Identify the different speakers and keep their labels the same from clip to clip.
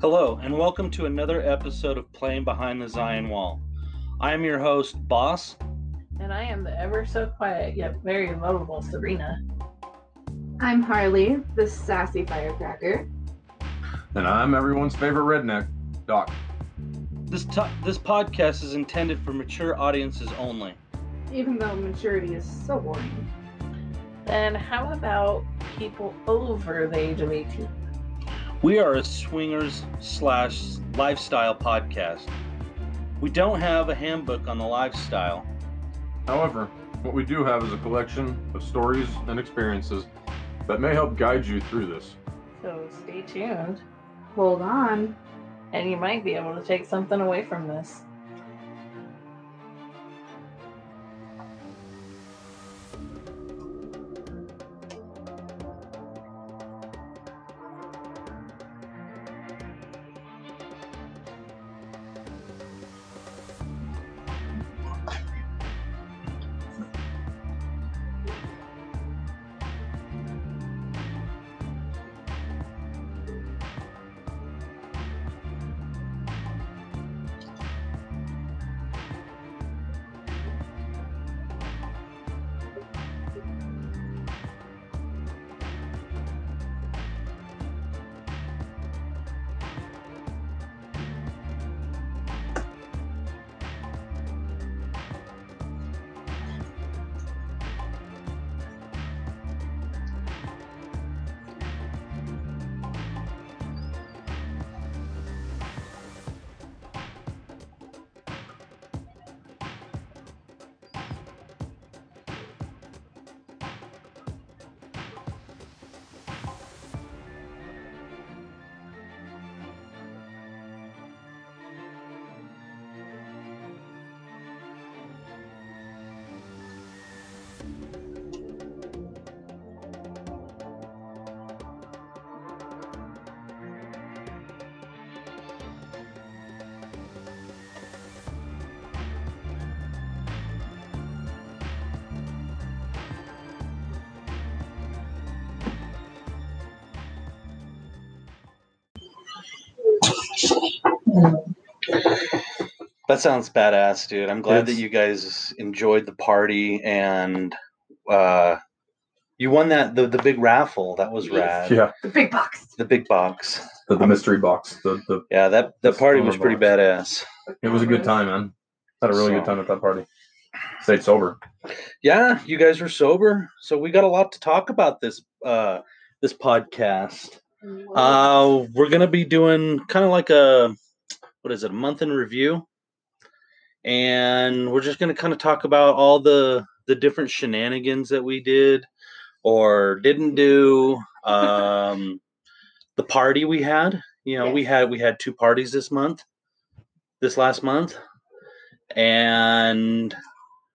Speaker 1: Hello, and welcome to another episode of Playing Behind the Zion Wall. I am your host, Boss.
Speaker 2: And I am the ever so quiet yet very lovable Serena.
Speaker 3: I'm Harley, the sassy firecracker.
Speaker 4: And I'm everyone's favorite redneck, Doc.
Speaker 1: This, to- this podcast is intended for mature audiences only.
Speaker 3: Even though maturity is so boring.
Speaker 2: And how about people over the age of 18?
Speaker 1: We are a swingers slash lifestyle podcast. We don't have a handbook on the lifestyle.
Speaker 4: However, what we do have is a collection of stories and experiences that may help guide you through this.
Speaker 2: So stay tuned,
Speaker 3: Hold on.
Speaker 2: and you might be able to take something away from this.
Speaker 1: That sounds badass, dude. I'm glad that
Speaker 4: It's-
Speaker 1: you guys enjoyed the party and uh, you won that the, the big raffle. That was rad.
Speaker 3: Yes.
Speaker 4: Yeah,
Speaker 3: The big box.
Speaker 1: The big box.
Speaker 4: the, the mystery box. The, the
Speaker 1: Yeah, that the
Speaker 4: The
Speaker 1: party
Speaker 4: summer
Speaker 1: was pretty
Speaker 4: box.
Speaker 1: badass.
Speaker 4: it was a good time, man. Had a really good
Speaker 1: So-
Speaker 4: time at that party. Stayed sober.
Speaker 1: yeah you guys were sober so we got a lot to talk about this uh this podcast uh we're gonna be doing kind of like a what is it a month in review and we're just gonna kind of talk about all the the different shenanigans that we did or didn't do um the party we had you know we
Speaker 3: Yes.
Speaker 1: had we had two parties this month this last month and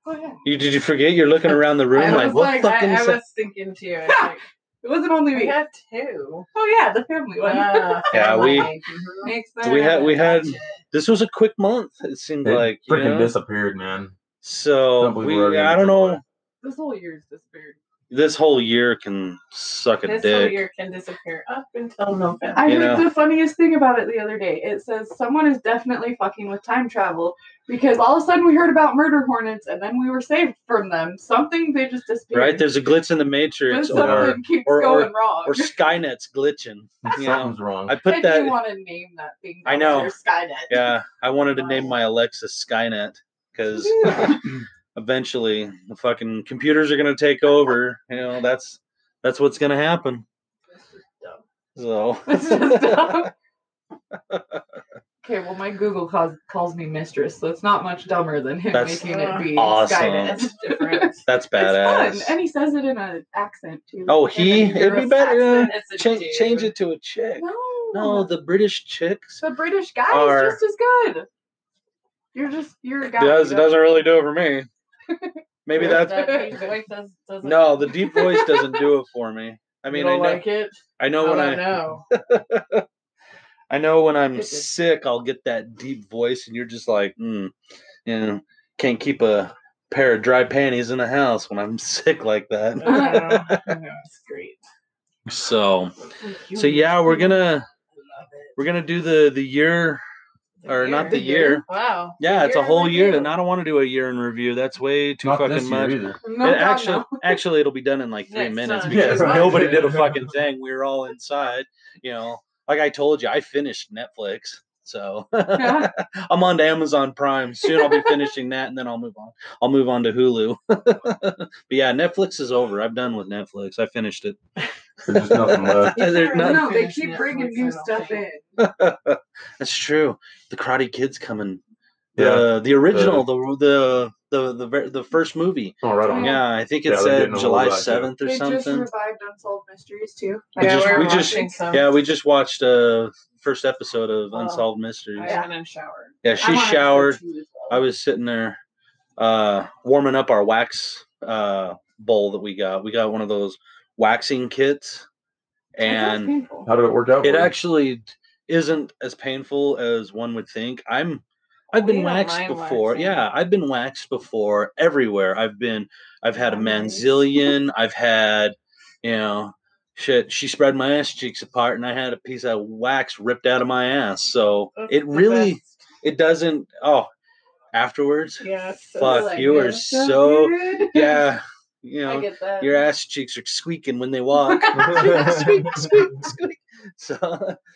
Speaker 3: Oh, yeah.
Speaker 1: you did you forget? You're looking around the room
Speaker 3: I
Speaker 1: like
Speaker 3: was
Speaker 1: what
Speaker 3: like,
Speaker 1: fucking.
Speaker 2: I, I
Speaker 1: is that?"
Speaker 2: was thinking too. I was like,
Speaker 3: It wasn't only
Speaker 2: we
Speaker 3: me.
Speaker 2: got two.
Speaker 3: Oh yeah, the family one.
Speaker 2: Wow,
Speaker 1: Yeah, we-
Speaker 2: family.
Speaker 3: Makes
Speaker 1: So we had- we had-
Speaker 2: Gotcha.
Speaker 1: this was a quick month. It seemed
Speaker 4: It
Speaker 1: like you
Speaker 4: freaking
Speaker 1: know?
Speaker 4: disappeared, man.
Speaker 1: So
Speaker 4: Can't believe we're
Speaker 1: we,
Speaker 4: already
Speaker 1: I
Speaker 4: in
Speaker 1: don't
Speaker 4: July.
Speaker 1: know.
Speaker 3: this whole year's disappeared.
Speaker 1: This whole year can suck a
Speaker 2: This whole
Speaker 1: dick.
Speaker 2: year can disappear
Speaker 3: Uh,
Speaker 2: up until November.
Speaker 3: I
Speaker 1: You
Speaker 3: heard
Speaker 1: know.
Speaker 3: the funniest thing about it the other day. It says someone is definitely fucking with time travel because all of a sudden we heard about murder hornets and then we were saved from them. Something they just disappeared.
Speaker 1: Right? There's a glitch in the
Speaker 3: But
Speaker 1: matrix,
Speaker 3: something
Speaker 1: or
Speaker 3: keeps
Speaker 1: or-
Speaker 3: going wrong.
Speaker 1: or Skynet's glitching. You know,
Speaker 4: Something's wrong.
Speaker 1: I put
Speaker 3: and you
Speaker 1: that.
Speaker 3: want to name that thing?
Speaker 1: I know.
Speaker 3: downstairs Skynet.
Speaker 1: Yeah, I wanted to name my Alexa Skynet because eventually the fucking computers are gonna take over. You know, that's that's what's gonna happen. So
Speaker 3: This is dumb. okay, well, my Google calls, calls me mistress, so it's not much dumber than him
Speaker 1: That's
Speaker 3: making it be
Speaker 1: awesome.
Speaker 3: Skynet.
Speaker 2: That's different.
Speaker 1: that's badass.
Speaker 3: It's fun, and he says it in an accent too.
Speaker 1: Oh,
Speaker 3: In a
Speaker 1: he? It'd be
Speaker 3: Europe
Speaker 1: better,
Speaker 3: accent.
Speaker 2: It's a
Speaker 1: Cha-
Speaker 2: dude.
Speaker 1: change it to a chick.
Speaker 3: No,
Speaker 1: No, the British chicks.
Speaker 3: the British guy
Speaker 1: are-
Speaker 3: is just as good. You're just you're a guy.
Speaker 1: Does
Speaker 3: you
Speaker 1: doesn't
Speaker 3: know?
Speaker 1: really do it for me. Maybe that's
Speaker 2: That deep voice does, doesn't-
Speaker 1: no. The deep voice doesn't do it for me. I
Speaker 2: You
Speaker 1: mean,
Speaker 2: don't
Speaker 1: I know,
Speaker 2: like it.
Speaker 1: I know when
Speaker 2: I
Speaker 1: I,
Speaker 2: don't know.
Speaker 1: I know when I'm
Speaker 3: It is.
Speaker 1: sick, I'll get that deep voice, and you're just like, mm, you know, can't keep a pair of dry panties in the house when I'm sick like
Speaker 2: I
Speaker 1: that.
Speaker 2: don't know. I don't know. It's great.
Speaker 1: So, so yeah, we're gonna
Speaker 2: I love it.
Speaker 1: We're gonna do the the year.
Speaker 2: The
Speaker 1: Or not the year.
Speaker 2: Wow.
Speaker 1: Yeah, it's a
Speaker 2: Year in
Speaker 1: whole year, and
Speaker 2: review.
Speaker 1: I don't want to do a year in review. That's way too
Speaker 4: Not
Speaker 1: fucking
Speaker 4: this year
Speaker 1: much.
Speaker 4: either.
Speaker 3: No,
Speaker 1: It
Speaker 3: God,
Speaker 1: actually,
Speaker 3: no.
Speaker 1: actually, it'll be done in like three
Speaker 2: Next
Speaker 1: minutes
Speaker 2: time.
Speaker 1: because
Speaker 4: Yeah, right.
Speaker 1: nobody did a fucking thing. We were all inside, you know. Like I told you, I finished Netflix, so
Speaker 3: Yeah.
Speaker 1: I'm on to Amazon Prime soon. I'll be finishing that, and then I'll move on. I'll move on to Hulu. but yeah, Netflix is over. I'm done with Netflix. I finished it.
Speaker 4: There's just nothing left.
Speaker 1: There's
Speaker 3: No,
Speaker 1: none-
Speaker 2: not
Speaker 3: they
Speaker 2: finished
Speaker 3: keep
Speaker 2: Netflix,
Speaker 3: bringing
Speaker 2: I
Speaker 3: new
Speaker 2: don't
Speaker 3: stuff
Speaker 2: think.
Speaker 3: in.
Speaker 1: That's true. The Karate Kid's coming.
Speaker 4: Yeah.
Speaker 1: The the original, the the the the ver- the first movie.
Speaker 4: All right on.
Speaker 1: Yeah, I think it
Speaker 4: Yeah, they're
Speaker 1: said
Speaker 4: getting a whole
Speaker 1: July
Speaker 4: lot, yeah.
Speaker 1: seventh or
Speaker 3: They just
Speaker 1: something.
Speaker 3: revived Unsolved Mysteries too.
Speaker 1: We
Speaker 2: yeah,
Speaker 1: just-
Speaker 2: we're
Speaker 1: we just-
Speaker 2: watching some.
Speaker 1: Yeah, we just watched uh first episode of
Speaker 2: Oh.
Speaker 1: Unsolved Mysteries.
Speaker 2: I
Speaker 1: yeah.
Speaker 2: went and showered.
Speaker 1: she showered. I was sitting there uh warming up our wax uh bowl that we got. We got one of those waxing kits and
Speaker 4: How did it work out?
Speaker 1: it
Speaker 4: for you?
Speaker 1: actually isn't as painful as one would think. I'm I've been
Speaker 2: We Oh, don't
Speaker 1: waxed
Speaker 2: mind
Speaker 1: before.
Speaker 2: waxing.
Speaker 1: Yeah, I've been waxed before everywhere. I've been I've had a
Speaker 2: Oh, nice.
Speaker 1: manzillion, I've had, you know, shit, she spread my ass cheeks apart and I had a piece of wax ripped out of my ass. So
Speaker 2: That's
Speaker 1: it
Speaker 2: the
Speaker 1: really
Speaker 2: best.
Speaker 1: it doesn't oh afterwards.
Speaker 2: Yes.
Speaker 1: Fuck, you are so- Yeah. You
Speaker 2: I
Speaker 1: know,
Speaker 2: get that.
Speaker 1: your ass cheeks are squeaking when they walk. squeak, squeak, squeak. So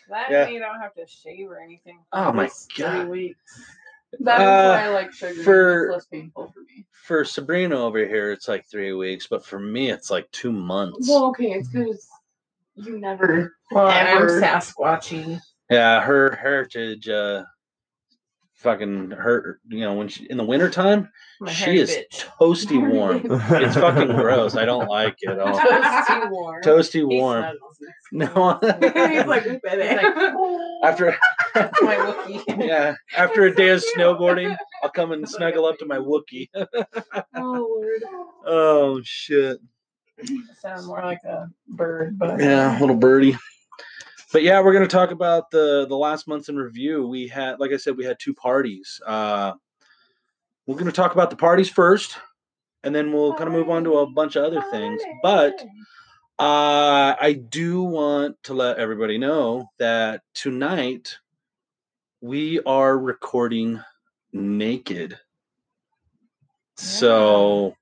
Speaker 2: That
Speaker 1: Yeah.
Speaker 2: and you don't have to shave or anything. for
Speaker 1: Oh
Speaker 2: at
Speaker 1: my
Speaker 2: least
Speaker 1: God.
Speaker 2: Three weeks.
Speaker 3: That's
Speaker 1: Uh,
Speaker 3: why I like sugar.
Speaker 1: for-
Speaker 3: For, it's less painful for me.
Speaker 1: for Sabrina over here, it's like three weeks, but for me, it's like two months.
Speaker 3: Well, okay, it's because you never.
Speaker 2: Well, and I'm
Speaker 3: Ever.
Speaker 2: Sasquatchy.
Speaker 1: yeah, her heritage, uh, fucking hurt. You know, when she in the wintertime,
Speaker 2: My
Speaker 1: she is
Speaker 2: bitch.
Speaker 1: toasty warm. it's fucking gross. I don't like it. All.
Speaker 2: Toasty warm.
Speaker 1: Toasty
Speaker 2: He
Speaker 1: warm.
Speaker 2: snuggles next to
Speaker 1: No.
Speaker 2: me.
Speaker 3: He's like, we
Speaker 2: He's
Speaker 3: better.
Speaker 2: like, "Oh,
Speaker 1: After
Speaker 2: that's my Wookiee.
Speaker 1: yeah, after a
Speaker 3: It's
Speaker 1: day of
Speaker 3: so cute.
Speaker 1: snowboarding, I'll come and
Speaker 2: That's what I
Speaker 1: snuggle
Speaker 2: got
Speaker 1: up to my Wookie.
Speaker 3: oh Lord.
Speaker 1: Oh shit.
Speaker 2: Sound more like a bird, but
Speaker 1: Yeah, little birdie. But yeah, we're gonna talk about the the last months in review. We had, like I said, we had two parties. Uh, we're gonna talk about the parties first, and then we'll kind of move on to a bunch of other things. But uh, I do want to let everybody know that tonight we are recording naked. So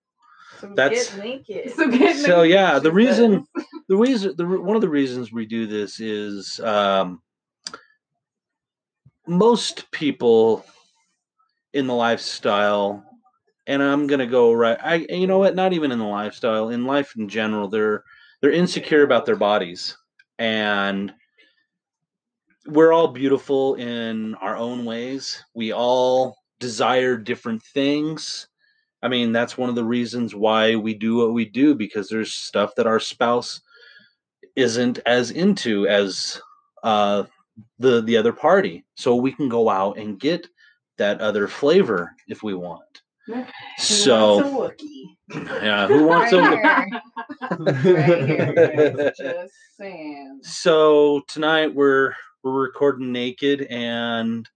Speaker 2: So get
Speaker 1: that's-
Speaker 2: naked.
Speaker 3: So get
Speaker 1: so
Speaker 3: naked,
Speaker 1: yeah, the
Speaker 3: she
Speaker 1: reason
Speaker 3: says.
Speaker 1: the reason the re- one of the reasons we do this is um, most people in the lifestyle and i'm gonna go right i you know what not even in the lifestyle in life in general they're they're insecure about their bodies and we're all beautiful in our own ways we all desire different things i mean that's one of the reasons why we do what we do because there's stuff that our spouse isn't as into as uh, the the other party, so we can go out and get that other flavor if we want.
Speaker 3: Yeah.
Speaker 1: So yeah, who
Speaker 3: "Oh,
Speaker 1: wants
Speaker 2: right
Speaker 1: a
Speaker 2: here. Right here. Just saying.
Speaker 1: so tonight we're we're recording naked, and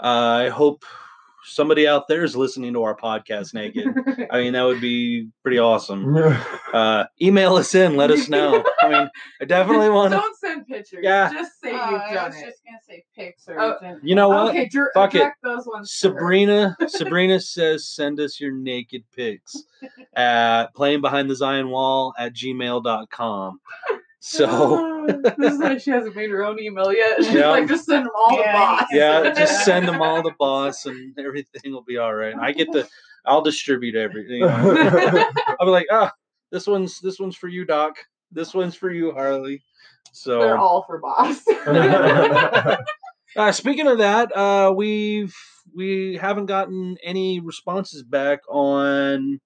Speaker 1: uh, I hope somebody out there is listening to our podcast naked. I mean, that would be pretty awesome. Uh, email us in, let us know. I mean, I definitely want to.
Speaker 3: Don't send pictures.
Speaker 1: Yeah.
Speaker 3: Uh, Just say
Speaker 2: Oh,
Speaker 3: you've
Speaker 2: I
Speaker 3: done
Speaker 2: was
Speaker 3: it.
Speaker 2: just gonna say pics or
Speaker 3: Oh.
Speaker 2: anything.
Speaker 1: You know what?
Speaker 3: okay, dir-
Speaker 1: Fuck it.
Speaker 3: direct those ones. to her.
Speaker 1: Sabrina Sabrina says send us your naked pics at playing behind the Zion wall at gmail.com. So
Speaker 3: this is why she hasn't made her own email yet. She's
Speaker 1: Yeah.
Speaker 3: like, just send them all
Speaker 2: Yeah.
Speaker 3: the boss.
Speaker 1: yeah, just send them all to boss and everything will be all right. I get the I'll distribute everything. I'll be like, ah, this one's this one's for you, Doc. This one's for you, Harley.
Speaker 3: They're
Speaker 1: So
Speaker 3: all for boss.
Speaker 1: uh, speaking of that, uh, we've we haven't gotten any responses back on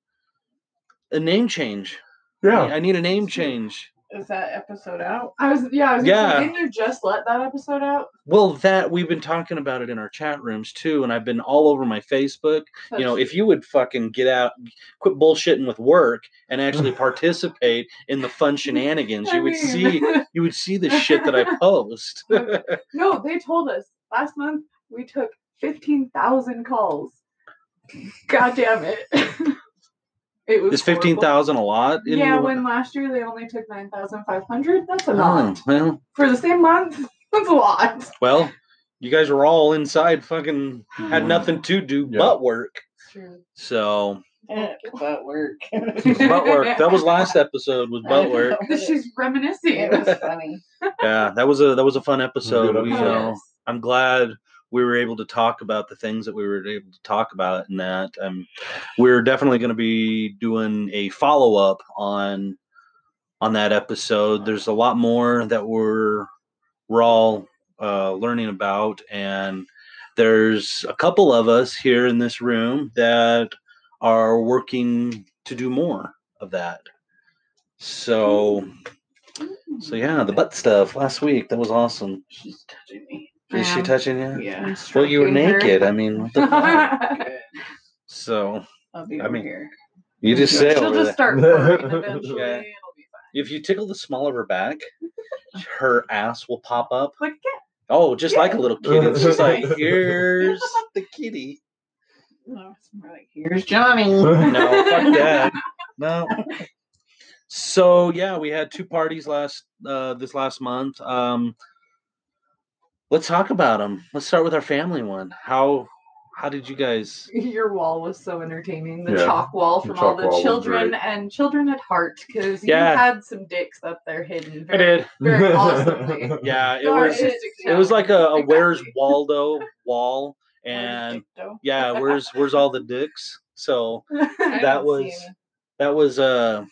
Speaker 1: a name change. I-
Speaker 4: yeah.
Speaker 1: I need a name change.
Speaker 2: Is that episode out?
Speaker 3: I was, yeah, I was yeah.
Speaker 1: Yeah.
Speaker 3: didn't you just let that episode out?
Speaker 1: Well, that we've been talking about it in our chat rooms too, and I've been all over my Facebook. You know, if you would fucking get out, quit bullshitting with work, and actually participate in the fun shenanigans,
Speaker 3: I
Speaker 1: you would see
Speaker 3: mean,
Speaker 1: you would see the shit that I post.
Speaker 3: no, they told us last month we took 15,000 calls. God damn it. it was
Speaker 1: Is fifteen
Speaker 3: horrible.
Speaker 1: thousand a lot? in
Speaker 3: Yeah,
Speaker 1: the-
Speaker 3: when last year they only took 9,500. That's a lot.
Speaker 1: oh, well,
Speaker 3: For the same month, That's a lot.
Speaker 1: Well, you guys were all inside, fucking
Speaker 3: Mm-hmm.
Speaker 1: had nothing to do
Speaker 4: Yeah.
Speaker 1: but work.
Speaker 2: True.
Speaker 1: So
Speaker 3: Eh.
Speaker 5: But work.
Speaker 1: butt work. That was last episode was butt work.
Speaker 3: She's reminiscing.
Speaker 5: It was funny.
Speaker 1: Yeah, that was a that was a fun episode.
Speaker 3: Oh,
Speaker 4: good
Speaker 1: We,
Speaker 4: episode.
Speaker 1: uh, I'm glad we were able to talk about the things that we were able to talk about, and that um, we're definitely going to be doing a follow up on on that episode. There's a lot more that we're we're all uh, learning about, and there's a couple of us here in this room that are working to do more of that. So, so yeah, the butt stuff last week that was awesome.
Speaker 5: She's touching me.
Speaker 1: Is she
Speaker 3: Yeah.
Speaker 1: touching you?
Speaker 5: Yeah.
Speaker 1: Well, you were naked. I mean, what the fuck?
Speaker 5: Good.
Speaker 1: so
Speaker 5: I'll be
Speaker 1: I mean-
Speaker 5: here.
Speaker 1: you just say
Speaker 3: She'll
Speaker 1: over
Speaker 3: just
Speaker 1: there.
Speaker 3: start purring eventually.
Speaker 1: Yeah.
Speaker 3: It'll be
Speaker 1: If you tickle the small of her back, her ass will pop up.
Speaker 3: fine. Like, yeah,
Speaker 1: Oh, just like a little kitty. It's just like here's the kitty.
Speaker 5: No, it's more like, here's Johnny.
Speaker 1: No, fuck that. No. So yeah, we had two parties last uh, this last month. Um, let's talk about them. Let's start with our family one. How how did you guys?
Speaker 3: your wall was so entertaining. The
Speaker 4: Yeah.
Speaker 3: chalk wall
Speaker 4: The
Speaker 3: from
Speaker 4: chalk
Speaker 3: all
Speaker 4: wall
Speaker 3: the
Speaker 4: was
Speaker 3: children
Speaker 4: great.
Speaker 3: and children at heart because
Speaker 1: Yeah.
Speaker 3: you had some dicks up there hidden. Very,
Speaker 1: did.
Speaker 3: very awesomely.
Speaker 1: Yeah, it
Speaker 3: Sorry,
Speaker 1: was
Speaker 3: it's-
Speaker 1: it was like a, a Where's
Speaker 3: Exactly.
Speaker 1: Waldo wall, and yeah, where's where's all the dicks? So that was that was uh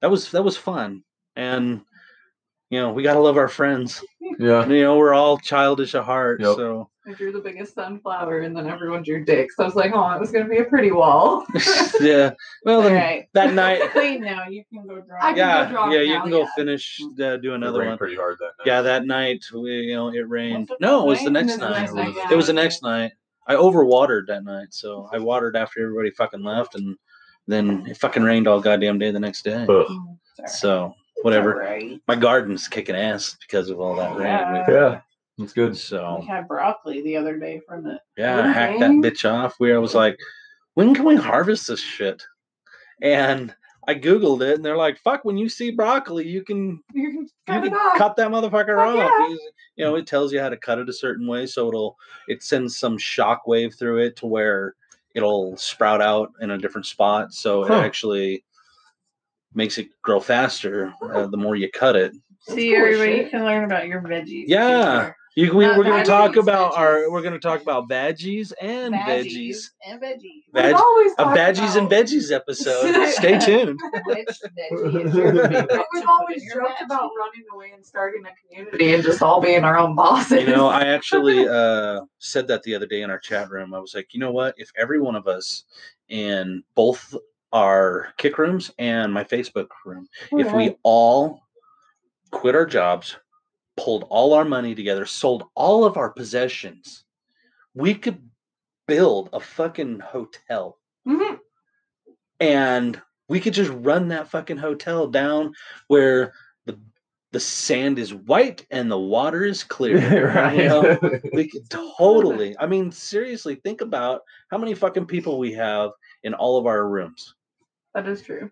Speaker 1: that was that was fun, and you know we gotta love our friends.
Speaker 4: Yeah.
Speaker 1: You know we're all childish at heart,
Speaker 4: Yep.
Speaker 1: so
Speaker 3: I drew the biggest sunflower and then everyone drew dicks. I was like, oh, it was going to be a pretty wall.
Speaker 1: yeah. Well,
Speaker 5: All
Speaker 1: then
Speaker 5: right.
Speaker 1: that night,
Speaker 5: Clean now. You can go draw.
Speaker 3: I can go
Speaker 1: yeah,
Speaker 3: draw
Speaker 1: yeah, you
Speaker 3: now,
Speaker 1: can go
Speaker 3: yeah.
Speaker 1: finish uh, do
Speaker 4: It
Speaker 1: another
Speaker 4: rained
Speaker 1: one.
Speaker 4: pretty hard that night.
Speaker 1: Yeah, that night we you know it rained.
Speaker 5: Was it
Speaker 1: No, it was
Speaker 5: that
Speaker 1: the
Speaker 5: night?
Speaker 1: next
Speaker 5: It was the
Speaker 1: night.
Speaker 5: next night,
Speaker 1: It was the
Speaker 5: yeah.
Speaker 1: next night. I overwatered that night, so I watered after everybody fucking left, and then it fucking rained all goddamn day the next day.
Speaker 4: Ugh.
Speaker 5: Oh, It's
Speaker 1: So
Speaker 5: all
Speaker 1: whatever.
Speaker 5: right.
Speaker 1: My garden's kicking ass because of all that rain.
Speaker 5: Yeah.
Speaker 4: Yeah. That's good.
Speaker 5: We
Speaker 1: So
Speaker 5: had broccoli the other day from it.
Speaker 1: yeah, I hacked that
Speaker 3: Okay.
Speaker 1: bitch off. Where I was like, when can we harvest this shit? And I googled it, and they're like, fuck. When you see broccoli, you can
Speaker 3: You can
Speaker 1: you
Speaker 3: cut it
Speaker 1: can
Speaker 3: off.
Speaker 1: cut that motherfucker
Speaker 3: Fuck
Speaker 1: off.
Speaker 3: yeah.
Speaker 1: You- You know, it tells you how to cut it a certain way, so it'll it sends some shock wave through it to where it'll sprout out in a different spot. So
Speaker 4: Huh.
Speaker 1: it actually makes it grow faster uh, the more you cut it.
Speaker 5: See,
Speaker 3: cool as
Speaker 5: everybody,
Speaker 3: shit.
Speaker 5: you can learn about your veggies.
Speaker 1: Yeah. You, we,
Speaker 5: Not
Speaker 1: we're gonna
Speaker 5: veggies,
Speaker 1: talk about our
Speaker 5: veggies.
Speaker 1: we're gonna talk about veggies
Speaker 5: And
Speaker 1: and
Speaker 5: veggies.
Speaker 1: veggies,
Speaker 5: And veggies.
Speaker 3: We've
Speaker 1: veg-
Speaker 3: always
Speaker 1: a
Speaker 3: talked
Speaker 1: veggies and
Speaker 3: about-
Speaker 1: veggies episode. Stay tuned.
Speaker 5: Which veggie is your favorite
Speaker 3: But
Speaker 5: to
Speaker 3: We've
Speaker 5: put
Speaker 3: always
Speaker 5: in your
Speaker 3: joked
Speaker 5: veggie?
Speaker 3: about running away and starting a community and just all being our own bosses.
Speaker 1: You know, I actually uh, said that the other day in our chat room. I was like, you know what? If every one of us in both our kick rooms and my Facebook room, if we all quit our jobs, pulled all our money together, sold all of our possessions, we could build a fucking hotel
Speaker 3: Mhm.
Speaker 1: and we could just run that fucking hotel down where the the sand is white and the water is clear. You know? we could totally. I mean, seriously, think about how many fucking people we have in all of our rooms.
Speaker 3: that is true.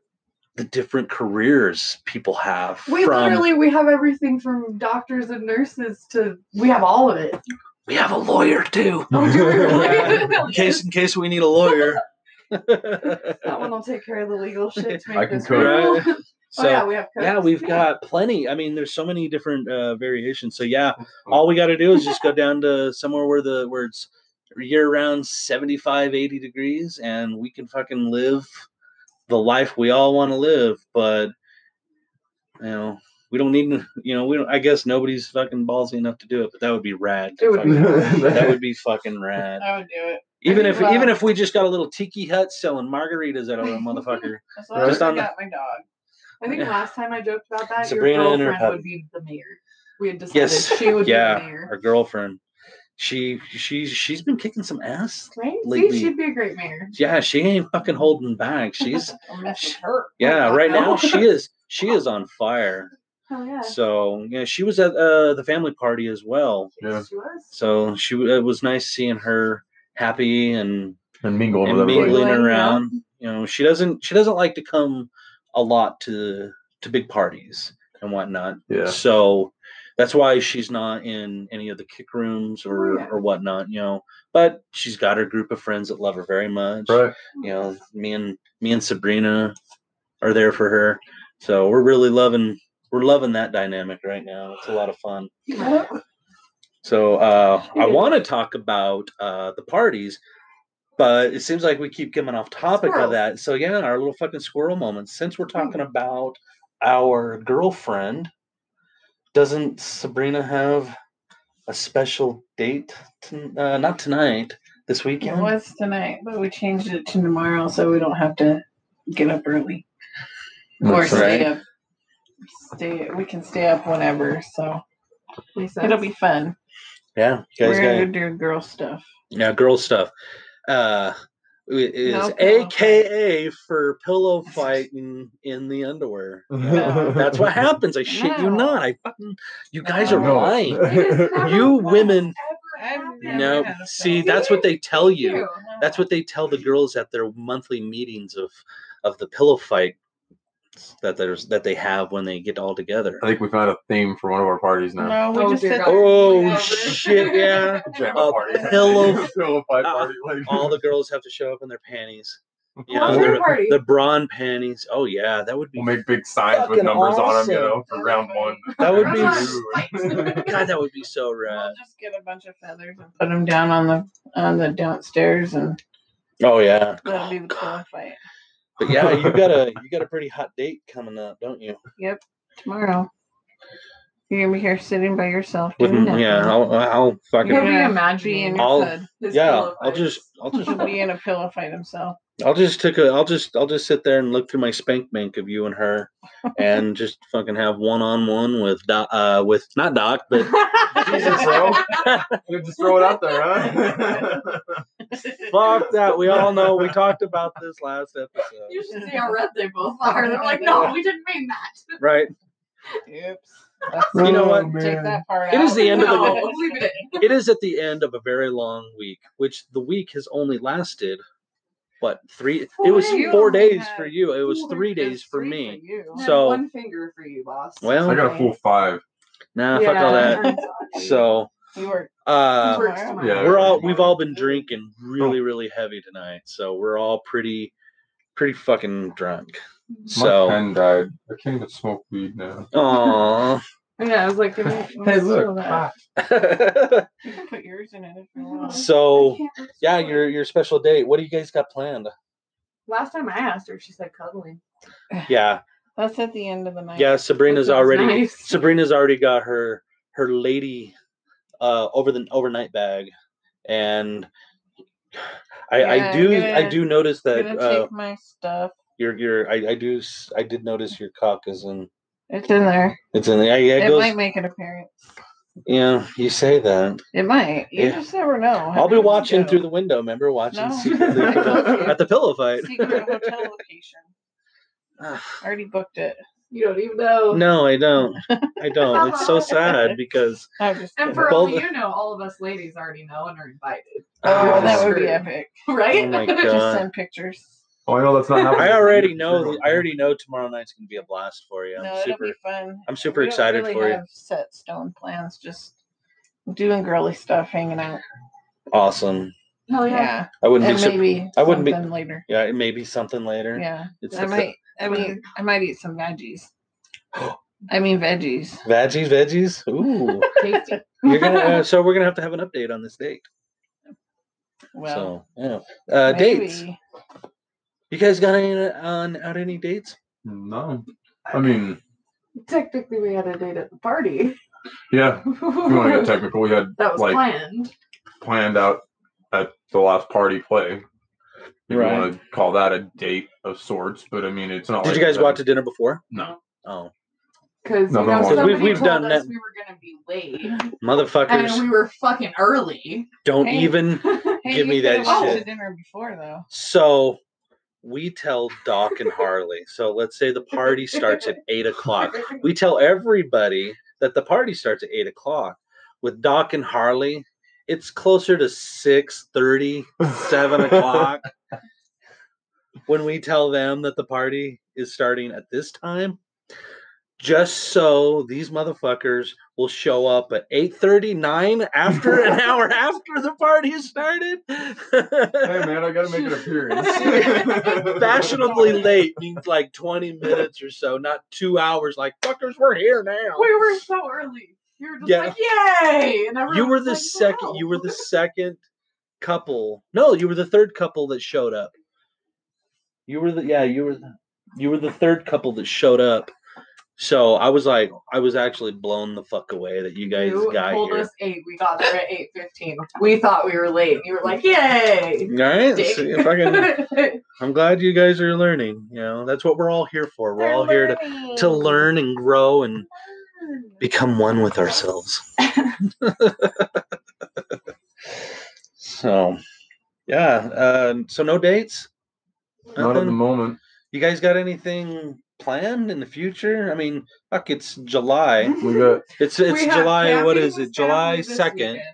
Speaker 1: The different careers people have.
Speaker 3: We
Speaker 1: from-
Speaker 3: literally we have everything from doctors and nurses to we have all of it.
Speaker 1: we have a lawyer too.
Speaker 3: Oh, do we really?
Speaker 1: Yeah. In case in case we need a lawyer.
Speaker 3: Oh, that one will take care of the legal shit. To make
Speaker 4: I can
Speaker 3: this
Speaker 4: cook.
Speaker 1: Right?
Speaker 3: real. oh
Speaker 1: So
Speaker 3: yeah, we have. Cooks.
Speaker 1: yeah, we've got plenty. I mean, there's so many different uh, variations. So yeah, all we got to do is just go down to somewhere where the where it's year round 75 80 degrees and we can fucking live the life we all want to live but you know we don't need you know we don't i guess nobody's fucking ballsy enough to do it but that would be rad to
Speaker 3: It would be
Speaker 1: fucking- that
Speaker 4: that
Speaker 1: would be fucking rad
Speaker 5: I would do it.
Speaker 1: even
Speaker 5: mean,
Speaker 1: if
Speaker 5: well-
Speaker 1: even if we just got a little tiki hut selling margaritas out of a motherfucker
Speaker 5: As long
Speaker 1: Just
Speaker 5: as I
Speaker 1: on the-
Speaker 5: got my dog.
Speaker 3: I think last time I joked about that,
Speaker 1: Sabrina
Speaker 3: your
Speaker 1: and her
Speaker 3: girlfriend
Speaker 1: puppy.
Speaker 3: would be the mayor. We had decided
Speaker 1: Yes.
Speaker 3: she would
Speaker 1: Yeah.
Speaker 3: be the mayor.
Speaker 1: our girlfriend she she she's been kicking some ass
Speaker 3: Right?
Speaker 1: Lately-
Speaker 3: See, she'd be a great mayor.
Speaker 1: yeah she ain't fucking holding back she's
Speaker 5: I'll mess with her.
Speaker 1: Yeah,
Speaker 3: God,
Speaker 1: right now
Speaker 3: no.
Speaker 1: she is she is on fire.
Speaker 3: Oh yeah.
Speaker 1: So yeah, she was at uh, the family party as well.
Speaker 4: Yeah.
Speaker 3: Yes, She was.
Speaker 1: So she w- it was nice seeing her happy and,
Speaker 4: and mingle
Speaker 1: and
Speaker 4: with everybody.
Speaker 1: mingling
Speaker 3: Mingling, yeah.
Speaker 1: around. You know, she doesn't she doesn't like to come a lot to to big parties and whatnot.
Speaker 4: Yeah.
Speaker 1: So That's why she's not in any of the kick rooms
Speaker 4: Oh,
Speaker 1: or,
Speaker 3: Yeah.
Speaker 1: or whatnot, you know. But she's got her group of friends that love her very much.
Speaker 4: Right.
Speaker 1: You know, me and me and Sabrina are there for her. So we're really loving we're loving that dynamic right now. It's a lot of fun. So uh, I want to talk about uh, the parties, but it seems like we keep coming off topic of
Speaker 3: Squirrels.
Speaker 1: that. So yeah, our little fucking squirrel moments. Since we're talking about our girlfriend, doesn't Sabrina have a special date? To, uh, not tonight. This
Speaker 5: It
Speaker 1: weekend.
Speaker 5: was tonight, but we changed it to tomorrow so we don't have to get up early or
Speaker 1: That's
Speaker 5: stay
Speaker 1: right.
Speaker 5: up. Stay. We can stay up whenever, so
Speaker 3: Makes sense.
Speaker 5: it'll be fun.
Speaker 1: Yeah, you guys
Speaker 5: We're
Speaker 1: got
Speaker 5: gonna
Speaker 1: it.
Speaker 5: do dear girl stuff.
Speaker 1: yeah, girl stuff. Uh, it is
Speaker 5: No pillow fight.
Speaker 1: AKA for pillow fighting in the underwear. That's what happens. I shit you
Speaker 5: No.
Speaker 1: not. I fucking you guys
Speaker 5: No.
Speaker 1: are lying.
Speaker 3: It has never
Speaker 1: You
Speaker 3: once
Speaker 1: women-
Speaker 3: ever
Speaker 5: I've
Speaker 3: happened.
Speaker 5: never
Speaker 1: No,
Speaker 5: had a
Speaker 1: see,
Speaker 5: fellow.
Speaker 1: that's what they tell
Speaker 3: Thank
Speaker 1: you. That's what they tell the girls at their monthly meetings of of the pillow fight that there's that they have when they get all together.
Speaker 4: I think we found a theme for one of our parties now.
Speaker 5: No, we
Speaker 3: Oh,
Speaker 5: just
Speaker 3: dear
Speaker 5: said
Speaker 3: God.
Speaker 1: Oh
Speaker 5: Yeah.
Speaker 1: shit, yeah.
Speaker 4: Pajama
Speaker 1: A
Speaker 4: party.
Speaker 1: pillow-
Speaker 4: Pillow fight
Speaker 1: Ah,
Speaker 4: party. like-
Speaker 1: All the girls have to show up in their panties. You
Speaker 3: Well,
Speaker 1: know,
Speaker 3: we're
Speaker 1: their-
Speaker 3: party.
Speaker 1: the brawn panties. Oh yeah, that would be
Speaker 4: We'll make big signs with
Speaker 1: Fucking
Speaker 4: numbers on them, you know,
Speaker 5: awesome.
Speaker 4: for round one.
Speaker 1: That would
Speaker 3: be-
Speaker 4: Two.
Speaker 1: God, that would be so rad.
Speaker 5: We'll just get a bunch of feathers and put them down on the on the downstairs, and
Speaker 1: Oh yeah.
Speaker 5: that'll be the
Speaker 1: God.
Speaker 5: pillow fight
Speaker 1: But yeah, you got a you got a pretty hot date coming up, don't you?
Speaker 5: tomorrow. You're gonna be here sitting by yourself.
Speaker 1: With
Speaker 5: doing nothing.
Speaker 1: yeah, I'll I'll
Speaker 5: You're
Speaker 3: Can
Speaker 1: fucking
Speaker 3: we
Speaker 5: gonna
Speaker 3: imagine?
Speaker 5: be in your
Speaker 1: I'll-
Speaker 5: hood.
Speaker 3: This
Speaker 1: yeah.
Speaker 3: pillow
Speaker 1: I'll
Speaker 3: fight.
Speaker 1: just I'll just
Speaker 5: She'll be in a pillow fight himself.
Speaker 1: I'll just take a. I'll just. I'll just sit there and look through my spank bank of you and her, and just fucking have one on one with doc. Uh, with not doc, but
Speaker 4: Jesus, bro. You just throw it out there, huh?
Speaker 1: fuck that. We all know. We talked about this last episode,
Speaker 3: You should see how red they both are. They're like, no, we didn't mean that.
Speaker 1: right?
Speaker 5: Oops. That's,
Speaker 1: You know
Speaker 4: Oh,
Speaker 1: what?
Speaker 5: Take that part
Speaker 1: It is
Speaker 5: out.
Speaker 1: the end of the-
Speaker 3: No, leave it.
Speaker 1: It is at the end of a very long week, which the week has only lasted. What three? it
Speaker 3: Four
Speaker 1: was
Speaker 3: days. Oh
Speaker 1: four days
Speaker 5: Yeah.
Speaker 1: for you. It was
Speaker 3: Four
Speaker 1: three days
Speaker 5: It's
Speaker 1: for
Speaker 5: free
Speaker 1: me.
Speaker 5: you.
Speaker 3: in.
Speaker 1: So-
Speaker 3: one finger for you, boss.
Speaker 4: I
Speaker 1: Well,
Speaker 4: got a full five.
Speaker 1: nah, fuck all that.
Speaker 3: I'm sorry.
Speaker 1: So,
Speaker 5: You were
Speaker 1: uh,
Speaker 3: Works
Speaker 5: Tomorrow.
Speaker 3: tomorrow.
Speaker 4: Yeah.
Speaker 1: we're all we've all been drinking really really heavy tonight so we're all pretty pretty fucking drunk
Speaker 3: Mm-hmm.
Speaker 4: My
Speaker 1: so
Speaker 4: pen died. I can't even smoke weed now.
Speaker 1: oh
Speaker 3: Yeah, I was like, give me-
Speaker 5: Hey, look.
Speaker 4: Ah,
Speaker 5: You can put yours in it if you want.
Speaker 1: so
Speaker 3: I can't-
Speaker 1: yeah your your special date what do you guys got planned
Speaker 3: Last time I asked her, she said cuddling.
Speaker 1: yeah
Speaker 5: That's at the end of the night.
Speaker 1: yeah sabrina's
Speaker 3: That sounds
Speaker 1: already
Speaker 3: nice.
Speaker 1: sabrina's already got her her lady uh over the overnight bag and I,
Speaker 5: Yeah,
Speaker 1: I do
Speaker 5: I'm
Speaker 1: I
Speaker 5: gonna-
Speaker 1: do notice
Speaker 5: I'm
Speaker 1: that
Speaker 5: gonna
Speaker 1: uh,
Speaker 5: take my stuff.
Speaker 1: your your I, I do s- I did notice your cock is in
Speaker 5: It's in there.
Speaker 1: it's in the yeah, yeah, it
Speaker 5: It,
Speaker 1: goes-
Speaker 5: might make an appearance.
Speaker 1: Yeah, you say that.
Speaker 5: It might. You
Speaker 1: Yeah.
Speaker 5: just never know.
Speaker 1: I'll be watching through the window. Remember watching
Speaker 5: No.
Speaker 1: secretly at the- at the pillow fight.
Speaker 5: secret hotel location. I already booked it.
Speaker 3: You don't even
Speaker 5: oh.
Speaker 3: know.
Speaker 1: no, I don't. I don't. It's so sad because
Speaker 5: I'm just. kidding.
Speaker 3: And for all
Speaker 1: Both-
Speaker 3: you know, all of us ladies already know and are invited,
Speaker 5: oh, that would
Speaker 3: screwed.
Speaker 5: be epic.
Speaker 1: ah, oh
Speaker 3: right?
Speaker 1: my
Speaker 5: Just
Speaker 1: god.
Speaker 5: send pictures.
Speaker 4: Oh, I know that's not happening.
Speaker 1: I already know. I already know tomorrow night's gonna be a blast for you. I'm
Speaker 5: no, it'll
Speaker 1: super.
Speaker 5: be fun.
Speaker 1: I'm super
Speaker 5: We don't
Speaker 1: excited
Speaker 5: really
Speaker 1: for you.
Speaker 5: have Set stone plans, just doing girly stuff, hanging out.
Speaker 1: Awesome.
Speaker 3: Hell
Speaker 5: Oh, yeah,
Speaker 3: yeah.
Speaker 1: I wouldn't
Speaker 5: and
Speaker 1: be. Sur-
Speaker 5: maybe
Speaker 1: I wouldn't be-
Speaker 5: something later.
Speaker 1: yeah, it may be something later.
Speaker 5: Yeah,
Speaker 1: It's
Speaker 5: I
Speaker 1: the-
Speaker 5: might. I mean, I might eat some veggies. I mean veggies.
Speaker 1: veggies, veggies. Ooh,
Speaker 3: Tasty.
Speaker 1: you're gonna. Uh, so we're gonna have to have an update on this date.
Speaker 5: Well,
Speaker 1: so yeah, uh, dates.
Speaker 5: maybe.
Speaker 1: You guys got any on out any dates?
Speaker 4: No. I mean,
Speaker 3: Technically, we had a date at the party.
Speaker 4: yeah. If you want to get technical, we had
Speaker 3: that was
Speaker 4: like
Speaker 3: planned.
Speaker 4: planned out at the last party play. If
Speaker 1: Right.
Speaker 4: you want to call that a date of sorts, but I mean, it's not.
Speaker 1: Did
Speaker 4: like
Speaker 1: you guys
Speaker 4: that-
Speaker 1: go out to dinner before?
Speaker 4: No.
Speaker 1: Oh,
Speaker 3: Because
Speaker 4: No,
Speaker 3: you
Speaker 4: no,
Speaker 3: know,
Speaker 4: no.
Speaker 3: somebody
Speaker 1: We've- we've
Speaker 3: told
Speaker 1: done
Speaker 3: us
Speaker 1: that-
Speaker 3: we were gonna be late,
Speaker 1: motherfuckers!
Speaker 3: and we were fucking early.
Speaker 1: don't
Speaker 5: Hey.
Speaker 1: even
Speaker 5: Hey,
Speaker 1: Give
Speaker 5: you
Speaker 1: me that
Speaker 5: could've went
Speaker 1: shit.
Speaker 5: To dinner before though.
Speaker 1: So we tell Doc and Harley. So let's say the party starts at eight
Speaker 3: "Oh,
Speaker 1: o'clock. We tell everybody that the party starts at eight o'clock. With Doc and Harley, it's closer to six thirty, seven o'clock. When we tell them that the party is starting at this time, just so these motherfuckers will show up at 8.39 after an hour after the party has started.
Speaker 4: Hey man, I gotta make an appearance.
Speaker 1: Fashionably late means like 20 minutes or so, not two hours. Like, fuckers, we're here now.
Speaker 3: We were so early. You were just
Speaker 1: Yeah.
Speaker 3: like, yay! And everyone
Speaker 1: you were
Speaker 3: was
Speaker 1: the
Speaker 3: like,
Speaker 1: second
Speaker 3: "Wow."
Speaker 1: you were the second couple no you were the third couple that showed up you were the yeah you were the, you were the third couple that showed up so i was like i was actually blown the fuck away that you guys
Speaker 3: You
Speaker 1: got
Speaker 3: told
Speaker 1: here
Speaker 3: us eight. We got there at eight fifteen. We thought we were late. You were like, "Yay!"
Speaker 1: all right
Speaker 3: dick.
Speaker 1: see if I can, i'm glad you guys are learning you know that's what we're all here for we're all here to, to learn and grow and become one with ourselves so yeah uh, so no dates
Speaker 4: Not at the
Speaker 1: Nothing?
Speaker 4: moment.
Speaker 1: You guys got anything planned in the future? I mean, fuck, it's July.
Speaker 4: We got
Speaker 1: It's
Speaker 3: We
Speaker 1: it's
Speaker 3: have
Speaker 1: July. What
Speaker 3: camping
Speaker 1: is
Speaker 3: with
Speaker 1: it? July
Speaker 3: family this
Speaker 1: second.
Speaker 3: weekend.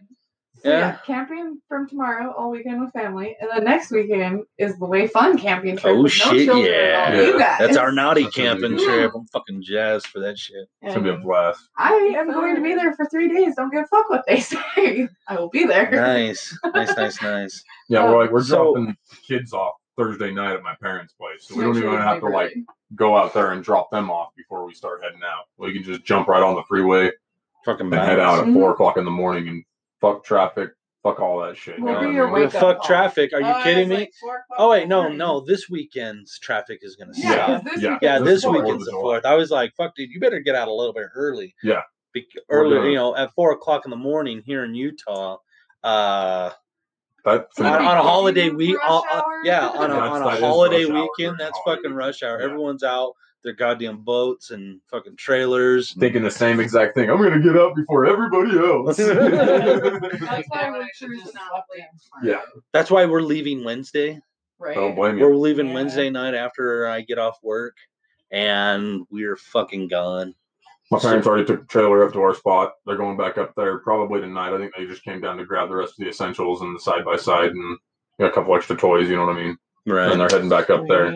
Speaker 3: So yeah.
Speaker 1: Yeah.
Speaker 3: camping from tomorrow all weekend with family, and then next weekend is the way fun camping trip.
Speaker 1: Oh,
Speaker 3: with no
Speaker 1: shit,
Speaker 3: children
Speaker 1: yeah.
Speaker 3: at all. You guys.
Speaker 1: That's our naughty
Speaker 4: That's gonna be
Speaker 1: camping
Speaker 3: good.
Speaker 1: trip. I'm fucking jazzed for that shit.
Speaker 4: it's gonna be a
Speaker 3: And
Speaker 4: blast.
Speaker 3: I am going to be there for three days. Don't give a fuck what they say. I will be there.
Speaker 1: Nice, nice, nice, nice.
Speaker 4: Yeah, we're like we're
Speaker 1: So-
Speaker 4: dropping kids off Thursday night at my parents' place, so we
Speaker 3: Make
Speaker 4: don't
Speaker 3: sure
Speaker 4: even
Speaker 3: you
Speaker 4: have to
Speaker 3: leave
Speaker 4: like
Speaker 3: early.
Speaker 4: go out there and drop them off before we start heading out. We can just jump right on the freeway
Speaker 1: Fucking
Speaker 4: and head
Speaker 1: badass.
Speaker 4: out at
Speaker 3: Mm-hmm.
Speaker 4: four o'clock in the morning and fuck traffic, fuck all that shit. you
Speaker 3: We'll
Speaker 4: know
Speaker 3: be
Speaker 4: what I
Speaker 3: your
Speaker 4: mean?
Speaker 3: wake up
Speaker 1: fuck
Speaker 3: call.
Speaker 1: traffic? Are you
Speaker 2: Oh, it
Speaker 1: kidding
Speaker 2: was
Speaker 1: me?
Speaker 2: like four o'clock
Speaker 1: oh wait, no,
Speaker 2: in the
Speaker 1: no. This weekend's traffic is gonna
Speaker 3: Yeah,
Speaker 1: suck.
Speaker 3: 'cause this
Speaker 4: Yeah.
Speaker 3: weekend
Speaker 1: Yeah,
Speaker 3: is
Speaker 1: this
Speaker 4: Fourth of
Speaker 1: weekend's the
Speaker 4: July.
Speaker 1: fourth. I was like, "Fuck, dude, you better get out a little bit early."
Speaker 4: Yeah.
Speaker 1: Be-
Speaker 4: We're
Speaker 1: earlier,
Speaker 4: gonna-
Speaker 1: you know, at four o'clock in the morning here in Utah. Uh,
Speaker 4: That's
Speaker 1: on,
Speaker 3: Like,
Speaker 1: on a
Speaker 3: you
Speaker 1: holiday
Speaker 3: mean
Speaker 1: week,
Speaker 3: rush
Speaker 1: on- on-
Speaker 3: hour?
Speaker 1: yeah, on a,
Speaker 4: That's-
Speaker 1: on
Speaker 4: that
Speaker 1: a
Speaker 4: is
Speaker 1: holiday
Speaker 4: rush hour during
Speaker 1: weekend, that's
Speaker 4: holiday
Speaker 1: fucking
Speaker 4: week,
Speaker 1: rush hour.
Speaker 4: yeah.
Speaker 1: Everyone's out their goddamn boats and fucking trailers. and-
Speaker 4: thinking the same exact thing. I'm gonna get up before everybody else.
Speaker 3: That's why
Speaker 2: Like,
Speaker 3: we're
Speaker 2: I should
Speaker 3: cruising
Speaker 2: just
Speaker 3: out
Speaker 2: stop
Speaker 3: there.
Speaker 4: yeah,
Speaker 1: That's why we're leaving Wednesday.
Speaker 3: Right.
Speaker 4: don't blame you.
Speaker 1: We're leaving
Speaker 2: Yeah.
Speaker 1: Wednesday night after I get off work, and we're fucking gone.
Speaker 4: My parents already took the trailer up to our spot. They're going back up there probably tonight. I think they just came down to grab the rest of the essentials and the side by side and a couple extra toys. You know what I mean? And they're heading back up there.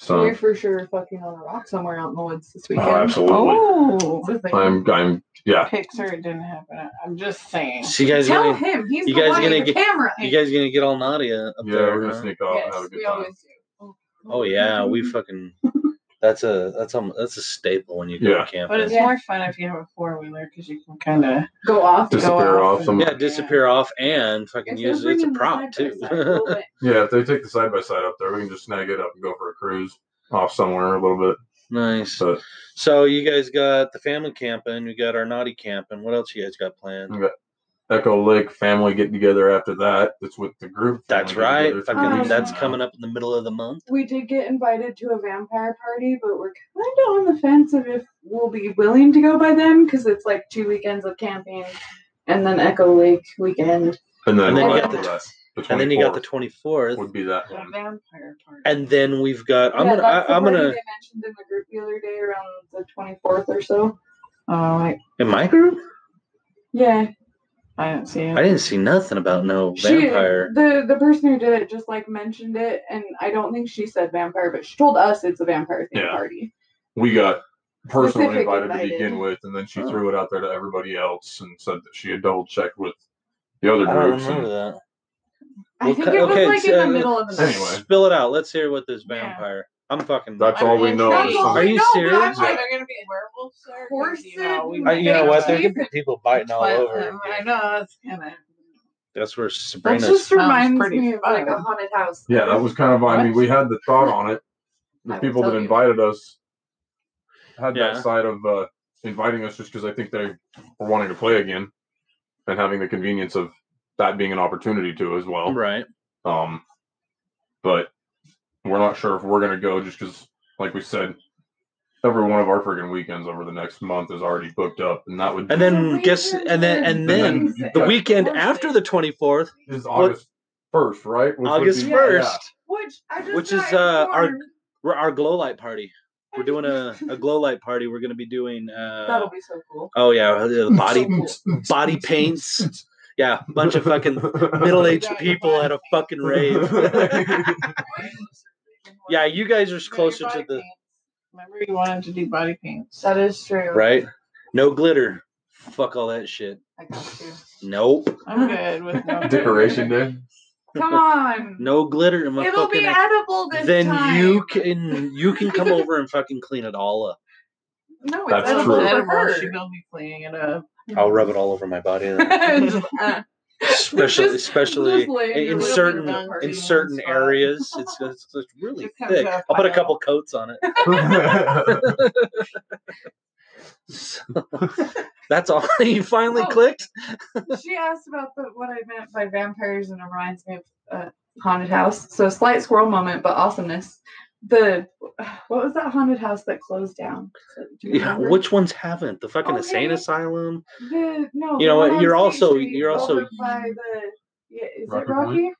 Speaker 4: So
Speaker 3: We're for sure fucking on a rock somewhere out in the woods this weekend.
Speaker 4: Oh, absolutely.
Speaker 5: Oh,
Speaker 3: It's a thing.
Speaker 4: I'm I'm yeah.
Speaker 5: picture it didn't happen. I'm just saying.
Speaker 1: So you guys,
Speaker 3: Tell
Speaker 1: gonna,
Speaker 3: him he's
Speaker 1: you
Speaker 3: the
Speaker 1: guys
Speaker 3: one
Speaker 1: gonna
Speaker 3: in the
Speaker 1: get-
Speaker 3: camera.
Speaker 1: you guys gonna get all naughty uh, up
Speaker 4: Yeah,
Speaker 1: there?
Speaker 4: we're gonna
Speaker 1: huh?
Speaker 4: sneak off and Oh, have
Speaker 3: yes,
Speaker 4: a
Speaker 3: we
Speaker 4: good time.
Speaker 3: always do.
Speaker 1: Oh yeah, we fucking. That's a that's a that's a staple when you go
Speaker 4: Yeah.
Speaker 1: to camp.
Speaker 5: But it's
Speaker 3: Yeah.
Speaker 5: more fun if you have a four wheeler because you can kind of
Speaker 3: Go off.
Speaker 5: Just-
Speaker 4: Disappear
Speaker 5: Go off
Speaker 4: off some
Speaker 1: Yeah, disappear off and fucking
Speaker 3: If they're
Speaker 1: use it. It's a
Speaker 3: bringing the
Speaker 1: prop too.
Speaker 3: side-by-side, we'll win.
Speaker 4: Yeah, if they take the side by side up there, we can just snag it up and go for a cruise off somewhere a little bit.
Speaker 1: nice.
Speaker 4: But
Speaker 1: So you guys got the family camping, we got our naughty camping. What else you guys got planned?
Speaker 4: Echo Lake family get together after that. It's with the group.
Speaker 1: That's
Speaker 4: family get
Speaker 1: right.
Speaker 4: together. It's
Speaker 1: Fucking-
Speaker 4: gonna be
Speaker 3: Um,
Speaker 1: that's
Speaker 4: fun.
Speaker 1: coming up in the middle of the month.
Speaker 3: We did get invited to a vampire party, but we're kind of on the fence of if we'll be willing to go by then because it's like two weekends of camping and then Echo Lake weekend.
Speaker 4: And then,
Speaker 1: And
Speaker 3: then you
Speaker 4: after
Speaker 3: got
Speaker 1: the-
Speaker 4: that, the
Speaker 1: And then you got the
Speaker 4: 24th
Speaker 1: twenty fourth.
Speaker 4: would be that
Speaker 5: a
Speaker 4: one.
Speaker 5: vampire part.
Speaker 1: And then we've got I'm
Speaker 3: Yeah,
Speaker 1: gonna
Speaker 3: that's the
Speaker 1: I, I'm
Speaker 3: party
Speaker 1: gonna
Speaker 3: They mentioned in the group the other day around the 24th or so.
Speaker 5: oh, I,
Speaker 1: in my group?
Speaker 3: Yeah,
Speaker 5: I didn't see
Speaker 1: I
Speaker 5: it.
Speaker 1: didn't see nothing about no vampire.
Speaker 3: She, the the person who did it just like mentioned it, and I don't think she said vampire, but she told us it's a vampire themed
Speaker 4: Yeah.
Speaker 3: party.
Speaker 4: We got personally
Speaker 3: Specific
Speaker 4: invited,
Speaker 3: invited.
Speaker 4: to begin with, and then she
Speaker 1: Oh.
Speaker 4: threw it out there to everybody else and said that she had double checked with the other
Speaker 1: I don't
Speaker 4: groups.
Speaker 1: remember
Speaker 4: And
Speaker 1: that.
Speaker 3: I
Speaker 1: Well,
Speaker 3: think
Speaker 1: ca-
Speaker 3: it was
Speaker 1: okay,
Speaker 3: like
Speaker 1: so- uh,
Speaker 3: in the middle of the night.
Speaker 4: Anyway.
Speaker 1: Spill it out. Let's hear what this
Speaker 5: Yeah.
Speaker 1: vampire. I'm fucking.
Speaker 4: that's
Speaker 5: I'm
Speaker 4: all we know.
Speaker 5: intrigued.
Speaker 4: is some-
Speaker 1: Are you serious?
Speaker 3: I'm
Speaker 2: Are
Speaker 3: like,
Speaker 2: there gonna be werewolves there?
Speaker 3: Horses
Speaker 1: I, you know what? There
Speaker 3: They're
Speaker 1: could be people biting all
Speaker 3: uh,
Speaker 1: over.
Speaker 5: um, I know that's kind of.
Speaker 1: That's where
Speaker 3: that
Speaker 1: Sabrina's
Speaker 3: just reminds
Speaker 5: pretty
Speaker 3: me of like a
Speaker 5: fun.
Speaker 3: haunted house.
Speaker 4: Yeah, that was kind of. I mean,
Speaker 5: What?
Speaker 4: we had the thought on it. The
Speaker 3: I will
Speaker 4: people that
Speaker 3: tell you.
Speaker 4: invited us had
Speaker 1: Yeah.
Speaker 4: that side of uh, inviting us just because I think they were wanting to play again and having the convenience of that being an opportunity to as well.
Speaker 1: right.
Speaker 4: Um, but we're not sure if we're going to go just because, like we said, every one of our friggin' weekends over the next month is already booked up, and that would
Speaker 1: And then guess and then and
Speaker 4: And
Speaker 1: then
Speaker 4: then
Speaker 1: the
Speaker 4: Yeah.
Speaker 1: weekend after the 24th,
Speaker 4: is August first, right? Which would
Speaker 1: August
Speaker 4: be-
Speaker 1: 1st,
Speaker 3: which I just
Speaker 1: Which
Speaker 3: got
Speaker 1: is, uh, our-
Speaker 3: informed.
Speaker 1: we're our glow light party. We're doing a, a glow light party. We're going to be doing uh
Speaker 3: that'll be so cool.
Speaker 1: oh yeah, the body
Speaker 4: Yeah.
Speaker 1: body paints. Yeah, bunch of fucking middle-aged people at a fucking rave. yeah, you guys are closer to the
Speaker 5: Remember, you wanted to do body paints.
Speaker 3: That is true.
Speaker 1: right? No glitter. Fuck all that shit.
Speaker 3: I got you.
Speaker 1: Nope.
Speaker 5: I'm good with no
Speaker 4: Decoration day.
Speaker 3: Come on.
Speaker 1: No glitter in my
Speaker 3: It'll
Speaker 1: fucking.
Speaker 3: be edible this
Speaker 1: then
Speaker 3: time.
Speaker 1: you can you can come over and fucking clean it all up.
Speaker 3: No, it's
Speaker 4: That's
Speaker 5: That's
Speaker 3: edible
Speaker 5: true.
Speaker 4: true.
Speaker 3: for
Speaker 5: Edible.
Speaker 3: her.
Speaker 5: She will be cleaning it up.
Speaker 1: I'll rub it all over my body. Then.
Speaker 3: Just- uh,
Speaker 1: especially
Speaker 3: Just-
Speaker 1: especially
Speaker 3: just lay your
Speaker 1: in
Speaker 3: little
Speaker 1: certain
Speaker 5: bit of
Speaker 1: in
Speaker 5: party
Speaker 1: certain
Speaker 5: in one spot.
Speaker 1: areas. It's, it's, it's really
Speaker 5: Just have
Speaker 1: thick.
Speaker 5: a
Speaker 1: I'll put a
Speaker 5: pile.
Speaker 1: couple coats on it. So, that's all. you finally
Speaker 3: Oh.
Speaker 1: clicked.
Speaker 3: she asked about the, what I meant by vampires, and it reminds me of uh, haunted house. So slight squirrel moment, but awesomeness. The what was that haunted house that closed down? Do you
Speaker 1: Yeah,
Speaker 3: remember?
Speaker 1: which ones haven't? The fucking
Speaker 3: Oh,
Speaker 1: insane
Speaker 3: yeah.
Speaker 1: asylum.
Speaker 3: the no.
Speaker 1: You
Speaker 3: the
Speaker 1: know
Speaker 3: one
Speaker 1: what,
Speaker 3: on
Speaker 1: you're
Speaker 3: State
Speaker 1: also-
Speaker 3: Street
Speaker 1: you're also-
Speaker 3: over by the yeah, is
Speaker 4: Rocky
Speaker 3: it
Speaker 4: Point?
Speaker 3: Rocky?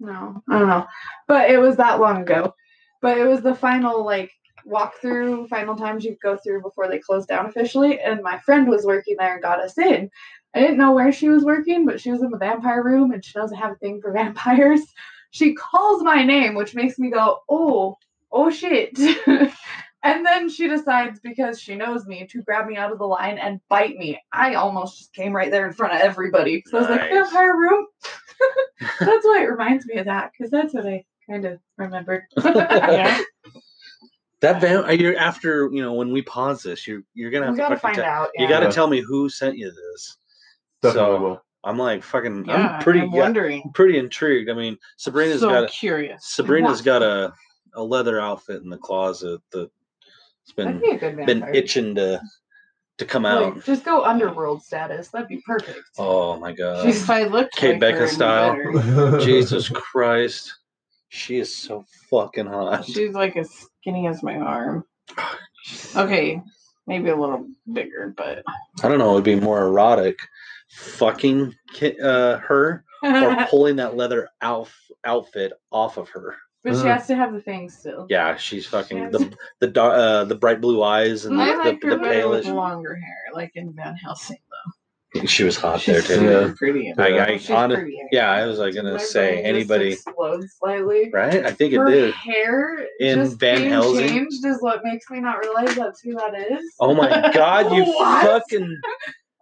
Speaker 3: No, I don't know, but it was that long ago. But it was the final like walkthrough, final times you go through before they close down officially. And my friend was working there and got us in. I didn't know where she was working, but she was in the vampire room and she doesn't have a thing for vampires. She calls my name, which makes me go, oh, oh shit. and then she decides, because she knows me, to grab me out of the line and bite me. I almost just came right there in front of everybody. So I was like,
Speaker 1: Nice.
Speaker 3: vampire room? that's why it reminds me of that, because that's what I kind of remembered.
Speaker 5: Yeah.
Speaker 1: That vamp. Are you after you know when we pause this? You're you're gonna have
Speaker 3: we
Speaker 1: to
Speaker 3: gotta
Speaker 1: fucking
Speaker 3: find
Speaker 1: tell-
Speaker 3: out.
Speaker 1: You
Speaker 3: yeah.
Speaker 1: gotta
Speaker 4: Yeah.
Speaker 1: tell me who sent you this.
Speaker 4: Definitely
Speaker 1: So
Speaker 4: will.
Speaker 1: I'm like fucking.
Speaker 5: Yeah,
Speaker 1: I'm pretty.
Speaker 5: I'm
Speaker 1: yeah,
Speaker 5: wondering.
Speaker 1: pretty intrigued. I mean, Sabrina's
Speaker 5: so
Speaker 1: got a,
Speaker 5: curious.
Speaker 1: Sabrina's got a a leather outfit in the closet that's
Speaker 3: That'd
Speaker 1: been
Speaker 3: be a good
Speaker 1: been
Speaker 3: vampire.
Speaker 1: itching to to come out.
Speaker 3: Like, just go underworld status. That'd be perfect.
Speaker 1: Oh my god.
Speaker 5: If I looked
Speaker 1: Kate
Speaker 5: like her,
Speaker 1: Beckinsale
Speaker 5: it'd be
Speaker 1: style.
Speaker 5: better.
Speaker 1: Jesus Christ. She is so fucking hot.
Speaker 5: She's like as skinny as my arm. Okay, maybe a little bigger, but
Speaker 1: I don't know, it would be more erotic fucking ki- uh, her or pulling that leather outf- outfit off of her.
Speaker 3: But she
Speaker 4: Uh.
Speaker 3: has to have the thing still.
Speaker 1: Uh-huh. Yeah, she's fucking the the dar- uh, the bright blue eyes and
Speaker 5: I
Speaker 1: the,
Speaker 5: like
Speaker 1: the,
Speaker 5: her
Speaker 1: the
Speaker 5: better with
Speaker 1: palish.
Speaker 5: longer hair, like in Van Helsing.
Speaker 1: She was hot
Speaker 5: She's
Speaker 1: there too.
Speaker 5: super
Speaker 4: Yeah.
Speaker 5: pretty. in
Speaker 1: I-
Speaker 5: that.
Speaker 1: I-
Speaker 5: She's
Speaker 1: honest-
Speaker 5: pretty in it.
Speaker 1: Yeah, I was like gonna
Speaker 3: My
Speaker 1: say
Speaker 3: brain just
Speaker 1: anybody,
Speaker 3: explodes slightly.
Speaker 1: right? I think it
Speaker 3: Her
Speaker 1: did.
Speaker 3: hair
Speaker 1: In
Speaker 3: just
Speaker 1: Van
Speaker 3: being
Speaker 1: Helsing?
Speaker 3: changed is what makes me not realize that's who that is.
Speaker 1: Oh my god, you
Speaker 3: What?
Speaker 1: fucking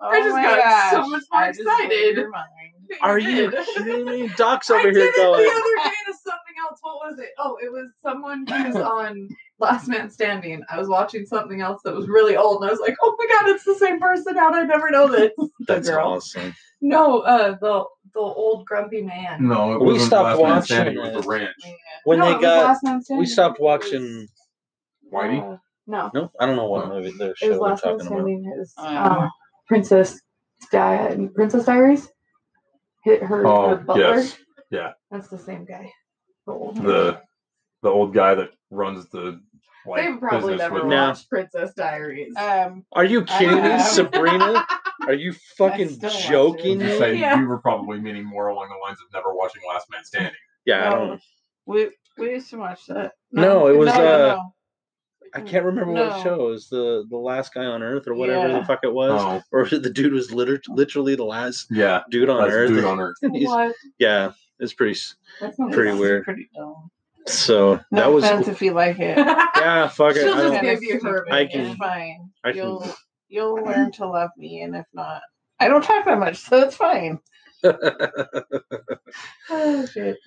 Speaker 5: Oh
Speaker 3: I just
Speaker 5: my
Speaker 3: got
Speaker 5: gosh.
Speaker 3: so much more
Speaker 5: I just blew
Speaker 3: excited.
Speaker 5: your mind.
Speaker 1: are you
Speaker 3: did.
Speaker 1: kidding me? Doc's
Speaker 3: I
Speaker 1: over
Speaker 3: did
Speaker 1: here
Speaker 3: it
Speaker 1: going.
Speaker 3: the other day to something else. What was it? Oh, it was someone who's on Last Man Standing. I was watching something else that was really old, and I was like, "Oh my god, it's the same person! How did I never know this?"
Speaker 1: That's
Speaker 5: girl.
Speaker 1: awesome.
Speaker 3: No, uh, the the old grumpy man.
Speaker 4: no, it
Speaker 1: We
Speaker 4: wasn't
Speaker 1: stopped
Speaker 4: last man
Speaker 1: watching
Speaker 4: standing. It was
Speaker 1: it.
Speaker 4: the ranch.
Speaker 1: When
Speaker 3: No, it
Speaker 1: they
Speaker 3: was
Speaker 1: got,
Speaker 3: Last Man
Speaker 1: we
Speaker 3: Standing.
Speaker 1: stopped
Speaker 3: It was-
Speaker 1: watching.
Speaker 4: Whitey.
Speaker 3: Uh, no,
Speaker 1: Nope, I don't know what movie the
Speaker 3: it was
Speaker 1: show we're
Speaker 3: Last Man
Speaker 1: talking about.
Speaker 3: Standing. It was
Speaker 5: Uh,
Speaker 3: uh, Princess Di- Princess Diaries. Hit her the
Speaker 4: Oh
Speaker 3: butler.
Speaker 4: yes,
Speaker 3: That's the same guy. The old man.
Speaker 4: the the old guy that runs the like
Speaker 3: They've probably
Speaker 4: business
Speaker 3: never
Speaker 4: with
Speaker 1: No.
Speaker 3: watched Princess Diaries.
Speaker 5: Um,
Speaker 1: Are you
Speaker 5: I
Speaker 1: kidding me,
Speaker 5: have.
Speaker 1: Sabrina? Are you fucking
Speaker 5: still watch it.
Speaker 1: joking
Speaker 4: You
Speaker 1: me?
Speaker 4: say
Speaker 3: Yeah.
Speaker 4: you were probably meaning more along the lines of never watching Last Man Standing.
Speaker 1: Yeah, I
Speaker 5: no.
Speaker 1: don't.
Speaker 5: we we used to watch that.
Speaker 1: No, it was,
Speaker 5: no,
Speaker 1: uh,
Speaker 5: no.
Speaker 1: I can't remember what
Speaker 5: No.
Speaker 1: show it was the the last guy on Earth or whatever the
Speaker 5: Yeah.
Speaker 1: fuck it was,
Speaker 4: Oh
Speaker 1: or the dude was liter- literally the last
Speaker 4: yeah,
Speaker 1: dude on
Speaker 4: that's
Speaker 1: Earth.
Speaker 4: dude on Earth.
Speaker 1: And he's-
Speaker 3: what?
Speaker 1: yeah, it's pretty. s-
Speaker 3: That's not
Speaker 1: Pretty
Speaker 5: It's
Speaker 1: weird.
Speaker 5: Pretty dumb.
Speaker 1: So that
Speaker 5: no
Speaker 1: was
Speaker 5: offense if you like it.
Speaker 1: yeah. Fuck it.
Speaker 3: She'll
Speaker 1: I
Speaker 3: just
Speaker 1: don't,
Speaker 3: get- give you her
Speaker 1: I
Speaker 5: opinion.
Speaker 1: can-
Speaker 5: fine.
Speaker 1: I can-
Speaker 5: you'll you'll learn to love me, and if not, I don't talk that much, so it's fine.
Speaker 3: oh, shit.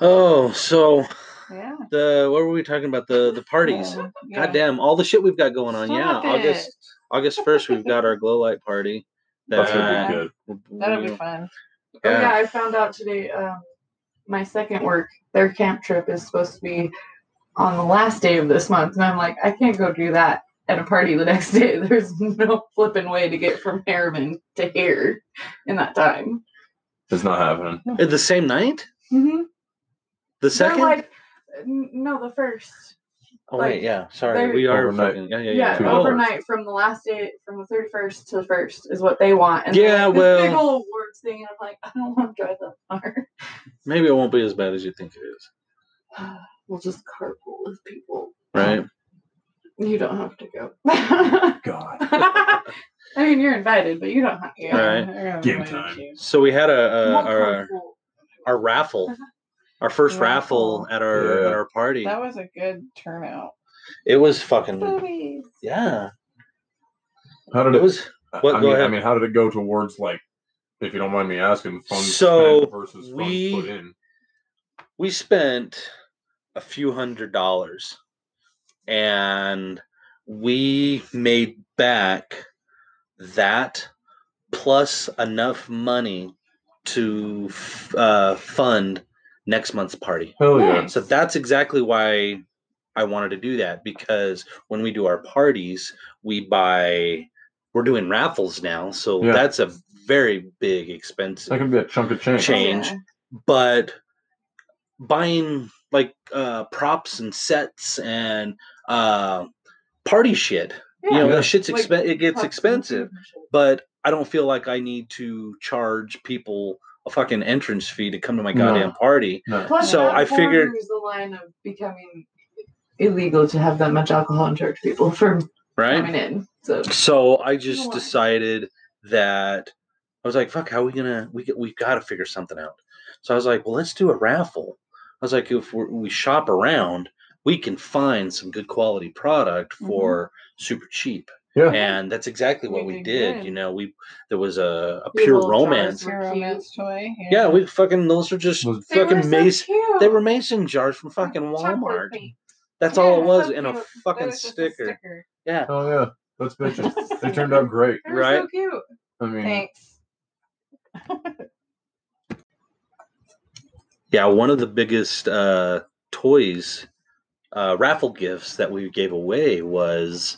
Speaker 1: oh, so
Speaker 5: Yeah.
Speaker 1: the what were we talking about? The the parties.
Speaker 3: Oh,
Speaker 5: Yeah.
Speaker 1: God damn, all the shit we've got going on.
Speaker 5: Stop
Speaker 1: yeah, August
Speaker 5: it.
Speaker 1: August first, we've got our glow light party.
Speaker 4: That's
Speaker 1: That- uh,
Speaker 4: gonna be good.
Speaker 5: That'll be fun.
Speaker 3: Oh,
Speaker 1: Yeah.
Speaker 3: yeah, I found out today um, my second work, their camp trip is supposed to be on the last day of this month. And I'm like, I can't go do that at a party the next day. There's no flipping way to get from Harriman to here in that time.
Speaker 4: It's not happening.
Speaker 1: Uh, the same night,
Speaker 3: Mm-hmm.
Speaker 1: the second.
Speaker 3: They're like, n- no, the first.
Speaker 1: oh
Speaker 3: like,
Speaker 1: wait, yeah. Sorry,
Speaker 3: they're-
Speaker 1: we are
Speaker 4: Overnight.
Speaker 1: fucking- yeah, yeah, yeah.
Speaker 3: Yeah,
Speaker 4: two hours.
Speaker 1: Oh,
Speaker 3: overnight from the last day, from the 31st to the 1st is what they want. And
Speaker 1: Yeah,
Speaker 3: yeah, like, this
Speaker 1: well-
Speaker 3: big old awards thing. And I'm like, I don't want to drive that far.
Speaker 1: maybe it won't be as bad as you think it is,
Speaker 3: we'll just carpool with people.
Speaker 1: right?
Speaker 3: You don't have to go. I
Speaker 4: God,
Speaker 3: mean, you're invited, but you don't have to.
Speaker 5: Yeah.
Speaker 1: Right.
Speaker 5: they're gonna
Speaker 4: Game
Speaker 5: like
Speaker 4: time.
Speaker 5: you.
Speaker 1: So we had a, a
Speaker 3: We'll
Speaker 1: our
Speaker 3: carpool.
Speaker 1: our raffle, our first raffle,
Speaker 5: Raffle.
Speaker 1: at our
Speaker 4: Yeah.
Speaker 1: at our party.
Speaker 5: That was a good turnout.
Speaker 1: It was fucking
Speaker 3: Boobies.
Speaker 1: yeah.
Speaker 4: How did
Speaker 1: It
Speaker 4: it?
Speaker 1: was
Speaker 4: I-
Speaker 1: what-
Speaker 4: I
Speaker 1: go
Speaker 4: mean, I
Speaker 1: ahead.
Speaker 4: mean, how did it go towards like, if you don't mind me asking, funds
Speaker 1: So,
Speaker 4: spent versus funds
Speaker 1: we-
Speaker 4: put in?
Speaker 1: we spent a few hundred dollars and we made back that plus enough money to f- uh, fund next month's party.
Speaker 4: Hell yeah!
Speaker 3: Nice.
Speaker 1: So that's exactly why I wanted to do that because when we do our parties, we buy, we're doing raffles now. So
Speaker 4: Yeah.
Speaker 1: that's a very big expense
Speaker 4: That could be a chunk of change.
Speaker 1: Change. but buying like uh props and sets and uh party shit
Speaker 3: Yeah.
Speaker 1: you know
Speaker 4: Yeah.
Speaker 1: that shit's
Speaker 3: Like,
Speaker 1: expen it gets expensive but i don't feel like i need to charge people a fucking entrance fee to come to my
Speaker 4: No.
Speaker 1: goddamn party
Speaker 4: No.
Speaker 3: Plus,
Speaker 1: So
Speaker 3: that
Speaker 1: I figured-
Speaker 3: borders the line of becoming illegal to have that much alcohol in church people from
Speaker 1: right
Speaker 3: coming in. So
Speaker 1: so i just
Speaker 3: why?
Speaker 1: decided that i was like fuck how we gonna we, g- we gotta figure something out so i was like well let's do a raffle i was like if we're, we shop around we can find some good quality product
Speaker 3: Mm-hmm.
Speaker 5: Mhm.
Speaker 1: for super cheap
Speaker 4: Yeah.
Speaker 1: and that's exactly what
Speaker 3: We
Speaker 1: we
Speaker 3: did
Speaker 1: did
Speaker 3: good.
Speaker 1: you know we there was a, a
Speaker 3: Your
Speaker 1: pure
Speaker 3: little jars
Speaker 1: romance
Speaker 3: were
Speaker 5: Your
Speaker 3: cute.
Speaker 5: romance toy.
Speaker 1: yeah we fucking those are just
Speaker 4: Those-
Speaker 3: They were
Speaker 1: fucking
Speaker 3: so
Speaker 1: mason
Speaker 3: cute.
Speaker 1: they were mason jars from fucking
Speaker 3: Chocolate
Speaker 1: walmart
Speaker 3: paint.
Speaker 1: that's all
Speaker 3: Yeah,
Speaker 1: it was
Speaker 3: so
Speaker 1: in a
Speaker 3: cute.
Speaker 1: fucking
Speaker 3: was just a
Speaker 1: sticker yeah
Speaker 4: Hell Oh, yeah! That's bitches. they turned out great.
Speaker 3: They were so
Speaker 1: Right?
Speaker 3: cute.
Speaker 4: I mean,
Speaker 5: Thanks.
Speaker 1: Yeah, one of the biggest uh, toys uh, raffle gifts that we gave away was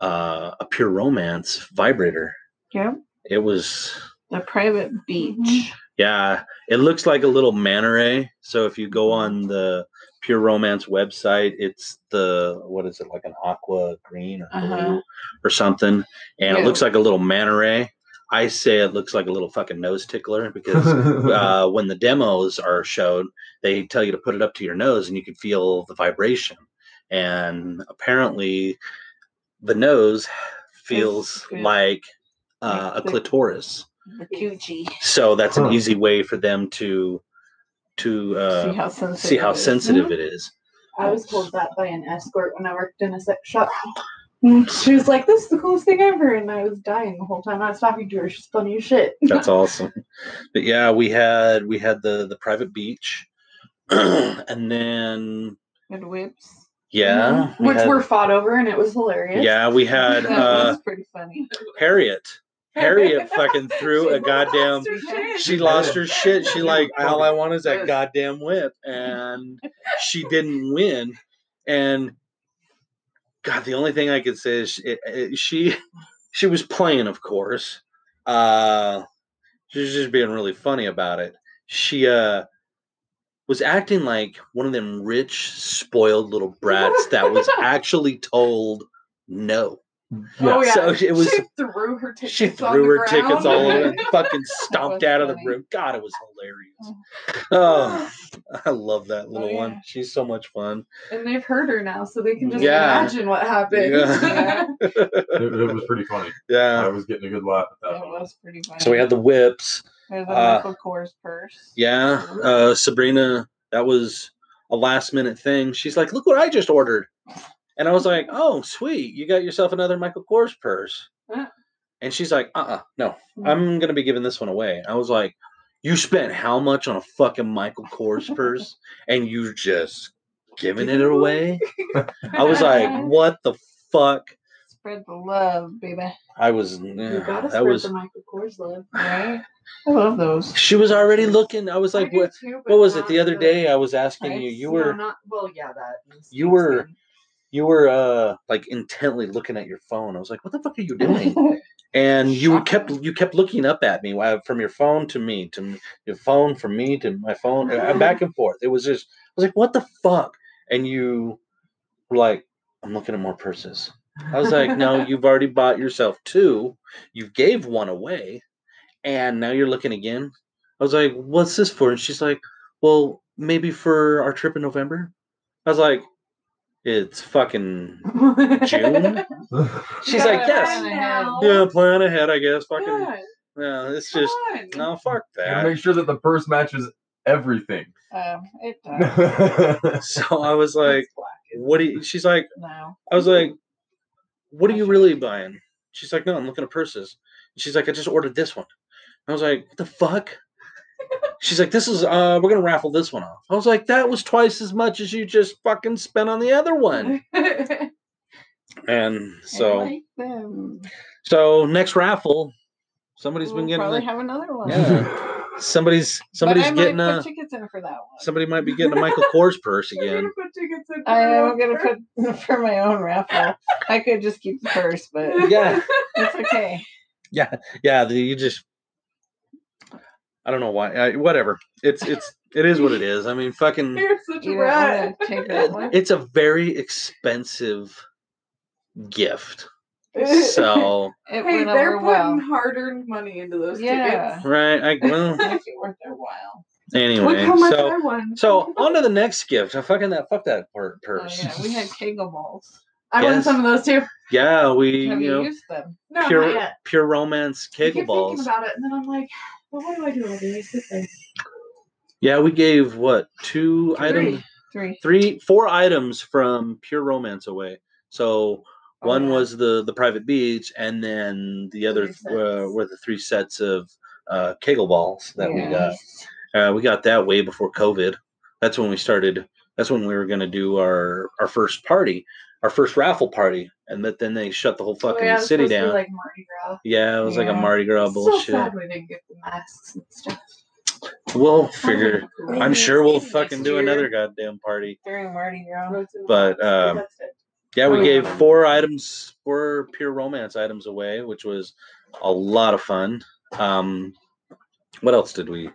Speaker 1: uh, a Pure Romance vibrator.
Speaker 5: Yeah.
Speaker 1: It was,
Speaker 5: The
Speaker 1: Mm-hmm.
Speaker 5: private beach.
Speaker 1: yeah, it looks like a little manta ray. So if you go on the Pure Romance website, it's the, what is it, like an aqua green or blue
Speaker 5: Uh-huh.
Speaker 1: or something. And it
Speaker 5: Yeah.
Speaker 1: looks like a little manta ray. I say it looks like a little fucking nose tickler because
Speaker 4: Mm-hmm.
Speaker 1: uh, when the demos are shown, they tell you to put it up to your nose and you can feel the vibration. And apparently, the nose feels
Speaker 5: good.
Speaker 1: like uh, a
Speaker 5: Like the-
Speaker 1: clitoris.
Speaker 5: The Gucci.
Speaker 1: So that's
Speaker 4: Huh.
Speaker 1: an easy way for them to to
Speaker 5: see
Speaker 1: uh,
Speaker 5: how sensitive.
Speaker 1: see how
Speaker 5: it is.
Speaker 1: sensitive it is.
Speaker 3: I was told that by an escort when I worked in a sex shop. Mm, She was like, "This is the coolest thing ever," and I was dying the whole time I was talking to her. She's funny as shit.
Speaker 1: That's awesome. But yeah, we had we had the the private beach, and then
Speaker 5: Mm-hmm. It whips.
Speaker 1: yeah, we
Speaker 3: Mm-hmm. which
Speaker 1: had-
Speaker 3: were fought over, and it was hilarious.
Speaker 1: yeah we had.
Speaker 5: That
Speaker 1: Uh,
Speaker 5: was pretty funny.
Speaker 1: Harriet. Harriet fucking threw
Speaker 3: She
Speaker 1: a goddamn.
Speaker 3: lost her shit.
Speaker 1: She lost her shit. She like all I want is that
Speaker 5: Yes.
Speaker 1: goddamn whip, and she didn't win. And God, the only thing I could say is she it, it- she, she was playing, of course. Uh, she was just being really funny about it. She uh was acting like one of them rich, spoiled little brats that was actually told no.
Speaker 3: Oh yeah,
Speaker 1: So it was-
Speaker 3: She threw her tickets.
Speaker 1: She
Speaker 3: on
Speaker 1: threw
Speaker 3: the
Speaker 1: her
Speaker 3: ground.
Speaker 1: tickets all over and fucking stomped
Speaker 5: was
Speaker 1: out of the
Speaker 5: funny.
Speaker 1: room. God, it was hilarious. Oh, I love that little
Speaker 5: Oh, yeah.
Speaker 1: one. She's so much fun.
Speaker 3: and they've heard her now, so they can just
Speaker 1: Yeah.
Speaker 3: imagine what happened.
Speaker 1: Yeah.
Speaker 4: it, it was pretty funny. I
Speaker 1: Yeah.
Speaker 4: was getting a good laugh at that.
Speaker 5: That was pretty funny.
Speaker 1: So we had the whips.
Speaker 5: There's a
Speaker 1: uh,
Speaker 5: Michael Kors purse.
Speaker 1: Yeah. Uh, Sabrina, that was a last minute thing. She's like, look what I just ordered. And I was like, oh, sweet. You got yourself another Michael Kors purse.
Speaker 3: Huh. Hmm.
Speaker 1: And she's like, uh uh no, I'm going to be giving this one away. I was like, you spent how much on a fucking Michael Kors purse and you just giving it away? I was like, what the fuck?
Speaker 5: Spread the love, baby.
Speaker 1: I was,
Speaker 3: you gotta
Speaker 1: that
Speaker 3: spread
Speaker 1: was,
Speaker 3: the Michael Kors love.
Speaker 5: Right? I love those.
Speaker 1: she was already looking. I was like,
Speaker 3: I do
Speaker 1: what?
Speaker 3: too, but
Speaker 1: What was
Speaker 3: not
Speaker 1: it the other day? I was asking you.
Speaker 5: Nice.
Speaker 1: You
Speaker 3: No,
Speaker 1: were
Speaker 3: not well. Yeah, that. is-
Speaker 1: You were- you were uh like intently looking at your phone. I was like, "What the fuck are you doing?" And you were kept you kept looking up at me while- from your phone to me to m- your phone from me to my phone uh, back and forth. It was just I was like, "What the fuck?" And you were like, "I'm looking at more purses." I was like, "No, you've already bought yourself two. You gave one away, and now you're looking again." I was like, "What's this for?" And she's like, "Well, maybe for our trip in November." I was like, "It's fucking June. She's like,
Speaker 5: gotta
Speaker 1: yes.
Speaker 5: plan
Speaker 1: Yeah, plan ahead, I guess. Fucking,
Speaker 3: Yeah,
Speaker 1: yeah, it's
Speaker 3: come
Speaker 1: just,
Speaker 3: on.
Speaker 5: Um,
Speaker 1: no, fuck
Speaker 4: and
Speaker 1: that.
Speaker 4: make sure that the purse matches everything.
Speaker 5: um, it does.
Speaker 4: yeah,
Speaker 1: So I was like,
Speaker 5: It's black
Speaker 1: what do you, she's like,
Speaker 5: now.
Speaker 1: I was like, what are you really buying? She's like, no, I'm looking at purses. She's like, I just ordered this one. I was like, what the fuck? She's like, this is, uh, we're going to raffle this one off. I was like, that was twice as much as you just fucking spent on the other one. And so,
Speaker 5: I like them.
Speaker 1: so next raffle, somebody's
Speaker 5: We'll
Speaker 1: been getting,
Speaker 5: probably
Speaker 1: like,
Speaker 5: have another
Speaker 4: Oh,
Speaker 5: one.
Speaker 1: Yeah. somebody's, somebody's
Speaker 5: but I
Speaker 1: getting uh,
Speaker 5: might
Speaker 1: a,
Speaker 5: put tickets in for that one.
Speaker 1: somebody might be getting a Michael Kors purse again.
Speaker 5: I am gonna put for my own raffle. I could just keep the purse, but
Speaker 1: Yeah.
Speaker 5: it's okay.
Speaker 1: Yeah. Yeah. the- You just, I don't know why. I, whatever. It's, it's, it is what it is. I mean, fucking.
Speaker 3: You're such
Speaker 5: You don't
Speaker 3: a rat.
Speaker 5: want to take that one.
Speaker 1: it's a very expensive gift. So
Speaker 5: It
Speaker 3: hey,
Speaker 5: went
Speaker 3: they're
Speaker 5: over
Speaker 3: putting
Speaker 5: well.
Speaker 3: hard-earned money into those
Speaker 5: Yeah.
Speaker 1: right, I well
Speaker 5: Makes it worth their while.
Speaker 3: tickets. Look
Speaker 1: anyway.
Speaker 3: how much
Speaker 1: So
Speaker 3: I won.
Speaker 1: so on to the next gift. I fucking that fuck that pur-
Speaker 5: Oh,
Speaker 1: purse.
Speaker 5: yeah, we had Kegel balls.
Speaker 3: I won
Speaker 1: Yes.
Speaker 3: some of those too.
Speaker 1: Yeah, we
Speaker 5: Have
Speaker 1: you
Speaker 5: you
Speaker 1: know
Speaker 5: used them?
Speaker 3: No, not
Speaker 1: pure
Speaker 3: yet.
Speaker 1: pure romance
Speaker 3: I
Speaker 1: kegel
Speaker 3: keep
Speaker 1: balls.
Speaker 3: thinking about it, and then I'm like, well, what do I do all these? This is-
Speaker 1: Yeah, we gave what two items,
Speaker 5: Three.
Speaker 1: three, four items from pure romance away. So
Speaker 5: Oh,
Speaker 1: one
Speaker 5: yeah.
Speaker 1: was the the private beach, and then the other
Speaker 5: Three sets.
Speaker 1: uh, were the three sets of uh, kegel balls that we
Speaker 5: Yeah.
Speaker 1: got. Uh, we got that way before COVID. That's when we started. That's when we were going to do our our first party, our first raffle party, and that then they shut the whole
Speaker 3: Oh,
Speaker 1: fucking
Speaker 3: yeah, it was
Speaker 1: city
Speaker 3: supposed to be,
Speaker 1: down.
Speaker 3: Like Mardi Gras.
Speaker 1: yeah, it was like a
Speaker 5: Yeah.
Speaker 1: Mardi Gras
Speaker 3: So
Speaker 1: bullshit.
Speaker 3: sad we didn't get the masks and stuff.
Speaker 1: We'll figure.
Speaker 5: Maybe
Speaker 1: I'm sure we'll
Speaker 5: next
Speaker 1: fucking do
Speaker 5: year
Speaker 1: another goddamn party.
Speaker 5: During Mardi Gras.
Speaker 1: But, um, Yeah, we
Speaker 3: Oh,
Speaker 1: gave
Speaker 3: yeah.
Speaker 1: four items, four pure romance items away, which was a lot of fun. Um, what else did we?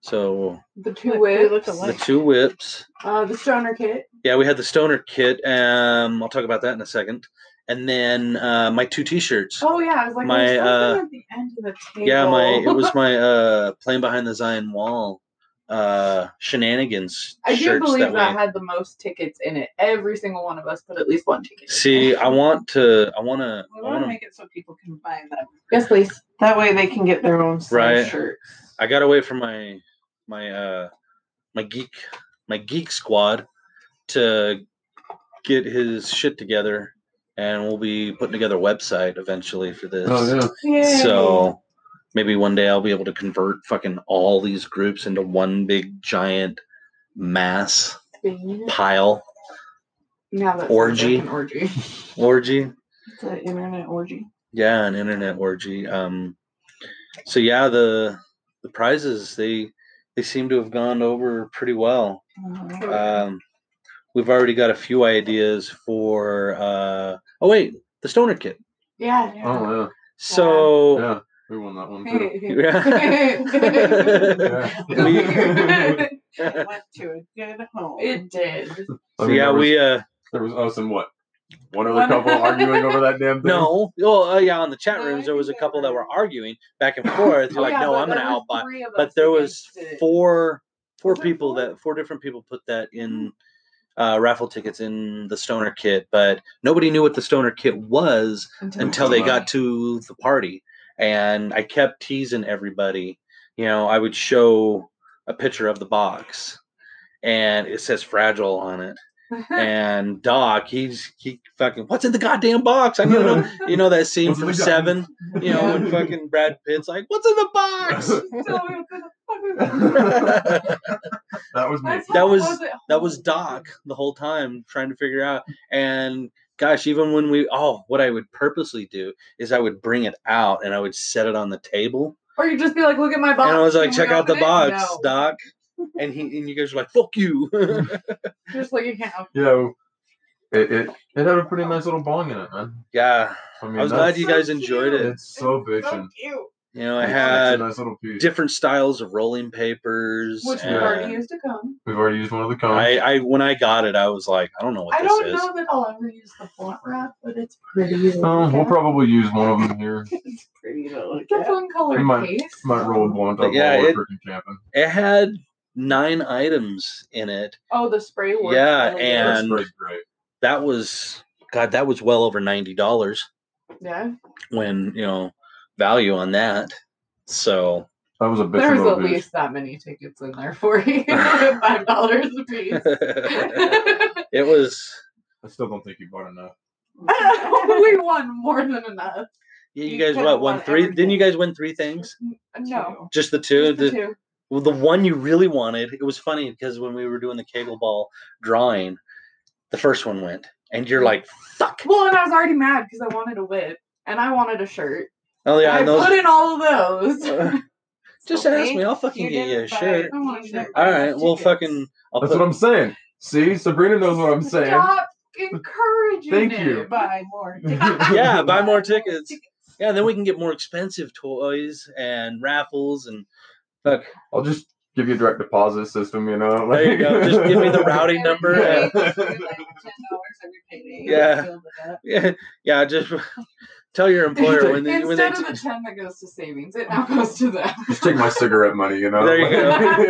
Speaker 1: So
Speaker 3: the
Speaker 5: Look,
Speaker 3: two
Speaker 5: they look
Speaker 3: whips,
Speaker 1: the
Speaker 5: alike.
Speaker 1: two whips.
Speaker 3: uh, the stoner kit.
Speaker 1: Yeah, we had the stoner kit. Um, I'll talk about that in a second. And then uh, my two T-shirts.
Speaker 3: Oh yeah, I was like,
Speaker 1: My,
Speaker 3: my,
Speaker 1: uh,
Speaker 3: at the end of the table.
Speaker 1: yeah, my it was my uh, playing behind the Zion Wall uh, shenanigans
Speaker 3: I do
Speaker 1: shirts
Speaker 3: believe
Speaker 1: that
Speaker 3: that,
Speaker 1: we.
Speaker 3: had the most tickets in it. Every single one of us put at least one ticket.
Speaker 1: See, I want to. I want to. I
Speaker 5: We want
Speaker 1: want
Speaker 5: to
Speaker 1: to.
Speaker 5: make it so people can buy them.
Speaker 3: Yes, please.
Speaker 5: That way they can get their own size
Speaker 1: Right.
Speaker 5: shirts.
Speaker 1: I got away from my my uh, my geek my geek squad to get his shit together, and we'll be putting together a website eventually for this.
Speaker 4: Oh, yeah.
Speaker 3: Yeah.
Speaker 1: So maybe one day I'll be able to convert fucking all these groups into one big giant mass pile
Speaker 3: now that's
Speaker 1: Orgy.
Speaker 3: Like an orgy.
Speaker 1: orgy.
Speaker 5: It's an internet orgy.
Speaker 1: Yeah, an internet orgy. Um so yeah, the the prizes they they seem to have gone over pretty well.
Speaker 3: Mm-hmm.
Speaker 5: Mhm.
Speaker 1: Um we've already got a few ideas for uh oh wait, the stoner kit.
Speaker 3: Yeah.
Speaker 4: Oh yeah,
Speaker 1: So
Speaker 4: yeah. We won that one too. Yeah.
Speaker 1: We-
Speaker 5: It went to a good home.
Speaker 3: it did.
Speaker 4: I
Speaker 1: so
Speaker 4: mean,
Speaker 1: yeah,
Speaker 4: there was-
Speaker 1: we uh
Speaker 4: There was us and what? One other
Speaker 3: One-
Speaker 4: couple arguing over that damn thing.
Speaker 1: No. Well, uh, yeah, on the chat
Speaker 5: No, I
Speaker 1: rooms, there was a
Speaker 5: think they
Speaker 1: couple that
Speaker 5: were-
Speaker 1: were arguing back and forth. You're
Speaker 3: Oh,
Speaker 1: like,
Speaker 3: yeah,
Speaker 1: no,
Speaker 3: but
Speaker 1: I'm going to
Speaker 3: there were
Speaker 1: outbuy.
Speaker 3: three of us
Speaker 1: But there was
Speaker 3: against it.
Speaker 1: four, four
Speaker 3: Was there
Speaker 1: people
Speaker 3: four? Mm-hmm.
Speaker 1: that four different people put that in uh, raffle tickets in the stoner kit, but nobody knew what the stoner kit was until they got to the party. And I kept teasing everybody. You know, I would show a picture of the box, and it says fragile on it and Doc, he's he fucking what's in the goddamn box? I don't know. You know that scene
Speaker 4: What's in
Speaker 1: from
Speaker 4: the god-
Speaker 1: Seven, you know, when fucking Brad Pitt's like, "What's in the box?" that
Speaker 4: that was me.
Speaker 1: That was- was Doc the whole time trying to figure out. And gosh, even when we oh, what I would purposely do is I would bring it out and I would set it on the table,
Speaker 3: Or you just be like, look at my box.
Speaker 1: and I was like,
Speaker 3: Can we
Speaker 1: "Check out the
Speaker 3: open it?"
Speaker 1: box,
Speaker 3: No.
Speaker 1: Doc." And he and you guys were like, "Fuck you."
Speaker 3: Just like you can't open
Speaker 4: You know, it, it it had a pretty nice little bong in it, man.
Speaker 1: yeah,
Speaker 4: I mean,
Speaker 1: I was
Speaker 4: that's-
Speaker 1: glad you guys
Speaker 5: so
Speaker 1: enjoyed
Speaker 5: cute.
Speaker 1: it.
Speaker 4: It's so bitchin'.
Speaker 5: cute.
Speaker 1: You know, I
Speaker 4: It's- it's
Speaker 1: had
Speaker 4: a nice little piece.
Speaker 1: different styles of rolling papers.
Speaker 3: Which we
Speaker 1: and
Speaker 3: already used to come.
Speaker 4: We've already used one of the cones.
Speaker 1: I, I when I got it, I was like, I don't know what
Speaker 3: I
Speaker 1: this
Speaker 3: don't
Speaker 1: is.
Speaker 3: know that I'll ever use the blunt wrap, but it's pretty. to
Speaker 4: Um,
Speaker 3: look
Speaker 4: we'll
Speaker 3: at.
Speaker 4: probably use one of them here.
Speaker 5: It's pretty to look
Speaker 3: It's a
Speaker 5: at.
Speaker 3: fun color
Speaker 4: We might-
Speaker 3: case.
Speaker 4: Might roll a blunt up
Speaker 1: But yeah,
Speaker 4: while we're
Speaker 1: it-
Speaker 4: freaking camping.
Speaker 1: It had nine items in it.
Speaker 3: Oh, the spray works.
Speaker 1: Yeah,
Speaker 3: really good.
Speaker 1: and-
Speaker 4: That's pretty great.
Speaker 1: That was God, that was well over ninety dollars
Speaker 3: yeah,
Speaker 1: when you know value on that. So
Speaker 4: That was a bitchin'
Speaker 3: there was
Speaker 4: little
Speaker 3: at
Speaker 4: piece.
Speaker 3: least that many tickets in there for you, five dollars a piece.
Speaker 1: it was
Speaker 4: I still don't think you bought enough.
Speaker 3: we won more than enough.
Speaker 1: Yeah, you,
Speaker 3: You
Speaker 1: guys
Speaker 3: could've
Speaker 1: what won
Speaker 3: won
Speaker 1: three? Didn't you
Speaker 3: everything.
Speaker 1: guys win three things?
Speaker 3: No.
Speaker 1: Just the two.
Speaker 3: just the
Speaker 1: The-
Speaker 3: two.
Speaker 1: Well, the one you really wanted, it was funny because when we were doing the cable ball drawing, the first one went, and you're like, "Fuck!"
Speaker 3: Well, and I was already mad because I wanted a whip and I wanted a shirt.
Speaker 1: Oh yeah,
Speaker 3: I
Speaker 1: and those.
Speaker 3: put in all of those.
Speaker 1: just
Speaker 2: Okay,
Speaker 1: ask me, I'll fucking
Speaker 2: you
Speaker 1: get you a
Speaker 2: didn't buy-
Speaker 1: shirt.
Speaker 3: I want a
Speaker 2: you
Speaker 3: shirt.
Speaker 2: didn't buy
Speaker 1: All right, well,
Speaker 2: tickets.
Speaker 1: fucking. I'll
Speaker 4: That's
Speaker 1: put,
Speaker 4: what I'm saying. See, Sabrina knows what I'm saying.
Speaker 3: Stop encouraging
Speaker 4: Thank
Speaker 3: it.
Speaker 4: you.
Speaker 5: Buy more.
Speaker 1: yeah, buy more tickets. Yeah, then we can get more expensive toys and raffles and fuck.
Speaker 4: I'll just give you a direct deposit system, you know.
Speaker 1: There you go. Just give me the routing number.
Speaker 5: Every
Speaker 1: and-
Speaker 5: payday, you do, like, $10 every payday.
Speaker 1: Yeah.
Speaker 5: Build it up.
Speaker 1: yeah, yeah, just tell your employer when they when they.
Speaker 3: Instead of the 10 that goes to savings, it now goes to them.
Speaker 4: Just take my cigarette money, you know.
Speaker 1: There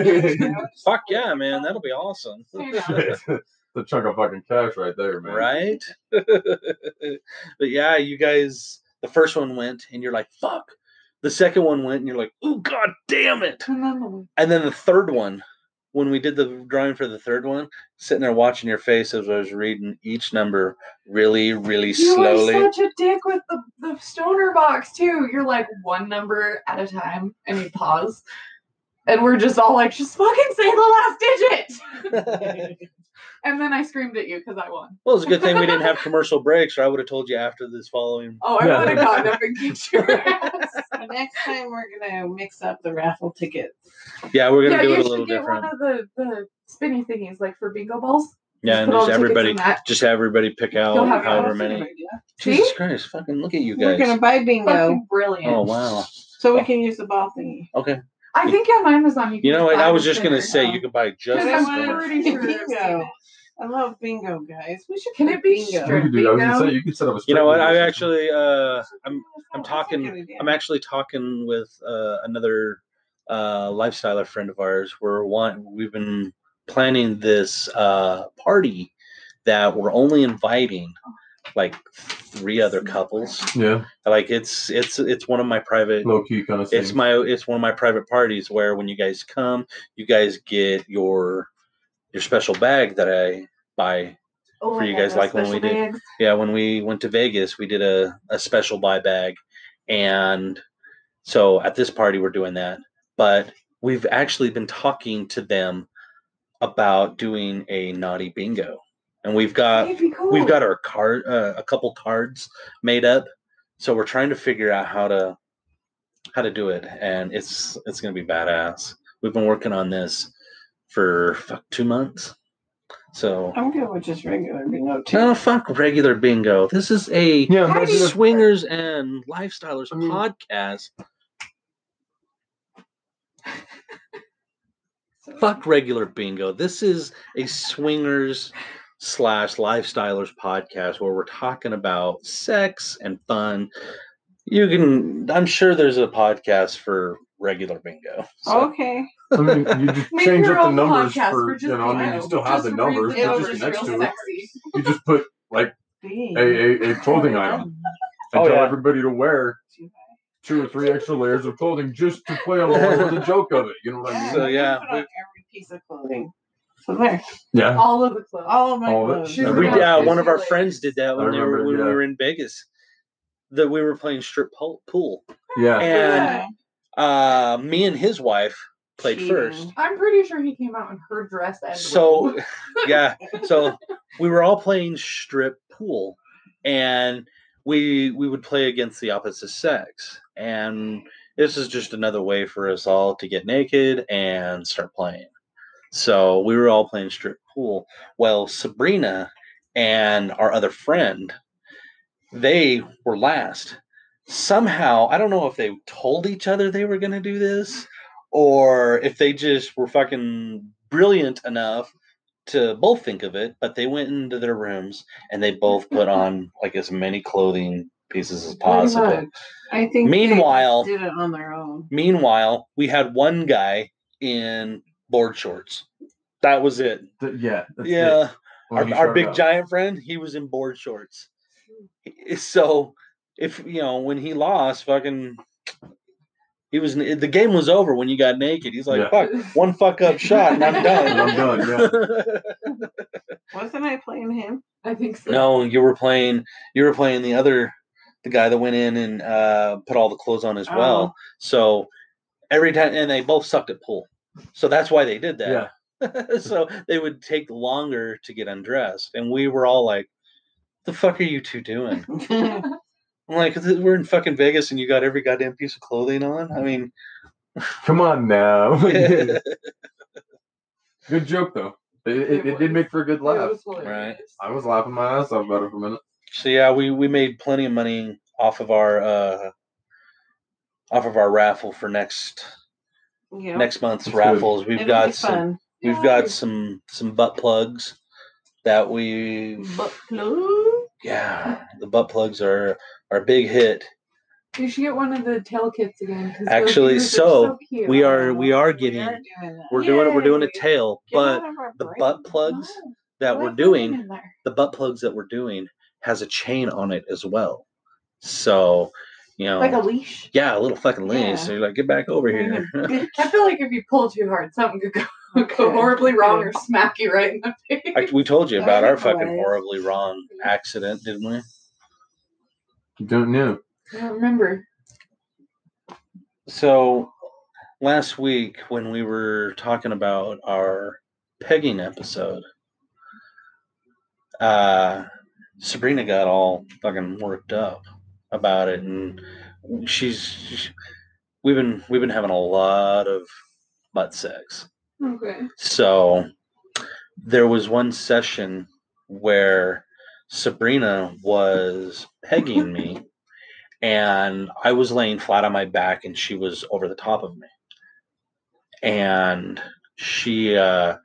Speaker 1: you
Speaker 3: go.
Speaker 1: fuck yeah, man, that'll be awesome.
Speaker 4: Shit. It's a chunk of fucking cash right there, man.
Speaker 1: right? but yeah, you guys, the first one went, and you're like, fuck. The second one went, and you're like, oh, god damn it.
Speaker 3: And then the-
Speaker 1: And then the third one, when we did the drawing for the third one, sitting there watching your face as I was reading each number really, really
Speaker 3: You were
Speaker 1: slowly.
Speaker 3: such a dick with the, the stoner box, too. You're like one number at a time, and you pause. And we're just all like, just fucking say the last digit.
Speaker 1: well,
Speaker 3: And then I screamed at you because I won.
Speaker 1: it's a good thing we didn't have commercial breaks, or I would have told you after this following.
Speaker 3: Oh, I
Speaker 4: Yeah.
Speaker 3: would have gotten up and kicked your ass.
Speaker 5: So next time we're gonna mix up the raffle tickets.
Speaker 1: Yeah, we're going
Speaker 3: yeah,
Speaker 1: to do
Speaker 3: you
Speaker 1: it a
Speaker 3: should
Speaker 1: little
Speaker 3: get
Speaker 1: different.
Speaker 3: one of the, the spinny thingies, like for bingo balls.
Speaker 1: Yeah, and
Speaker 3: put all
Speaker 1: just
Speaker 3: the tickets
Speaker 1: everybody,
Speaker 3: in that.
Speaker 1: just have everybody pick out
Speaker 3: You'll have
Speaker 1: however
Speaker 5: That's a
Speaker 1: many.
Speaker 5: good idea.
Speaker 3: See?
Speaker 1: Jesus Christ, fucking look at you
Speaker 5: We're
Speaker 1: guys.
Speaker 5: gonna buy bingo,
Speaker 3: Fucking brilliant.
Speaker 1: Oh, wow.
Speaker 5: so we can use the ball thingy.
Speaker 1: Okay.
Speaker 3: I think yeah, mine was on you.
Speaker 1: You know what?
Speaker 3: Buy
Speaker 1: I
Speaker 3: the
Speaker 1: was just gonna
Speaker 3: spinner.
Speaker 1: say you can buy just
Speaker 3: Because
Speaker 5: Can I
Speaker 1: this
Speaker 3: I'm
Speaker 5: want
Speaker 1: one.
Speaker 5: it?
Speaker 3: pretty sure I've seen
Speaker 5: Bingo.
Speaker 3: it.
Speaker 5: I love bingo, guys. We should.
Speaker 3: Can
Speaker 5: play
Speaker 3: it be
Speaker 5: bingo.
Speaker 4: You
Speaker 3: straight?
Speaker 4: could do that. I was gonna say you could set up a.
Speaker 1: You know what? I
Speaker 4: strip
Speaker 1: actually, uh, I'm, I'm
Speaker 5: That's a good
Speaker 1: talking-
Speaker 5: idea.
Speaker 1: I'm actually talking with uh, another uh, lifestyler friend of ours. We're one. We've been planning this uh, party that we're only inviting like three other couples.
Speaker 4: Yeah,
Speaker 1: Like it's it's it's one of my private
Speaker 4: low key kind of thing.
Speaker 1: it's my it's one of my private parties where when you guys come you guys get your your special bag that i buy
Speaker 3: Oh,
Speaker 1: For
Speaker 3: I
Speaker 1: you
Speaker 3: got
Speaker 1: guys
Speaker 3: those
Speaker 1: like when we
Speaker 3: special
Speaker 1: did-
Speaker 3: bags.
Speaker 1: yeah when we went to vegas we did a, a special buy bag and so at this party we're doing that but we've actually been talking to them about doing a naughty bingo and we've got
Speaker 3: It'd be cool.
Speaker 1: we've got our card uh, a couple cards made up so we're trying to figure out how to how to do it and it's it's gonna be badass we've been working on this for fuck two months so
Speaker 5: I'm good with just regular bingo too.
Speaker 1: no Oh, fuck regular bingo this is a
Speaker 4: yeah,
Speaker 3: How do
Speaker 4: imagine
Speaker 3: you-
Speaker 4: if,
Speaker 1: swingers and lifestylers
Speaker 4: I mean-
Speaker 1: podcast fuck regular bingo this is a swingers slash lifestylers podcast where we're talking about sex and fun you can i'm sure there's a podcast for regular bingo
Speaker 4: Oh,
Speaker 1: so.
Speaker 5: Okay.
Speaker 4: I mean, you just
Speaker 3: Make
Speaker 4: change
Speaker 3: your
Speaker 4: up the
Speaker 3: own
Speaker 4: numbers
Speaker 3: podcast
Speaker 4: for,
Speaker 3: just
Speaker 4: you know. I mean, you
Speaker 3: bingo.
Speaker 4: still have the
Speaker 3: Just
Speaker 4: numbers,
Speaker 3: read the
Speaker 4: but
Speaker 5: they're
Speaker 3: numbers
Speaker 4: just next
Speaker 3: real
Speaker 4: to it,
Speaker 3: sexy.
Speaker 4: you just put a a, a clothing item and
Speaker 1: Oh,
Speaker 4: tell
Speaker 1: yeah.
Speaker 4: everybody to wear two or three extra layers of clothing just to play along with the joke of it. You know what I
Speaker 1: So, yeah,
Speaker 5: Yeah, I can
Speaker 4: mean?
Speaker 5: put
Speaker 1: we-
Speaker 5: on every piece of clothing. So there,
Speaker 4: Yeah.
Speaker 3: All of the clothes.
Speaker 5: all of my
Speaker 4: All of it.
Speaker 5: clothes.
Speaker 3: Shoes,
Speaker 1: We,
Speaker 4: Everybody-
Speaker 1: yeah,
Speaker 4: Everyone
Speaker 1: one of our
Speaker 3: layers.
Speaker 1: friends did that when, they were,
Speaker 4: remember,
Speaker 1: when we
Speaker 4: yeah.
Speaker 1: were in Vegas. That we were playing strip pol- pool,
Speaker 4: Yeah.
Speaker 1: and uh, me and his wife played
Speaker 5: Cheating.
Speaker 1: first.
Speaker 3: I'm pretty sure he came out in her dress and
Speaker 1: So,
Speaker 3: wig.
Speaker 1: yeah, so we were all playing strip pool, and we we would play against the opposite sex, and this is just another way for us all to get naked and start playing. So we were all playing strip pool. Well, Sabrina and our other friend, they were last. Somehow, I don't know if they told each other they were going to do this or if they just were fucking brilliant enough to both think of it, but they went into their rooms and they both put on like as many clothing pieces as possible.
Speaker 5: Pretty much. I think. they
Speaker 1: Meanwhile-
Speaker 5: did it on their own.
Speaker 1: Meanwhile, we had one guy in board shorts. That was it.
Speaker 4: Th- Yeah. that's it.
Speaker 1: yeah.
Speaker 4: When
Speaker 1: Our,
Speaker 4: you
Speaker 1: our
Speaker 4: start
Speaker 1: big
Speaker 4: out.
Speaker 1: giant friend, he was in board shorts. So if you know when he lost, fucking he was the game was over when you got naked. He's like,
Speaker 4: Yeah.
Speaker 1: fuck, one fuck up shot and I'm
Speaker 4: And
Speaker 1: done.
Speaker 4: I'm done. Yeah.
Speaker 5: Wasn't I playing him?
Speaker 3: I think so.
Speaker 1: No, you were playing. You were playing the other, the guy that went in and uh, put all the clothes on as well. So every time, and they both sucked at pool. So that's why they did that. so they would take longer to get undressed, and we were all like, "The fuck are you two doing?" I'm like, "Th- "We're in fucking Vegas, and you got every goddamn piece of clothing on." I mean,
Speaker 4: Come on now. good joke though. It, it, it did make for a good
Speaker 3: It
Speaker 4: laugh.
Speaker 3: was hilarious.
Speaker 4: I was laughing my ass off about it for a minute.
Speaker 1: so yeah, we we made plenty of money off of our uh off of our raffle for next
Speaker 5: Yeah.
Speaker 1: next month's
Speaker 4: That's good.
Speaker 1: raffles. We've
Speaker 5: It'll be
Speaker 1: got some
Speaker 5: fun.
Speaker 1: we've got some some butt plugs that we
Speaker 5: But no.
Speaker 1: yeah the butt plugs are are a big hit
Speaker 3: You should get one of the tail kits again. 'cause those
Speaker 1: Actually,
Speaker 3: ears are
Speaker 1: so,
Speaker 3: cute.
Speaker 1: we are we are
Speaker 5: We
Speaker 1: getting
Speaker 5: are doing that.
Speaker 1: we're doing we're doing a
Speaker 3: Yay.
Speaker 1: tail
Speaker 5: Get
Speaker 1: but
Speaker 5: out of our
Speaker 1: the
Speaker 5: brain.
Speaker 1: butt plugs
Speaker 3: Oh,
Speaker 1: that
Speaker 3: what
Speaker 1: we're
Speaker 3: am I
Speaker 1: doing
Speaker 3: in there?
Speaker 1: the butt plugs that we're doing has a chain on it as well so you know
Speaker 5: Like a leash.
Speaker 1: yeah a little fucking leash
Speaker 5: Yeah.
Speaker 1: so you're like get back over here
Speaker 3: I feel like if you pull too hard, something could go, go
Speaker 5: Okay.
Speaker 3: horribly wrong or smack you right in the face.
Speaker 1: I, we told you about our fucking
Speaker 5: Likewise.
Speaker 1: horribly wrong accident didn't we
Speaker 4: Don't know.
Speaker 3: I don't remember.
Speaker 1: So last week when we were talking about our pegging episode, uh, Sabrina got all fucking worked up about it, and she's she- we've been we've been having a lot of butt sex.
Speaker 3: Okay.
Speaker 1: So there was one session where Sabrina was pegging me and I was laying flat on my back and she was over the top of me. And she uh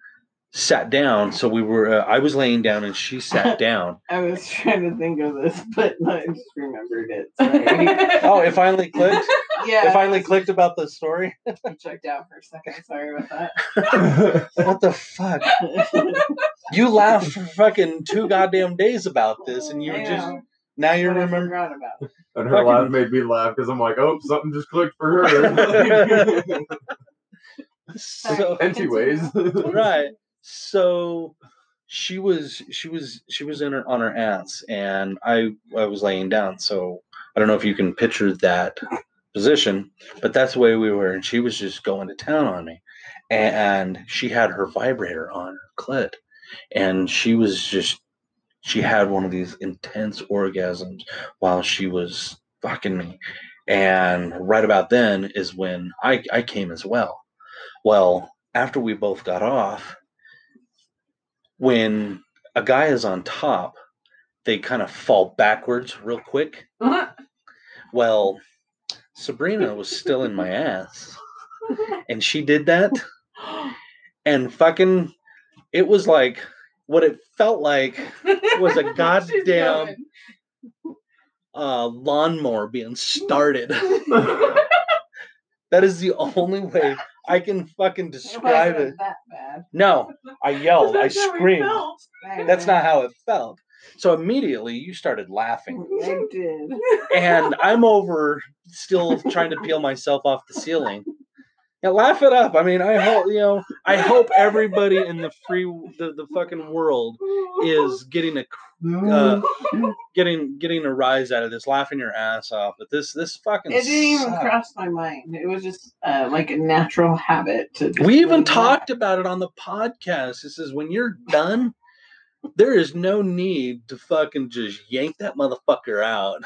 Speaker 1: sat down so we were uh, I was laying down and she sat down.
Speaker 5: I was trying to think of this, but I just remembered it. Sorry.
Speaker 1: Oh,
Speaker 3: oh,
Speaker 1: it finally clicked.
Speaker 5: yeah.
Speaker 1: It finally clicked about the story.
Speaker 5: I checked out for a second. Sorry about that.
Speaker 1: What the fuck? You laughed for fucking two goddamn days about this and you
Speaker 5: I
Speaker 1: just
Speaker 5: know,
Speaker 1: now you
Speaker 5: but I
Speaker 1: remember
Speaker 5: forgot about it.
Speaker 4: and her
Speaker 1: Fucking-
Speaker 4: laugh made me laugh because I'm like, oh, something just clicked for her.
Speaker 1: so
Speaker 4: Anyways,
Speaker 1: right so she was she was she was in her on her ass and i i was laying down so i don't know if you can picture that position but that's the way we were and she was just going to town on me and she had her vibrator on her clit and she was just she had one of these intense orgasms while she was fucking me and right about then is when i i came as well well after we both got off when a guy is on top they kind of fall backwards real quick
Speaker 3: Oh,
Speaker 1: well sabrina was still in my ass and she did that and fucking it was like what it felt like was a goddamn uh, lawnmower being started. that is the only way I can fucking describe
Speaker 5: wasn't
Speaker 1: it.
Speaker 5: That bad.
Speaker 1: No, I yelled, Oh, I screamed.
Speaker 5: I
Speaker 1: That's
Speaker 5: know.
Speaker 1: not how it felt. So immediately you started laughing,
Speaker 5: I did.
Speaker 1: and I'm over still trying to peel myself off the ceiling. Yeah, laugh it up. I mean, I hope you know. I hope everybody in the free the, the fucking world is getting a uh, getting getting a rise out of this, laughing your ass off. But this this fucking
Speaker 5: It didn't even
Speaker 1: sucked.
Speaker 5: cross my mind. It was just uh, like a natural habit to. just
Speaker 1: We even
Speaker 5: do that.
Speaker 1: talked about it on the podcast. This is when you're done, there is no need to fucking just yank that motherfucker out.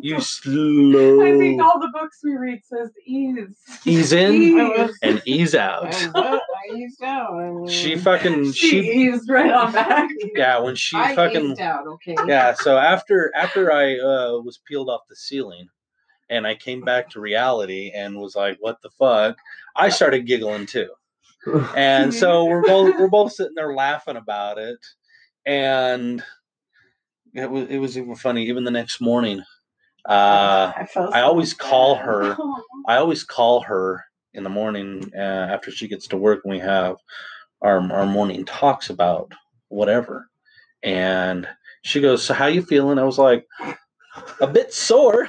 Speaker 1: You slow
Speaker 3: I think all the books we read says ease.
Speaker 1: ease in
Speaker 5: I was.
Speaker 1: and ease
Speaker 5: I,
Speaker 1: out.
Speaker 5: was I used out. I mean,
Speaker 1: She fucking
Speaker 3: She,
Speaker 1: she
Speaker 3: eased right on back.
Speaker 1: yeah when she
Speaker 5: I
Speaker 1: fucking
Speaker 5: eased out. Okay.
Speaker 1: yeah so after after i uh, was peeled off the ceiling and i came back to reality and was like what the fuck i started giggling too and so we're both we're both sitting there laughing about it and it was it was even funny even the next morning uh
Speaker 5: I, felt
Speaker 1: I
Speaker 5: so
Speaker 1: always call
Speaker 5: bad.
Speaker 1: her. i always call her in the morning uh, after she gets to work and we have our, our morning talks about whatever and she goes so how you feeling i was like a bit sore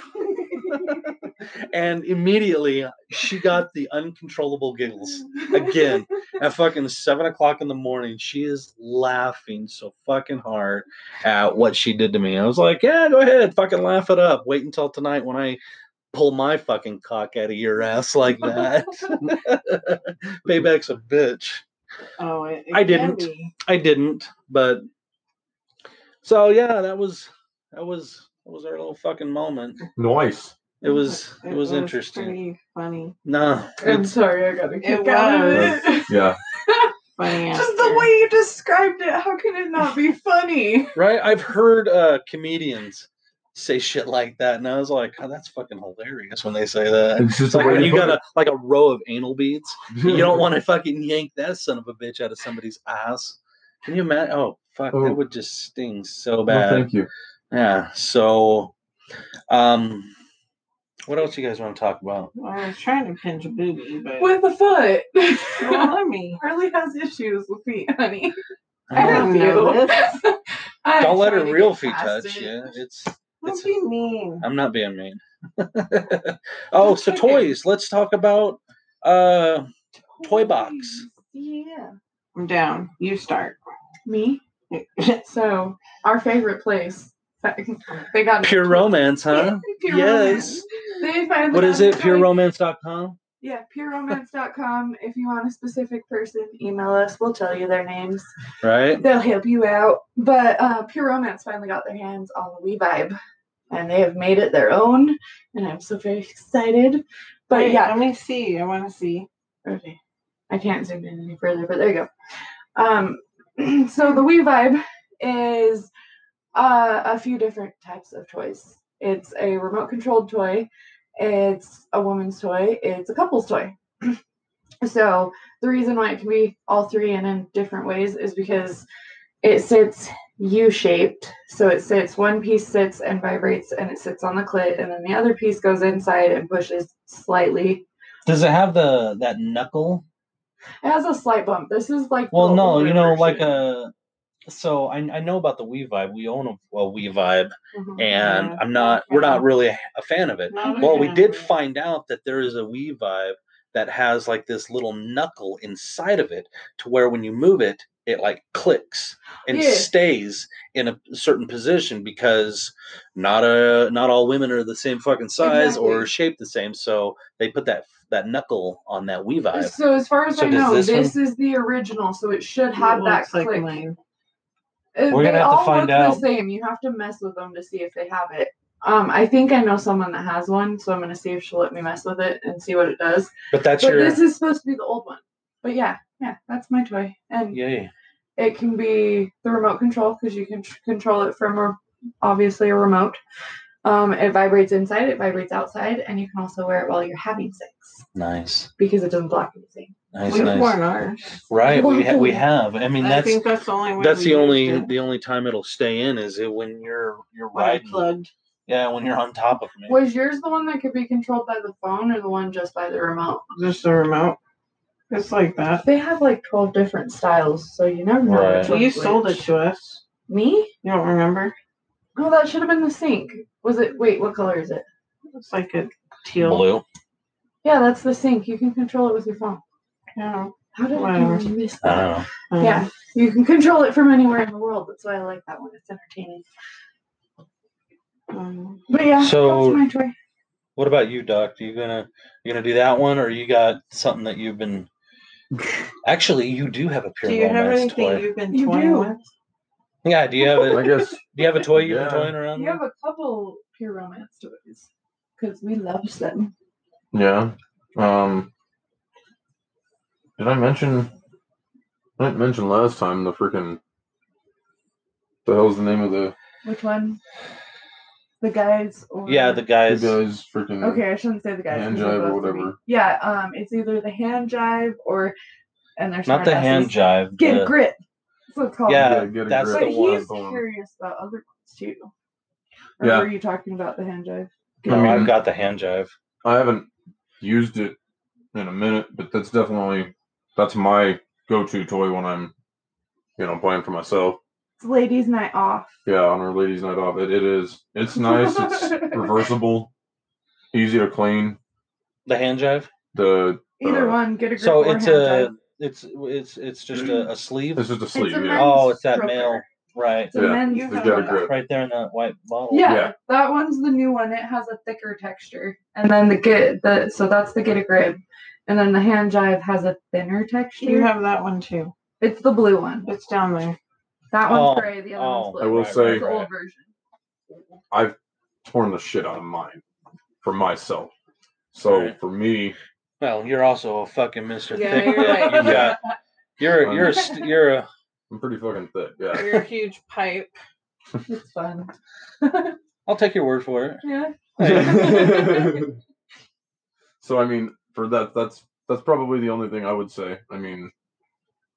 Speaker 1: and immediately she got the uncontrollable giggles again at fucking seven o'clock in the morning. She is laughing so fucking hard at what she did to me. I was like, yeah, go ahead, fucking laugh it up. Wait until tonight when I pull my fucking cock out of your ass like that. Payback's a bitch.
Speaker 5: Oh, it, it
Speaker 1: I
Speaker 5: can
Speaker 1: didn't.
Speaker 5: be.
Speaker 1: I didn't, but so yeah, that was that was that was our little fucking moment.
Speaker 4: Nice.
Speaker 1: It was it was interesting.
Speaker 5: Pretty funny.
Speaker 1: No,
Speaker 3: I'm
Speaker 1: it's
Speaker 3: sorry, I got a kick
Speaker 5: It
Speaker 3: out of
Speaker 5: was.
Speaker 3: it.
Speaker 4: Yeah.
Speaker 5: Funny.
Speaker 3: Just the way you described it, how can it not be funny?
Speaker 1: right. I've heard uh comedians say shit like that, and I was like, oh, that's fucking hilarious when they say that.
Speaker 4: It's just
Speaker 1: It's like
Speaker 4: the way
Speaker 1: when
Speaker 4: they
Speaker 1: you
Speaker 4: put
Speaker 1: got a like a row of anal beads,
Speaker 4: it.
Speaker 1: you don't want to fucking yank that son of a bitch out of somebody's ass. Can you imagine? Oh fuck,
Speaker 4: Oh.
Speaker 1: that would just sting so
Speaker 4: No,
Speaker 1: bad.
Speaker 4: thank you.
Speaker 1: Yeah. So, um, what else you guys want to talk about?
Speaker 5: I was trying to pinch a booby, but
Speaker 3: With a foot.
Speaker 5: Well, I mean,
Speaker 3: Harley has issues with feet, honey.
Speaker 5: I don't
Speaker 3: have
Speaker 5: know
Speaker 3: you.
Speaker 5: this.
Speaker 3: I'm
Speaker 1: Don't let her
Speaker 3: trying to
Speaker 1: real
Speaker 3: get
Speaker 1: feet
Speaker 3: past
Speaker 1: touch
Speaker 3: it.
Speaker 1: you. It's.
Speaker 5: Don't
Speaker 1: it's
Speaker 5: be mean.
Speaker 1: I'm not being mean. oh, so toys. Let's talk about. Uh, Toy box.
Speaker 3: Yeah.
Speaker 5: I'm down. You start.
Speaker 3: Me? So, our favorite place. They got
Speaker 1: pure romance, huh?
Speaker 3: Pure
Speaker 1: yes.
Speaker 3: Romance. They finally
Speaker 1: What
Speaker 3: got
Speaker 1: is it?
Speaker 3: the toy.
Speaker 1: PureRomance.com.
Speaker 3: Yeah, pureromance.com. If you want a specific person, email us. We'll tell you their names.
Speaker 1: Right.
Speaker 3: They'll help you out. But uh, Pure Romance finally got their hands on the Wii Vibe, and they have made it their own. And I'm so very excited. But
Speaker 5: Wait,
Speaker 3: yeah,
Speaker 5: let me see. I want to see.
Speaker 3: okay. I can't zoom in any further, but there you go. Um, so the Wii Vibe is uh, a few different types of toys. It's a remote-controlled toy. It's a woman's toy. It's a couple's toy. so the reason why it can be all three and in different ways is because it sits U-shaped. So it sits one piece sits and vibrates, and it sits on the clit, and then the other piece goes inside and pushes slightly.
Speaker 1: Does it have the that knuckle?
Speaker 3: It has a slight bump. This is like
Speaker 1: Well,
Speaker 3: the
Speaker 1: no.
Speaker 3: older
Speaker 1: You know, like
Speaker 3: version.
Speaker 1: a. So I I know about the Wii Vibe. We own a, a Wii Vibe,
Speaker 3: Mhm.
Speaker 1: and
Speaker 5: Yeah.
Speaker 1: I'm not. We're not really a fan of it.
Speaker 5: Not
Speaker 1: Well, we
Speaker 5: gonna
Speaker 1: did
Speaker 5: do it.
Speaker 1: find out that there is a Wii Vibe that has like this little knuckle inside of it to where when you move it, it like clicks and
Speaker 3: Yeah.
Speaker 1: stays in a certain position because not a not all women are the same fucking size or
Speaker 3: Exactly.
Speaker 1: shaped the same. So they put that that knuckle on that Wii Vibe.
Speaker 3: So as far as
Speaker 1: So
Speaker 3: I
Speaker 1: does
Speaker 3: know,
Speaker 1: this
Speaker 3: this, is the original, so it should
Speaker 5: It
Speaker 3: have that
Speaker 5: looks like
Speaker 3: click.
Speaker 5: mine.
Speaker 3: Uh,
Speaker 1: We're gonna
Speaker 3: they
Speaker 1: have to
Speaker 3: all
Speaker 1: find
Speaker 3: look
Speaker 1: out.
Speaker 3: The same. You have to mess with them to see if they have it. Um, I think I know someone that has one, so I'm gonna see if she'll let me mess with it and see what it does.
Speaker 1: But that's
Speaker 3: but
Speaker 1: your
Speaker 3: this is supposed to be the old one. But yeah, yeah, that's my toy, and
Speaker 1: yay.
Speaker 3: it can be the remote control because you can tr- control it from a, obviously a remote. Um, it vibrates inside, it vibrates outside, and you can also wear it while you're having sex
Speaker 1: Nice.
Speaker 3: because it doesn't block anything.
Speaker 1: Nice,
Speaker 5: We've
Speaker 1: nice.
Speaker 5: worn ours.
Speaker 1: Right, we ha- we have. I mean,
Speaker 5: I
Speaker 1: that's
Speaker 5: think that's the only way.
Speaker 1: that's
Speaker 5: we
Speaker 1: the only
Speaker 5: used it.
Speaker 1: the only time it'll stay in is it when you're you're
Speaker 5: When I
Speaker 1: riding.
Speaker 5: plugged.
Speaker 1: Yeah, when you're on top of me.
Speaker 3: Was yours the one that could be controlled by the phone or the one just by the remote?
Speaker 5: Just the remote. It's like that.
Speaker 3: They have like 12 different styles, so you never know.
Speaker 1: Right.
Speaker 3: which
Speaker 5: Well,
Speaker 3: one's
Speaker 5: you sold it
Speaker 3: which.
Speaker 5: to us.
Speaker 3: Me?
Speaker 5: You don't remember?
Speaker 3: Oh, that should have been the sink. Was it? Wait, what color is it?
Speaker 5: It's like a teal.
Speaker 1: Blue.
Speaker 3: Yeah, that's the sink. You can control it with your phone.
Speaker 5: Yeah.
Speaker 3: How did
Speaker 5: Wow.
Speaker 3: I miss
Speaker 1: I
Speaker 3: that?
Speaker 1: don't
Speaker 4: Uh-huh.
Speaker 1: know.
Speaker 5: Um,
Speaker 3: Yeah, you can control it from anywhere in the world. That's why I like that one. It's entertaining.
Speaker 5: um,
Speaker 3: But yeah,
Speaker 1: So-
Speaker 3: that's my toy.
Speaker 1: What about you, Doc? you gonna you gonna do that one, or you got something that you've been? Actually, you do have a pure
Speaker 5: do you have
Speaker 1: romance
Speaker 5: anything
Speaker 1: toy.
Speaker 5: you've been
Speaker 3: You
Speaker 5: toying
Speaker 3: do.
Speaker 5: with?
Speaker 1: Yeah. Do you have a
Speaker 4: I guess
Speaker 1: Do you have a toy you've
Speaker 4: Yeah.
Speaker 1: been toying around?
Speaker 3: You
Speaker 1: with?
Speaker 3: have a couple pure romance toys because we love them.
Speaker 4: Yeah. Um Did I mention I didn't mention last time the freaking the hell's the name of the
Speaker 3: Which one? The guys or
Speaker 1: Yeah, the
Speaker 4: you
Speaker 1: guys.
Speaker 4: guys freaking
Speaker 3: Okay, I shouldn't say the guys.
Speaker 4: Hand
Speaker 3: 'cause they're
Speaker 4: jive or
Speaker 3: both to me.
Speaker 4: whatever.
Speaker 3: Yeah, um, it's either the hand jive or and there's
Speaker 1: Not the hand jive.
Speaker 3: Get a
Speaker 1: the-
Speaker 3: grip. That's what it's called.
Speaker 1: Yeah,
Speaker 4: Yeah, get a
Speaker 1: that's
Speaker 4: grip.
Speaker 3: but
Speaker 1: the one.
Speaker 3: he's curious about other ones too. Or
Speaker 4: Yeah.
Speaker 3: were you talking about the hand jive?
Speaker 1: No,
Speaker 4: I mean-
Speaker 1: I've got the hand jive.
Speaker 4: I haven't used it in a minute, but that's definitely that's my go to toy when I'm you know playing for myself.
Speaker 3: It's ladies' night off.
Speaker 4: Yeah, on our ladies' night off. It, it is. It's nice. It's reversible. easy to clean.
Speaker 1: The hand jive.
Speaker 4: The
Speaker 3: Either
Speaker 4: Uh,
Speaker 3: one, get a grip
Speaker 1: So
Speaker 3: or
Speaker 1: it's
Speaker 3: hand
Speaker 1: a
Speaker 3: jive.
Speaker 1: it's it's it's just
Speaker 4: Mm.
Speaker 1: a, a sleeve.
Speaker 4: this is the sleeve.
Speaker 3: a
Speaker 4: Yeah.
Speaker 3: men's
Speaker 1: Oh, it's that
Speaker 3: stroker.
Speaker 1: male, right?
Speaker 3: It's a
Speaker 4: Yeah,
Speaker 3: men's
Speaker 6: you
Speaker 4: The
Speaker 6: have
Speaker 4: get a
Speaker 6: that.
Speaker 4: grip.
Speaker 1: Right there in that white bottle.
Speaker 3: Yeah,
Speaker 4: Oh, Yeah.
Speaker 3: that one's the new one. It has a thicker texture, and then the get the so that's the get a grip, and then the hand jive has a thinner texture.
Speaker 6: You have that one too.
Speaker 3: it's the blue one.
Speaker 6: It's down there.
Speaker 3: That one's
Speaker 1: Oh,
Speaker 3: gray. The other
Speaker 1: Oh,
Speaker 3: one's blue.
Speaker 4: I will
Speaker 1: right,
Speaker 4: say-
Speaker 1: right,
Speaker 3: It's the
Speaker 1: right.
Speaker 3: old version.
Speaker 4: Torn the shit out of mine for myself. So
Speaker 1: Right.
Speaker 4: for me,
Speaker 1: Well, you're also a fucking Mister
Speaker 5: Yeah,
Speaker 1: Thick.
Speaker 5: you're
Speaker 1: Dick.
Speaker 5: right.
Speaker 1: You got you're
Speaker 4: Um,
Speaker 1: you're a, st- you're a
Speaker 4: I'm pretty fucking thick. Yeah.
Speaker 5: Your huge pipe.
Speaker 3: It's fun.
Speaker 1: I'll take your word for it.
Speaker 3: Yeah.
Speaker 4: so I mean, for that, that's that's probably the only thing I would say. I mean,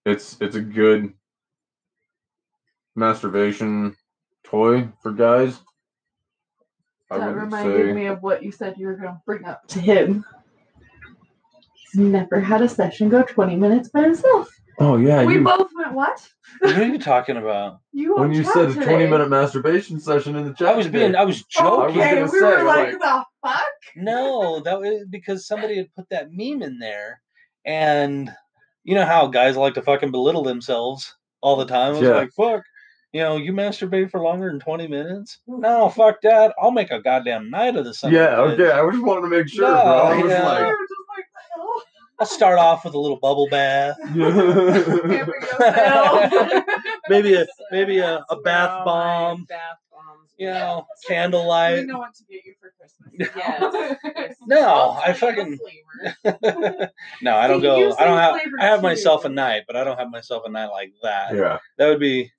Speaker 4: it's it's a good masturbation toy for guys. I
Speaker 3: That
Speaker 4: wouldn't
Speaker 3: reminded
Speaker 4: say
Speaker 3: me of what you said you were going to bring up to him. He's never had a session go 20 minutes by himself.
Speaker 4: Oh yeah,
Speaker 3: we
Speaker 4: you,
Speaker 3: both went, What?
Speaker 1: What are you talking about?
Speaker 3: You
Speaker 4: when
Speaker 3: on
Speaker 4: you
Speaker 3: chat
Speaker 4: said a
Speaker 3: today.
Speaker 4: twenty minute masturbation session in the chat.
Speaker 1: I was being
Speaker 4: today.
Speaker 1: Oh, I was joking.
Speaker 4: I
Speaker 3: Okay,
Speaker 4: was gonna
Speaker 3: we
Speaker 4: say,
Speaker 3: were like,
Speaker 4: like-
Speaker 3: The fuck?
Speaker 1: No, that was because somebody had put that meme in there, and you know how guys like to fucking belittle themselves all the time. I was
Speaker 4: Yeah.
Speaker 1: like, fuck, you know, you masturbate for longer than twenty minutes? No, fuck that. I'll make a goddamn night of this. son of a
Speaker 4: yeah,
Speaker 1: bitch.
Speaker 4: okay. I just wanted to make sure,
Speaker 1: No,
Speaker 4: bro. I was
Speaker 1: yeah.
Speaker 3: We
Speaker 4: like,
Speaker 3: were just like, oh. "What
Speaker 1: I'll start off with a little bubble bath,
Speaker 3: the hell? Here we go, Phil."
Speaker 1: maybe a maybe a, a
Speaker 5: That's where
Speaker 1: bath
Speaker 5: all
Speaker 1: bomb,
Speaker 5: Oh my Bath bombs.
Speaker 1: you know,
Speaker 3: we
Speaker 1: candlelight.
Speaker 3: know what to get you for Christmas.
Speaker 5: Yes. yes.
Speaker 1: No,
Speaker 5: All
Speaker 1: I
Speaker 5: kinds of
Speaker 1: fucking-
Speaker 5: flavor.
Speaker 1: No, I don't
Speaker 3: See, you
Speaker 1: go. I
Speaker 3: say
Speaker 1: don't have.
Speaker 3: flavor
Speaker 1: I have
Speaker 3: too.
Speaker 1: myself a night, but I don't have myself a night like that.
Speaker 4: yeah,
Speaker 1: That would be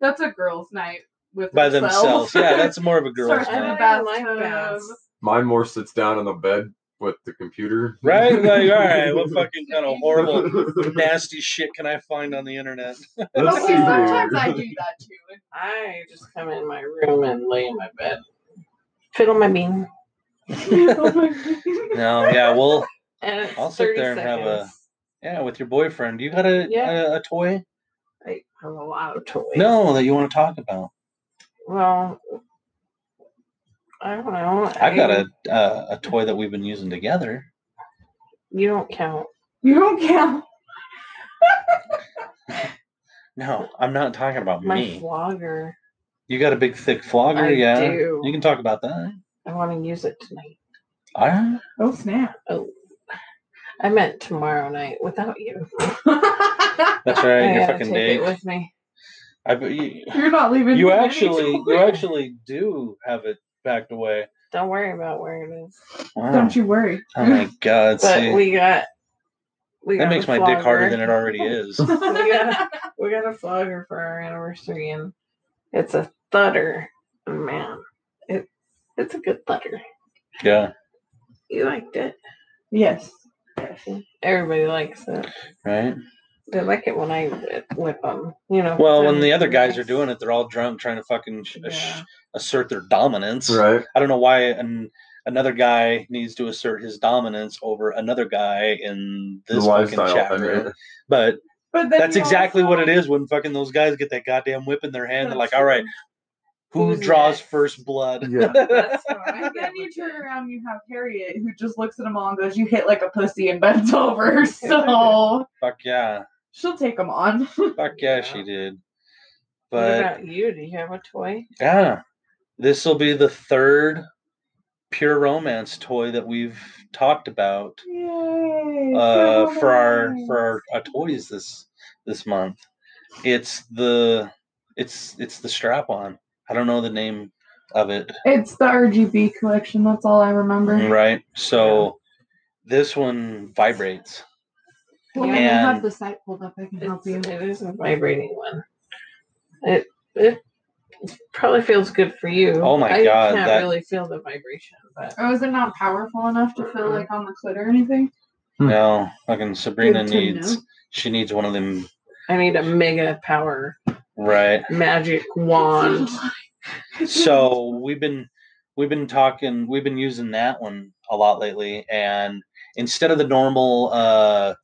Speaker 3: That's a girls' night with
Speaker 1: by themselves. Yeah, that's more of a girl's
Speaker 3: Starts
Speaker 5: I
Speaker 3: with
Speaker 1: night.
Speaker 5: don't
Speaker 3: Bathtub.
Speaker 5: like baths.
Speaker 4: mine more sits down on the bed with the computer,
Speaker 1: Right? Like, all right, what fucking kind of horrible, nasty shit can I find on the internet?
Speaker 4: Let's
Speaker 3: okay,
Speaker 4: see
Speaker 3: sometimes
Speaker 4: here.
Speaker 3: I do that too.
Speaker 5: I just come in my room and lay in my bed. Fiddle my bean.
Speaker 1: No, yeah, well,
Speaker 5: And it's
Speaker 1: I'll sit
Speaker 5: 30
Speaker 1: there and have a-
Speaker 5: seconds.
Speaker 1: yeah, with your boyfriend, you got a
Speaker 5: Yeah.
Speaker 1: a, a toy?
Speaker 5: I have a lot of toys.
Speaker 1: No, that you want to talk about?
Speaker 5: Well, I don't know.
Speaker 1: I got a uh, a toy that we've been using together.
Speaker 5: You don't count.
Speaker 3: You don't count.
Speaker 1: No, I'm not talking about
Speaker 5: My
Speaker 1: me.
Speaker 5: flogger.
Speaker 1: You got a big thick flogger,
Speaker 5: I
Speaker 1: yeah?
Speaker 5: do.
Speaker 1: You can talk about that.
Speaker 5: I want to use it tonight.
Speaker 1: All right.
Speaker 3: Oh snap!
Speaker 5: Oh, I meant tomorrow night without you.
Speaker 1: That's right.
Speaker 5: I
Speaker 1: your
Speaker 5: gotta
Speaker 1: fucking date.
Speaker 5: take it with me.
Speaker 1: I, bet you,
Speaker 3: You're not leaving.
Speaker 1: you
Speaker 3: me any
Speaker 1: actually,
Speaker 3: choice.
Speaker 1: you actually do have it backed away.
Speaker 5: Don't worry about where it is.
Speaker 1: Wow.
Speaker 3: Don't you worry.
Speaker 1: Oh my god!
Speaker 5: But
Speaker 1: see,
Speaker 5: we got. We
Speaker 1: that
Speaker 5: got
Speaker 1: makes
Speaker 5: a
Speaker 1: my dick harder
Speaker 5: flogger.
Speaker 1: than it already is.
Speaker 5: we got a, we got a flogger for our anniversary, and it's a thudder. And man, it it's a good thudder.
Speaker 1: yeah,
Speaker 5: You liked it.
Speaker 6: Yes.
Speaker 5: Everybody likes it.
Speaker 1: right.
Speaker 5: They like it when I whip, whip them. You know.
Speaker 1: Well, when the other guys are doing it, they're all drunk, trying to fucking sh- uh,
Speaker 5: Yeah.
Speaker 1: sh- assert their dominance.
Speaker 4: Right.
Speaker 1: I don't know why an, another guy needs to assert his dominance over another guy in
Speaker 4: The
Speaker 1: this fucking
Speaker 4: lifestyle,
Speaker 1: chat
Speaker 4: I mean.
Speaker 1: room. But
Speaker 3: But then
Speaker 1: that's
Speaker 3: you
Speaker 1: exactly what it
Speaker 3: also-
Speaker 1: is when fucking those guys get that goddamn whip in their hand. They're like,
Speaker 3: That's
Speaker 1: "All right, who
Speaker 5: Who's
Speaker 1: draws
Speaker 5: next?"
Speaker 1: first blood?"
Speaker 4: Yeah.
Speaker 5: That's how I get
Speaker 3: But then
Speaker 5: with
Speaker 3: you turn
Speaker 5: it.
Speaker 3: around, you have Harriet, who just looks at them all and goes, "You hit like a pussy and bends over." So
Speaker 1: Fuck yeah,
Speaker 3: she'll take them on.
Speaker 1: fuck yeah,
Speaker 5: Yeah.
Speaker 1: she did.
Speaker 5: What
Speaker 1: But
Speaker 5: about you? Do you have a toy?
Speaker 1: Yeah. This will be the third pure romance toy that we've talked about
Speaker 3: Yay!
Speaker 1: uh, for our for our, our toys this this month. It's the it's it's the strap on. I don't know the name of it,
Speaker 3: It's the RGB collection. That's all I remember.
Speaker 1: Mm, right? So this one vibrates.
Speaker 3: Well, when you
Speaker 1: And-
Speaker 3: have the site pulled up, I can help
Speaker 5: It's,
Speaker 3: you.
Speaker 5: it is a vibrating one. It it probably feels good for you.
Speaker 1: Oh my
Speaker 5: I
Speaker 1: God,
Speaker 5: can't
Speaker 1: that-
Speaker 5: really feel the vibration, but
Speaker 3: Or was Oh, it not powerful enough to feel like on the clit or anything?
Speaker 4: Hmm.
Speaker 1: Now, fucking Sabrina
Speaker 3: Good to
Speaker 1: needs
Speaker 3: know.
Speaker 1: she needs one of them,
Speaker 5: I need a mega power
Speaker 1: right?
Speaker 5: magic wand.
Speaker 1: so we've been we've been talking we've been using that one a lot lately and instead of the normal uh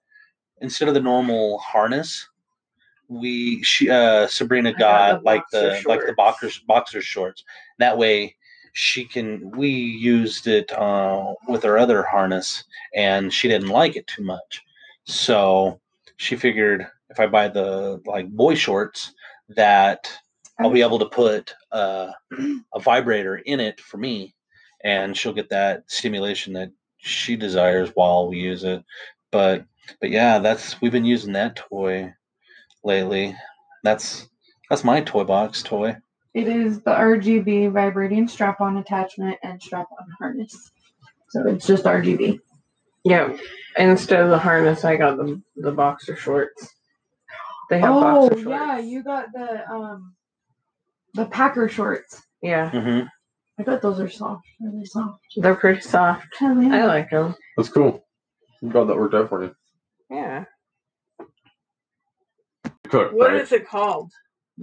Speaker 1: instead of the normal harness we she, uh sabrina
Speaker 5: I got
Speaker 1: got,
Speaker 5: the
Speaker 1: like the
Speaker 5: boxer
Speaker 1: like the boxer boxer shorts that way she can we used it uh, with her other harness and she didn't like it too much so she figured if i buy the like boy shorts that i'll be able to put uh, a vibrator in it for me and she'll get that stimulation that she desires while we use it but but yeah that's we've been using that toy lately that's that's my toy box toy
Speaker 3: It is the RGB vibrating strap on attachment and strap on harness. So it's just RGB.
Speaker 2: Yeah. Instead of the harness, I got the the boxer shorts. They have
Speaker 3: Oh
Speaker 2: boxer shorts.
Speaker 3: yeah, you got the um the Packer shorts.
Speaker 2: Yeah,
Speaker 1: mm-hmm.
Speaker 3: I bet those are soft. Really soft.
Speaker 2: they're pretty soft.
Speaker 3: Oh,
Speaker 2: I
Speaker 3: yeah.
Speaker 2: like them.
Speaker 4: That's cool. I'm glad that worked out for you.
Speaker 2: Yeah.
Speaker 4: You Cook,
Speaker 2: What
Speaker 4: right?
Speaker 2: is it called?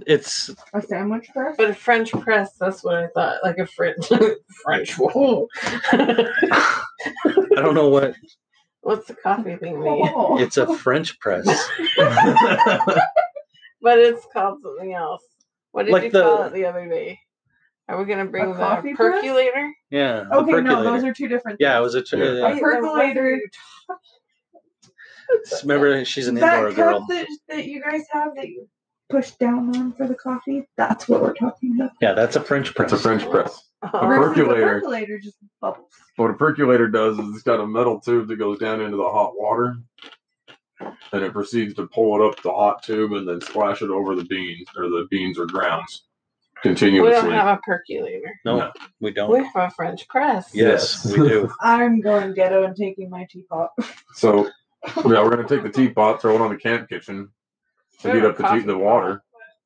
Speaker 1: it's
Speaker 3: A sandwich press.
Speaker 2: But a French press. That's what I thought. Like a French French. Whoa.
Speaker 1: i don't know what
Speaker 2: What's the coffee thing mean?
Speaker 3: Oh.
Speaker 1: it's a french press
Speaker 2: But it's called something else. What did
Speaker 1: Like
Speaker 2: you
Speaker 1: the-
Speaker 2: call it the other day? Are we gonna bring
Speaker 3: coffee
Speaker 2: the
Speaker 3: press?
Speaker 2: percolator?
Speaker 1: yeah the
Speaker 3: okay, no, those
Speaker 1: percolator.
Speaker 3: are two different.
Speaker 1: yeah it
Speaker 3: things.
Speaker 1: was a tr-
Speaker 4: Yeah.
Speaker 1: yeah.
Speaker 3: A percolator.
Speaker 1: remember she's an
Speaker 3: that
Speaker 1: indoor
Speaker 3: cup
Speaker 1: girl
Speaker 3: That, that you guys have that you push down on for the coffee. That's what we're talking about.
Speaker 1: yeah that's a french press
Speaker 4: It's a French press.
Speaker 2: Oh,
Speaker 4: Right.
Speaker 3: Versus the
Speaker 4: percolator.
Speaker 3: percolator just bubbles.
Speaker 4: What a percolator does is it's got a metal tube that goes down into the hot water, and it proceeds to pull it up the hot tube and then splash it over the beans or the beans or grounds
Speaker 2: we don't
Speaker 4: continuously.
Speaker 2: have a percolator.
Speaker 1: no,
Speaker 4: No.
Speaker 1: we don't
Speaker 2: We have a French press.
Speaker 1: yes we do
Speaker 3: I'm going ghetto and taking my teapot.
Speaker 4: So yeah, we're gonna take the teapot, throw it on the camp kitchen to heat up the tea, the water,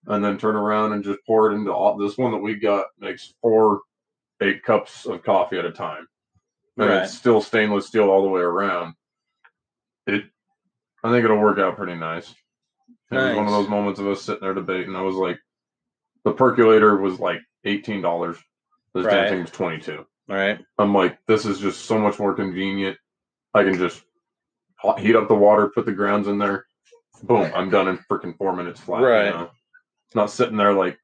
Speaker 4: and then turn around and just pour it into all, this one that we got makes four eight cups of coffee at a time, and
Speaker 1: Right.
Speaker 4: it's still stainless steel all the way around. It, I think it'll work out pretty nice. It was one of
Speaker 1: Nice.
Speaker 4: those moments of us sitting there debating. I was like, the percolator was like eighteen dollars. This
Speaker 1: Right.
Speaker 4: damn thing was twenty two.
Speaker 1: all right
Speaker 4: I'm like, this is just so much more convenient. I can just hot- heat up the water, put the grounds in there, boom, I'm done in freaking four minutes flat. you
Speaker 1: Right.
Speaker 4: know? Not sitting there like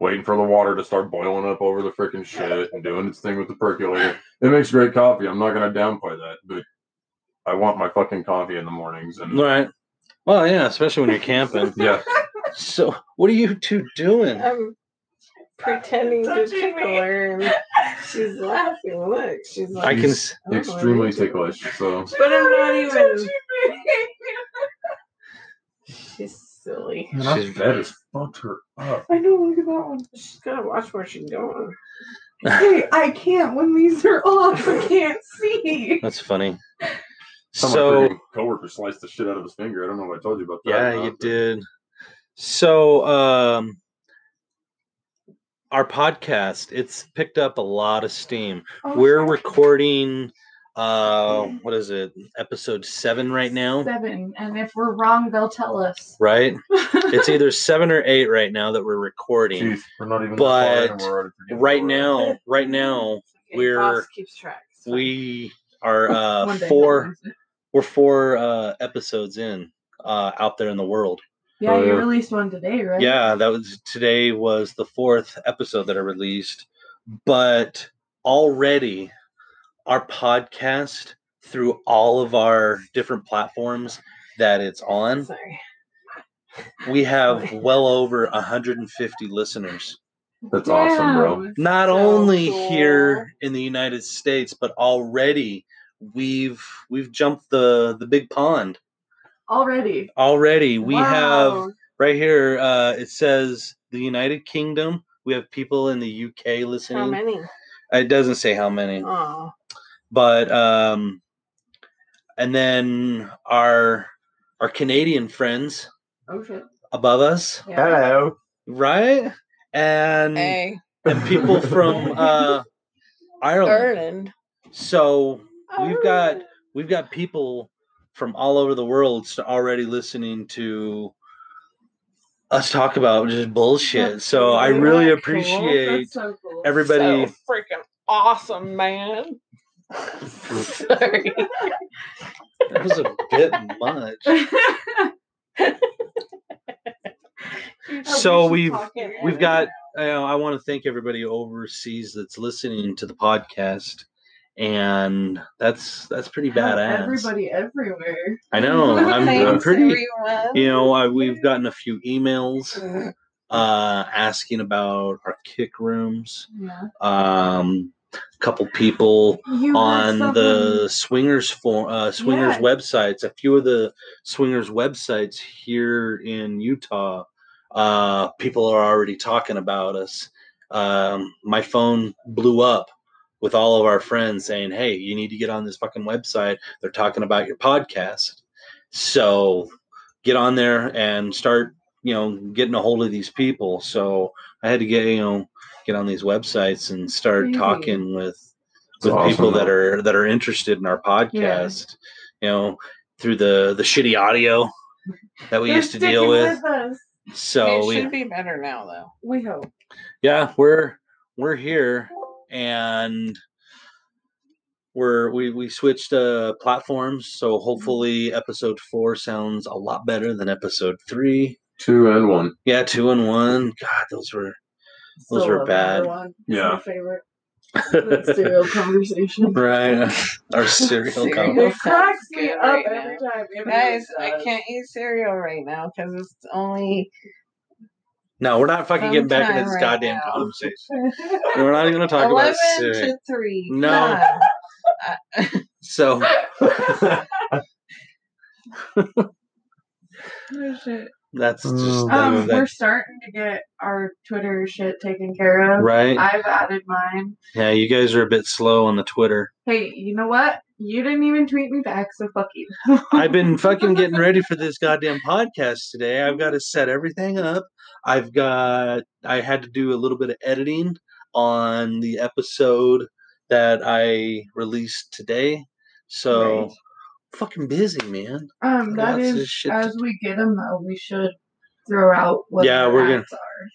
Speaker 4: waiting for the water to start boiling up over the freaking shit and doing its thing with the percolator. It makes great coffee. I'm not gonna downplay that, but I want my fucking coffee in the mornings and
Speaker 1: all right well yeah especially when you're camping
Speaker 4: yeah,
Speaker 1: so what are you two doing
Speaker 3: Uh,
Speaker 2: I'm pretending to
Speaker 3: Touching me.
Speaker 2: tickle her and she's laughing. Look, she's
Speaker 1: i
Speaker 2: like,
Speaker 1: can s-
Speaker 2: "Oh,
Speaker 4: extremely
Speaker 2: what are you
Speaker 4: ticklish. So
Speaker 2: But I'm not even-
Speaker 3: I
Speaker 2: doing?" She's silly.
Speaker 4: Man,
Speaker 1: She's
Speaker 4: that fat as fucked her up.
Speaker 3: know. Look at that one.
Speaker 2: She's gotta watch where she's going.
Speaker 3: Hey, I can't when these are off. I can't see.
Speaker 1: That's funny.
Speaker 4: Some
Speaker 1: So
Speaker 4: coworker sliced the shit out of his finger. I don't know if I told you about that. or
Speaker 1: yeah,
Speaker 4: not,
Speaker 1: you
Speaker 4: but-
Speaker 1: did. So um our podcast, it's picked up a lot of steam.
Speaker 3: Oh,
Speaker 1: We're recording uh what is it? Episode 7 right now,
Speaker 3: seven, and if we're wrong, they'll tell us.
Speaker 1: right? It's either 7 or 8 right now that we're recording.
Speaker 4: Jeez, we're not even
Speaker 1: But
Speaker 4: that far in and we're already
Speaker 1: Right
Speaker 4: forgetting where we're at.
Speaker 1: now, right now
Speaker 2: Okay,
Speaker 1: We're-
Speaker 2: boss keeps track. It's fine.
Speaker 1: we are uh
Speaker 3: One day,
Speaker 1: four we're four uh episodes in uh out there in the world.
Speaker 3: Yeah,
Speaker 4: Oh,
Speaker 3: you
Speaker 4: yeah.
Speaker 3: released one today, right?
Speaker 1: Yeah, that was today was the fourth episode that I released, but already our podcast through all of our different platforms that it's on,
Speaker 2: Sorry.
Speaker 1: we have well over 150 listeners.
Speaker 4: That's awesome,
Speaker 2: Um,
Speaker 4: bro.
Speaker 3: Damn.
Speaker 1: Not
Speaker 2: So
Speaker 1: only
Speaker 2: cool.
Speaker 1: here in the United States, but already we've we've jumped the the big pond.
Speaker 3: Already.
Speaker 1: Already we have
Speaker 2: Wow.
Speaker 1: right here uh, it says the united kingdom we have people in the uk
Speaker 2: How
Speaker 1: listening
Speaker 2: many?
Speaker 1: it doesn't say how many
Speaker 2: Oh,
Speaker 1: but um and then our our canadian friends
Speaker 3: Oh shit.
Speaker 1: above us
Speaker 2: yeah.
Speaker 4: Hello.
Speaker 1: right and
Speaker 2: Hey,
Speaker 1: and people from uh ireland
Speaker 2: Ireland.
Speaker 1: so We've got-
Speaker 3: Oh.
Speaker 2: Ireland.
Speaker 1: we've got people from all over the world st- already listening to us talk about just bullshit so i
Speaker 2: Isn't
Speaker 1: really
Speaker 2: that cool?
Speaker 1: appreciate
Speaker 3: That's so cool.
Speaker 1: everybody
Speaker 2: So freaking awesome, man. Sorry.
Speaker 1: That was a bit much.
Speaker 3: Dude, I
Speaker 1: So
Speaker 3: wish
Speaker 1: we've-
Speaker 3: you talked to me.
Speaker 1: We've got I, I want to thank everybody overseas that's listening to the podcast, and that's that's pretty badass.
Speaker 5: Everybody everywhere.
Speaker 1: I know. I'm, I'm
Speaker 5: Thanks,
Speaker 1: pretty.
Speaker 5: everyone.
Speaker 1: You know, I, we've gotten a few emails uh, asking about our kick rooms.
Speaker 5: Yeah.
Speaker 1: Um, a couple people
Speaker 3: You
Speaker 1: on
Speaker 3: had
Speaker 1: the swingers for uh, swingers
Speaker 3: Yeah.
Speaker 1: websites. A few of the swingers websites here in Utah, uh, people are already talking about us. Um, my phone blew up with all of our friends saying, "Hey, you need to get on this fucking website. They're talking about your podcast." So get on there and start, you know, getting a hold of these people. So I had to get you know get on these websites and start
Speaker 5: Crazy.
Speaker 1: talking with
Speaker 4: It's
Speaker 1: with
Speaker 4: awesome,
Speaker 1: people that
Speaker 4: though.
Speaker 1: are that are interested in our podcast. You know, through the the shitty audio that we
Speaker 3: They're
Speaker 1: used to
Speaker 3: sticking
Speaker 1: deal with.
Speaker 3: us.
Speaker 1: So
Speaker 5: it
Speaker 1: we,
Speaker 5: should be better now though.
Speaker 3: We hope.
Speaker 1: yeah, we're we're here and we're we we switched uh platforms. So hopefully episode four sounds a lot better than episode three.
Speaker 4: Two and one.
Speaker 1: Yeah, two and one. God, those were Those were
Speaker 2: love
Speaker 1: bad.
Speaker 2: number one. It's
Speaker 4: Yeah.
Speaker 2: My favorite. That serial conversation.
Speaker 1: right. Our serial
Speaker 5: Serial.
Speaker 1: com-
Speaker 2: It
Speaker 5: That
Speaker 2: cracks
Speaker 5: sounds
Speaker 2: me
Speaker 5: good
Speaker 2: up
Speaker 5: right
Speaker 2: every time. It
Speaker 5: Guys,
Speaker 2: really
Speaker 5: I
Speaker 2: does.
Speaker 5: can't eat cereal right now because it's only
Speaker 1: No, we're not fucking getting back into
Speaker 5: Sometime
Speaker 1: this
Speaker 5: right
Speaker 1: goddamn
Speaker 5: now.
Speaker 1: conversation. We're not even gonna talk about
Speaker 5: eleven
Speaker 1: serial.
Speaker 5: to three.
Speaker 1: No.
Speaker 5: God.
Speaker 1: So
Speaker 3: Oh, shit.
Speaker 1: that's just
Speaker 4: Oh,
Speaker 1: that's-
Speaker 3: Um,
Speaker 1: that-
Speaker 3: we're starting to get our Twitter shit taken care of.
Speaker 1: right.
Speaker 3: I've added mine.
Speaker 1: Yeah, you guys are a bit slow on the Twitter.
Speaker 3: Hey, you know what? You didn't even tweet me back, so fuck you.
Speaker 1: I've been fucking getting ready for this goddamn podcast today. I've got to set everything up. I've got I had to do a little bit of editing on the episode that I released today. So
Speaker 3: Right.
Speaker 1: fucking busy, man.
Speaker 3: Um, that
Speaker 1: Lots of
Speaker 3: is
Speaker 1: shit to
Speaker 3: as we get them though, we should throw out what
Speaker 1: Yeah,
Speaker 3: their
Speaker 1: we're gonna-
Speaker 3: ads are.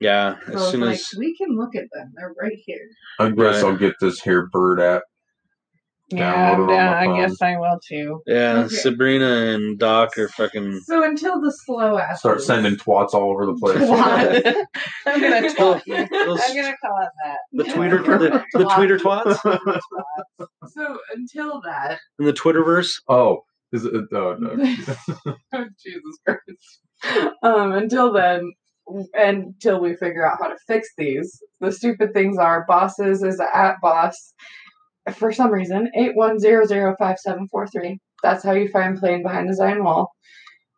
Speaker 1: Yeah,
Speaker 3: So
Speaker 1: as
Speaker 3: it's
Speaker 1: soon
Speaker 3: like
Speaker 1: as
Speaker 3: we can look at them, they're right here.
Speaker 4: I guess
Speaker 1: Right.
Speaker 4: I'll get this here bird app.
Speaker 5: Yeah,
Speaker 4: Download it on
Speaker 5: yeah,
Speaker 4: my
Speaker 5: I
Speaker 4: phone.
Speaker 5: guess I will too.
Speaker 1: yeah,
Speaker 3: Okay.
Speaker 1: Sabrina and Doc are fucking
Speaker 3: So until the slow ass
Speaker 4: Start sending twats all over the place.
Speaker 3: Twat.
Speaker 5: I'm gonna call
Speaker 1: Oh, those,
Speaker 5: it I'm gonna call it that.
Speaker 1: the Twitter the, the Twitter twats
Speaker 3: So until that,
Speaker 1: and the Twitterverse.
Speaker 4: oh, is it? Uh, no.
Speaker 3: oh, Jesus Christ. Um, until then, and until we figure out how to fix these, the stupid things are bosses is at boss. For some reason, eight one zero zero five seven four three. That's how you find playing behind the Zion wall.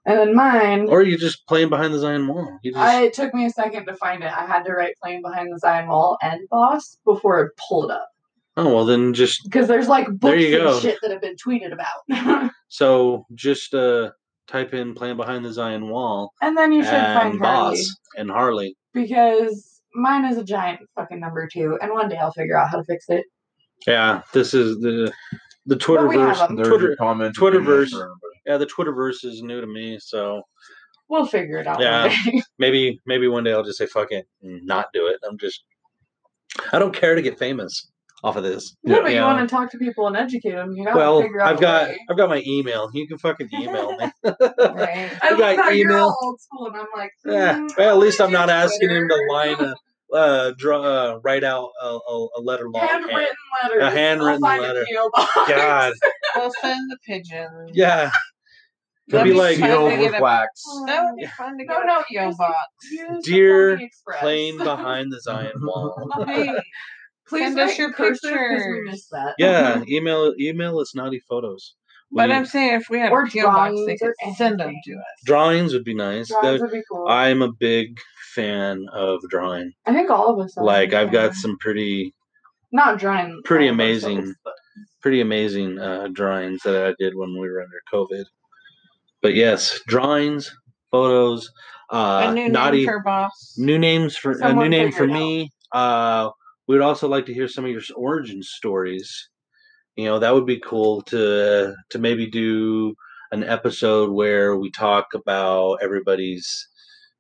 Speaker 3: And then mine.
Speaker 1: Or you just playing behind the Zion wall. You just,
Speaker 3: I, it took me a second to find it. I had to write playing behind the Zion wall and boss before it pulled up
Speaker 1: oh well, then just
Speaker 3: because there's like books
Speaker 1: There you go.
Speaker 3: and shit that have been tweeted about.
Speaker 1: so just uh type in playing behind the Zion wall
Speaker 3: and then you should
Speaker 1: and
Speaker 3: find
Speaker 1: boss
Speaker 3: Harley
Speaker 1: and Harley.
Speaker 3: because mine is a giant fucking number two, and one day I'll figure out how to fix it.
Speaker 1: Yeah, this is the the
Speaker 3: But we have
Speaker 1: Twitterverse.
Speaker 3: 'em.
Speaker 4: There's
Speaker 1: Twitter-
Speaker 4: your comment.
Speaker 1: Twitterverse.
Speaker 4: For everybody.
Speaker 1: Yeah, the Twitterverse is new to me, so
Speaker 3: We'll figure it out.
Speaker 1: Yeah.
Speaker 3: One day.
Speaker 1: maybe maybe one day I'll just say fuck it and not do it. I'm just I don't care to get famous off of this.
Speaker 3: no,
Speaker 4: Yeah.
Speaker 3: but you
Speaker 1: Yeah.
Speaker 3: want to talk to people and educate them. You gotta
Speaker 1: well,
Speaker 3: figure out.
Speaker 1: I've
Speaker 3: a
Speaker 1: got
Speaker 3: way.
Speaker 1: I've got my email. You can fucking email me.
Speaker 5: Right.
Speaker 3: I
Speaker 1: I've
Speaker 3: love
Speaker 1: got
Speaker 3: how you're
Speaker 1: email.
Speaker 3: all old school, and I'm like,
Speaker 1: Yeah.
Speaker 3: mm,
Speaker 1: Well, at
Speaker 3: I'll
Speaker 1: least I'm
Speaker 3: do
Speaker 1: not asking him to
Speaker 3: Twitter.
Speaker 1: line a uh, draw, uh, write out a, a, a letter long. hand.
Speaker 3: handwritten letters.
Speaker 1: A handwritten
Speaker 3: I'll find a
Speaker 1: letter.
Speaker 3: PO box.
Speaker 1: God,
Speaker 5: We'll send the pigeons.
Speaker 1: yeah,
Speaker 5: That'd
Speaker 1: be
Speaker 5: be
Speaker 1: like,
Speaker 5: fun to get a-
Speaker 4: wax.
Speaker 5: That would be fun to
Speaker 3: No,
Speaker 5: go
Speaker 3: no,
Speaker 5: to PO
Speaker 3: use-
Speaker 5: box.
Speaker 3: Use the
Speaker 1: Dear
Speaker 3: Pony Express.
Speaker 1: playing behind the Zion wall.
Speaker 5: Hey,
Speaker 3: Please
Speaker 5: send us
Speaker 3: write
Speaker 5: your
Speaker 3: cursive 'cause We
Speaker 5: pictures.
Speaker 3: missed that.
Speaker 1: Yeah, email email us naughty photos.
Speaker 5: but
Speaker 1: We-
Speaker 5: I'm saying if we had
Speaker 3: Or
Speaker 5: a PO box, they
Speaker 3: drawings
Speaker 5: could
Speaker 3: or
Speaker 5: send them
Speaker 3: anything.
Speaker 5: to us.
Speaker 1: drawings would be nice.
Speaker 3: Drawings
Speaker 1: Though
Speaker 3: would be cool. I,
Speaker 1: I'm a big fan of drawing.
Speaker 3: think all of us. are.
Speaker 1: Like I've
Speaker 3: Yeah.
Speaker 1: got some pretty
Speaker 3: not drawing.
Speaker 1: pretty
Speaker 3: all of
Speaker 1: amazing.
Speaker 3: ourselves, but-
Speaker 1: pretty amazing uh, drawings that I did when we were under COVID. But yes, drawings, photos, uh,
Speaker 5: a new
Speaker 1: naughty
Speaker 5: name for boss.
Speaker 1: new names for a new
Speaker 3: Someone
Speaker 1: name for
Speaker 3: figure it
Speaker 1: me. Uh, we would also like to hear some of your s- origin stories. You know, that would be cool to to maybe do an episode where we talk about everybody's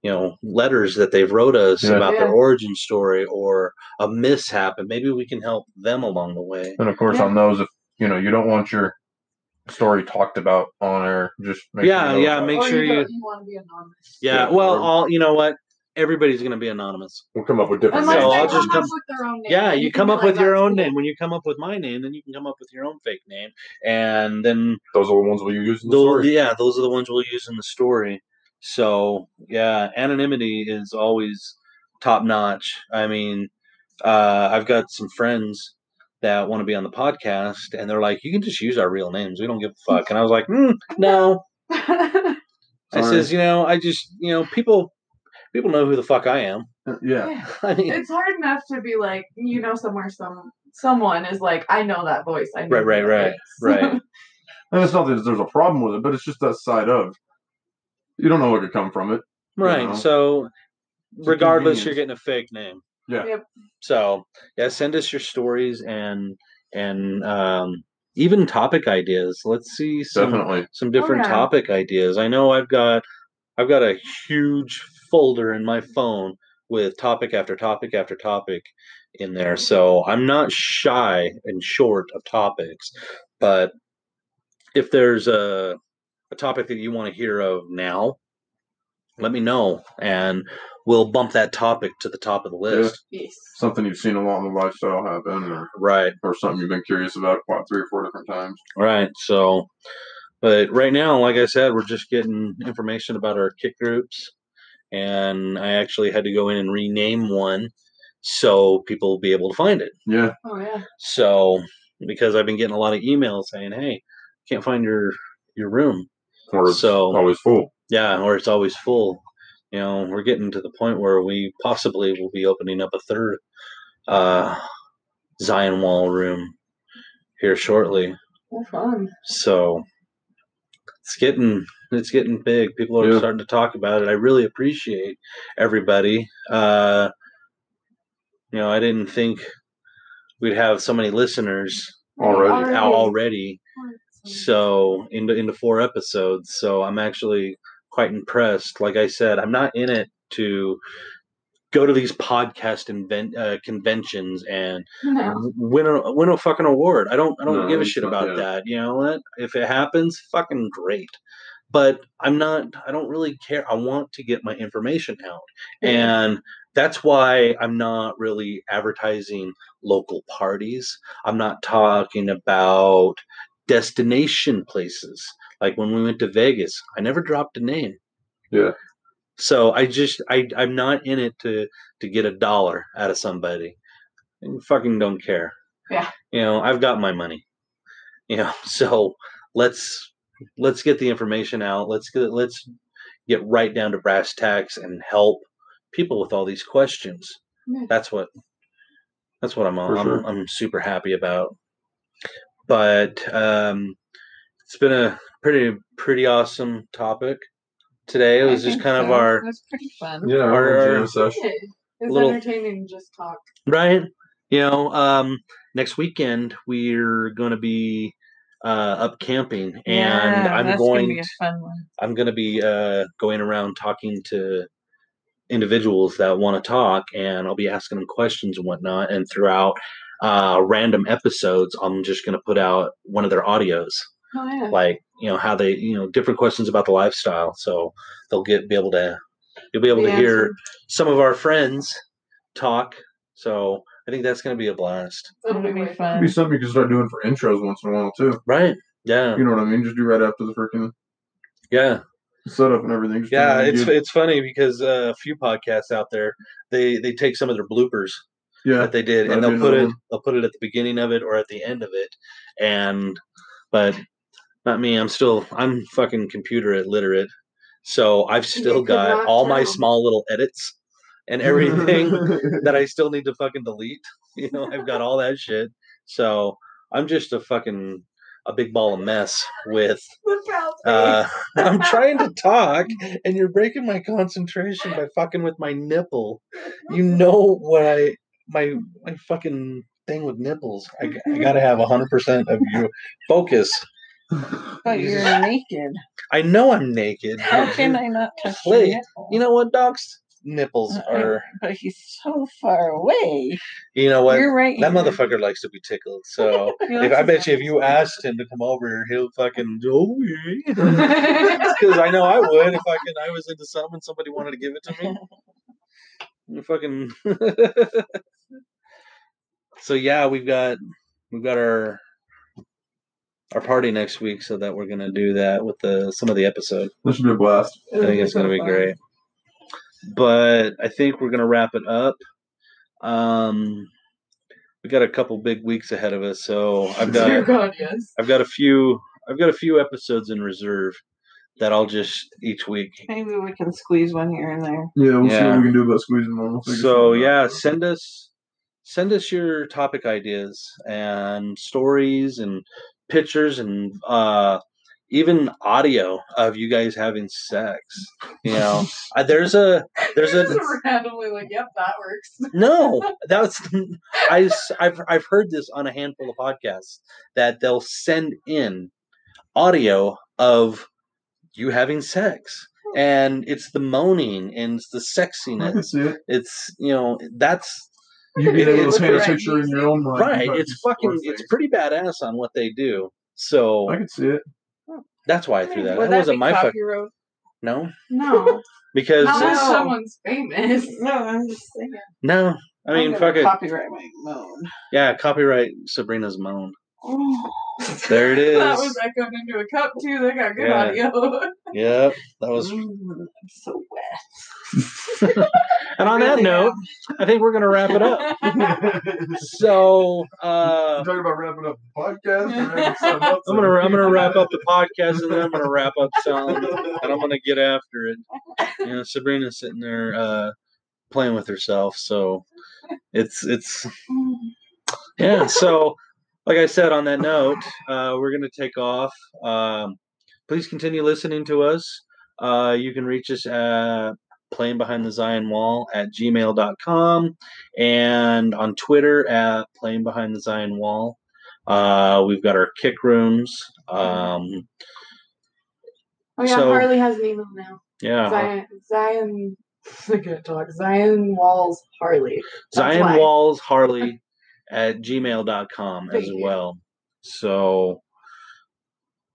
Speaker 1: you know letters that they've wrote us
Speaker 4: Yeah.
Speaker 1: about their
Speaker 3: Yeah.
Speaker 1: origin story or a mishap, and maybe we can help them along the way.
Speaker 4: And of course,
Speaker 3: Yeah.
Speaker 4: on those, if you know you don't want your story talked about on air, just make
Speaker 1: Yeah,
Speaker 4: sure you know
Speaker 1: yeah,
Speaker 4: about it.
Speaker 1: make
Speaker 3: Or
Speaker 1: sure
Speaker 3: you,
Speaker 1: you-
Speaker 3: don't- you want to be anonymous.
Speaker 1: Yeah,
Speaker 4: Yeah,
Speaker 1: well,
Speaker 4: or-
Speaker 1: all you know what? everybody's going to be anonymous.
Speaker 4: We'll come up with different
Speaker 1: Unless
Speaker 4: names.
Speaker 1: I'll
Speaker 3: they
Speaker 1: just
Speaker 3: come
Speaker 1: come-
Speaker 3: up with their own name.
Speaker 1: Yeah,
Speaker 3: then
Speaker 1: you
Speaker 3: can
Speaker 1: come
Speaker 3: be
Speaker 1: up
Speaker 3: like,
Speaker 1: with your
Speaker 3: "That's
Speaker 1: own
Speaker 3: cool."
Speaker 1: name. When you come up with my name, then you can come up with your own fake name, and then
Speaker 4: Those are the ones we use in the
Speaker 1: those,
Speaker 4: story.
Speaker 1: yeah, those are the ones we'll use in the story. So yeah, anonymity is always top notch. I mean, uh, I've got some friends that want to be on the podcast, and they're like, "You can just use our real names. We don't give a fuck." And I was like, mm, "No," I
Speaker 4: Sorry.
Speaker 1: says, "You know, I just you know people people know who the fuck I am."
Speaker 4: Yeah.
Speaker 1: I mean,
Speaker 3: it's hard enough to be like, you know, somewhere some someone is like, I know that voice. I know
Speaker 1: Right, right,
Speaker 3: that
Speaker 1: right,
Speaker 3: voice."
Speaker 1: right.
Speaker 4: And it's not that there's a problem with it, but it's just that side of. You don't know what could come from it.
Speaker 1: Right.
Speaker 4: know?
Speaker 1: So,
Speaker 4: a
Speaker 1: regardless, you're
Speaker 4: convenience.
Speaker 1: getting a fake name.
Speaker 4: Yeah.
Speaker 3: Yep.
Speaker 1: So, yeah, send us your stories and and um, even topic ideas. Let's see some
Speaker 4: Definitely.
Speaker 1: some different
Speaker 3: yeah.
Speaker 1: topic ideas. I know I've got I've got a huge folder in my phone with topic after topic after topic in there. So I'm not shy and short of topics, but if there's a a topic that you want to hear of now, let me know and we'll bump that topic to the top of the list.
Speaker 3: Yes.
Speaker 4: Something you've seen a lot in the lifestyle happen, or,
Speaker 1: Right.
Speaker 4: or something you've been curious about about three or four different times.
Speaker 1: Right. So, but right now, like I said, we're just getting information about our kick groups. And I actually had to go in and rename one so people will be able to find it.
Speaker 4: Yeah.
Speaker 3: Oh yeah.
Speaker 1: So, because I've been getting a lot of emails saying, hey, can't find your your room.
Speaker 4: Or it's
Speaker 1: So-
Speaker 4: always full.
Speaker 1: Yeah. Or it's always full. You know, we're getting to the point where we possibly will be opening up a third uh, Zion Wall room here shortly.
Speaker 3: Well, fun.
Speaker 1: So it's getting it's getting big. People are
Speaker 4: Yeah.
Speaker 1: starting to talk about it. I really appreciate everybody. Uh, you know, I didn't think we'd have so many listeners
Speaker 4: Already.
Speaker 1: out already. So into into four episodes. So I'm actually quite impressed. Like I said, I'm not in it to go to these podcast invent, uh, conventions and
Speaker 3: No.
Speaker 1: uh, win a win a fucking award. I don't I don't
Speaker 4: No,
Speaker 1: give a
Speaker 4: it's
Speaker 1: shit
Speaker 4: not
Speaker 1: about
Speaker 4: that.
Speaker 1: that. You know what? If it happens, fucking great. But I'm not I don't really care. I want to get my information out. And that's why I'm not really advertising local parties. I'm not talking about destination places. Like when we went to Vegas, I never dropped a name.
Speaker 4: Yeah.
Speaker 1: So I just I I'm not in it to to get a dollar out of somebody. I fucking don't care.
Speaker 3: Yeah.
Speaker 1: You know, I've got my money. You know, so let's let's get the information out. Let's get let's get right down to brass tacks and help people with all these questions.
Speaker 3: Yeah.
Speaker 1: That's what that's what I'm
Speaker 4: For
Speaker 1: I'm,
Speaker 4: sure.
Speaker 1: I'm super happy about. But um it's been a pretty pretty awesome topic today. It was just kind of our
Speaker 5: That's pretty fun.
Speaker 4: Yeah.
Speaker 1: Or-
Speaker 4: Our jam session.
Speaker 3: Yeah. It's
Speaker 1: Little-
Speaker 3: entertaining to just talk.
Speaker 1: right you know um next weekend we're gonna be uh up camping and i'm
Speaker 5: that's gonna
Speaker 1: going
Speaker 5: be a fun one.
Speaker 1: i'm gonna be uh going around talking to individuals that want to talk and i'll be asking them questions and whatnot and throughout uh random episodes i'm just gonna put out one of their audios
Speaker 3: Oh yeah.
Speaker 1: like you know how they you know different questions about the lifestyle so they'll get be able to you'll be able
Speaker 3: The
Speaker 1: to hear
Speaker 3: answer.
Speaker 1: some of our friends talk so i think that's going to be a blast
Speaker 3: It'll be
Speaker 5: It'll be
Speaker 3: great.
Speaker 4: It'd be
Speaker 5: fun.
Speaker 4: something you could start doing for intros once in a while too.
Speaker 1: right yeah
Speaker 4: You know what I mean? Just do right after the freaking
Speaker 1: yeah
Speaker 4: setup and everything. Just do
Speaker 1: yeah
Speaker 4: what you
Speaker 1: it's
Speaker 4: did.
Speaker 1: it's funny because uh, a few podcasts out there they they take some of their bloopers
Speaker 4: yeah.
Speaker 1: that they did and
Speaker 4: that'd be
Speaker 1: they'll put
Speaker 4: another
Speaker 1: it
Speaker 4: one.
Speaker 1: they'll put it at the beginning of it or at the end of it and but not me i'm still i'm fucking computer illiterate so i've still
Speaker 3: could
Speaker 1: got
Speaker 3: not
Speaker 1: all my
Speaker 3: tell.
Speaker 1: small little edits and everything that I still need to fucking delete. You know, I've got all that shit. So I'm just a fucking a big ball of mess with
Speaker 3: Look out,
Speaker 1: uh I'm trying to talk and you're breaking my concentration by fucking with my nipple. You know what I my my fucking thing with nipples. I, g- I got to have 100% of you focus.
Speaker 5: But
Speaker 1: You
Speaker 5: you're
Speaker 1: just-
Speaker 5: naked.
Speaker 1: I know I'm naked.
Speaker 5: How can I not touch your
Speaker 1: Please,
Speaker 5: nipple?
Speaker 1: You know what, Doc's nipples
Speaker 5: Uh, I-
Speaker 1: are
Speaker 5: but he's so far away.
Speaker 1: you know what?
Speaker 5: You're right.
Speaker 1: That
Speaker 5: here.
Speaker 1: motherfucker likes to be tickled. So
Speaker 5: He
Speaker 1: If
Speaker 5: likes
Speaker 1: I
Speaker 5: his
Speaker 1: bet you, if you
Speaker 5: nipples.
Speaker 1: asked him to come over, here, he'll fucking "Oh, do
Speaker 3: babe.
Speaker 1: Because I know I would if I can. I was into something and somebody wanted to give it to me. You fucking. so yeah, we've got we've got our our party next week, so that we're gonna do that with the some of the episode.
Speaker 4: This should be a blast.
Speaker 1: I think it's gonna be great. But I think we're gonna wrap it up. Um, we got a couple big weeks ahead of us, so I've
Speaker 2: Dear
Speaker 1: got
Speaker 2: God, yes.
Speaker 1: I've got a few I've got a few episodes in reserve that I'll just each week
Speaker 5: Maybe we can squeeze one here and there.
Speaker 4: Yeah, we'll see
Speaker 1: Yeah.
Speaker 4: what we can do about squeezing one. We'll figure
Speaker 1: so
Speaker 4: something out.
Speaker 1: yeah send us send us your topic ideas and stories and pictures and uh even audio of you guys having sex you know Uh, there's a there's a
Speaker 2: randomly like, yep, that works.
Speaker 1: no that's I, have I've heard this on a handful of podcasts that they'll send in audio of you having sex and it's the moaning and it's the
Speaker 4: I can
Speaker 1: sexiness
Speaker 4: see it.
Speaker 1: it's you know that's
Speaker 4: You being
Speaker 1: It
Speaker 4: able
Speaker 1: is
Speaker 4: to paint a
Speaker 2: right.
Speaker 4: picture in your own mind.
Speaker 1: right
Speaker 4: about
Speaker 1: it's
Speaker 4: these
Speaker 1: fucking
Speaker 4: sort of
Speaker 1: it's
Speaker 4: things.
Speaker 1: pretty badass on what they do so
Speaker 4: I can see it.
Speaker 1: that's why i threw that that wasn't my fuck no
Speaker 3: No.
Speaker 1: because
Speaker 3: Not
Speaker 1: it's-
Speaker 3: No.
Speaker 2: someone's famous.
Speaker 5: No, I'm just saying.
Speaker 1: no i
Speaker 5: I'm
Speaker 1: mean
Speaker 5: gonna
Speaker 1: fuck it
Speaker 5: Copyright my moan.
Speaker 1: yeah copyright sabrina's moan
Speaker 5: Oh,
Speaker 1: there it is
Speaker 2: That was echoed into a cup too. They got good
Speaker 1: Yeah.
Speaker 2: audio.
Speaker 3: Oh,
Speaker 1: yep that was
Speaker 5: mm, I'm so wet.
Speaker 1: and on that
Speaker 5: Really
Speaker 1: note i think we're gonna wrap it up
Speaker 4: I'm
Speaker 1: so uh
Speaker 4: talking about wrapping up the podcast. or wrapping something up.
Speaker 1: I'm gonna I'm gonna wrap up the podcast and then I'm gonna wrap up sound and I'm gonna get after it. You know, Sabrina's sitting there uh, playing with herself, so it's it's yeah. So, like I said, on that note, uh, we're gonna take off. Um, please continue listening to us. Uh, you can reach us at playing behind the Zion wall at gmail.com and on Twitter at playing behind the Zion wall. Uh, we've got our kick rooms. Um,
Speaker 3: Oh yeah,
Speaker 1: So- Uh-huh.
Speaker 3: Harley has an email now.
Speaker 1: yeah,
Speaker 3: Zion, Zion, I can't talk. Zion Walls Harley.
Speaker 1: Zion
Speaker 3: why.
Speaker 1: Walls Harley at gmail.com as
Speaker 3: Thank you.
Speaker 1: well. So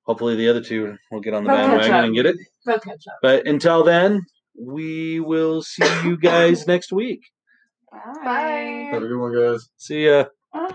Speaker 1: hopefully the other two will get on the
Speaker 2: They'll catch
Speaker 1: bandwagon
Speaker 2: up.
Speaker 1: and get it.
Speaker 2: Go catch up.
Speaker 1: But until then, we will see you guys next week.
Speaker 3: Bye.
Speaker 4: Have a good one, guys.
Speaker 1: See ya.
Speaker 5: Bye.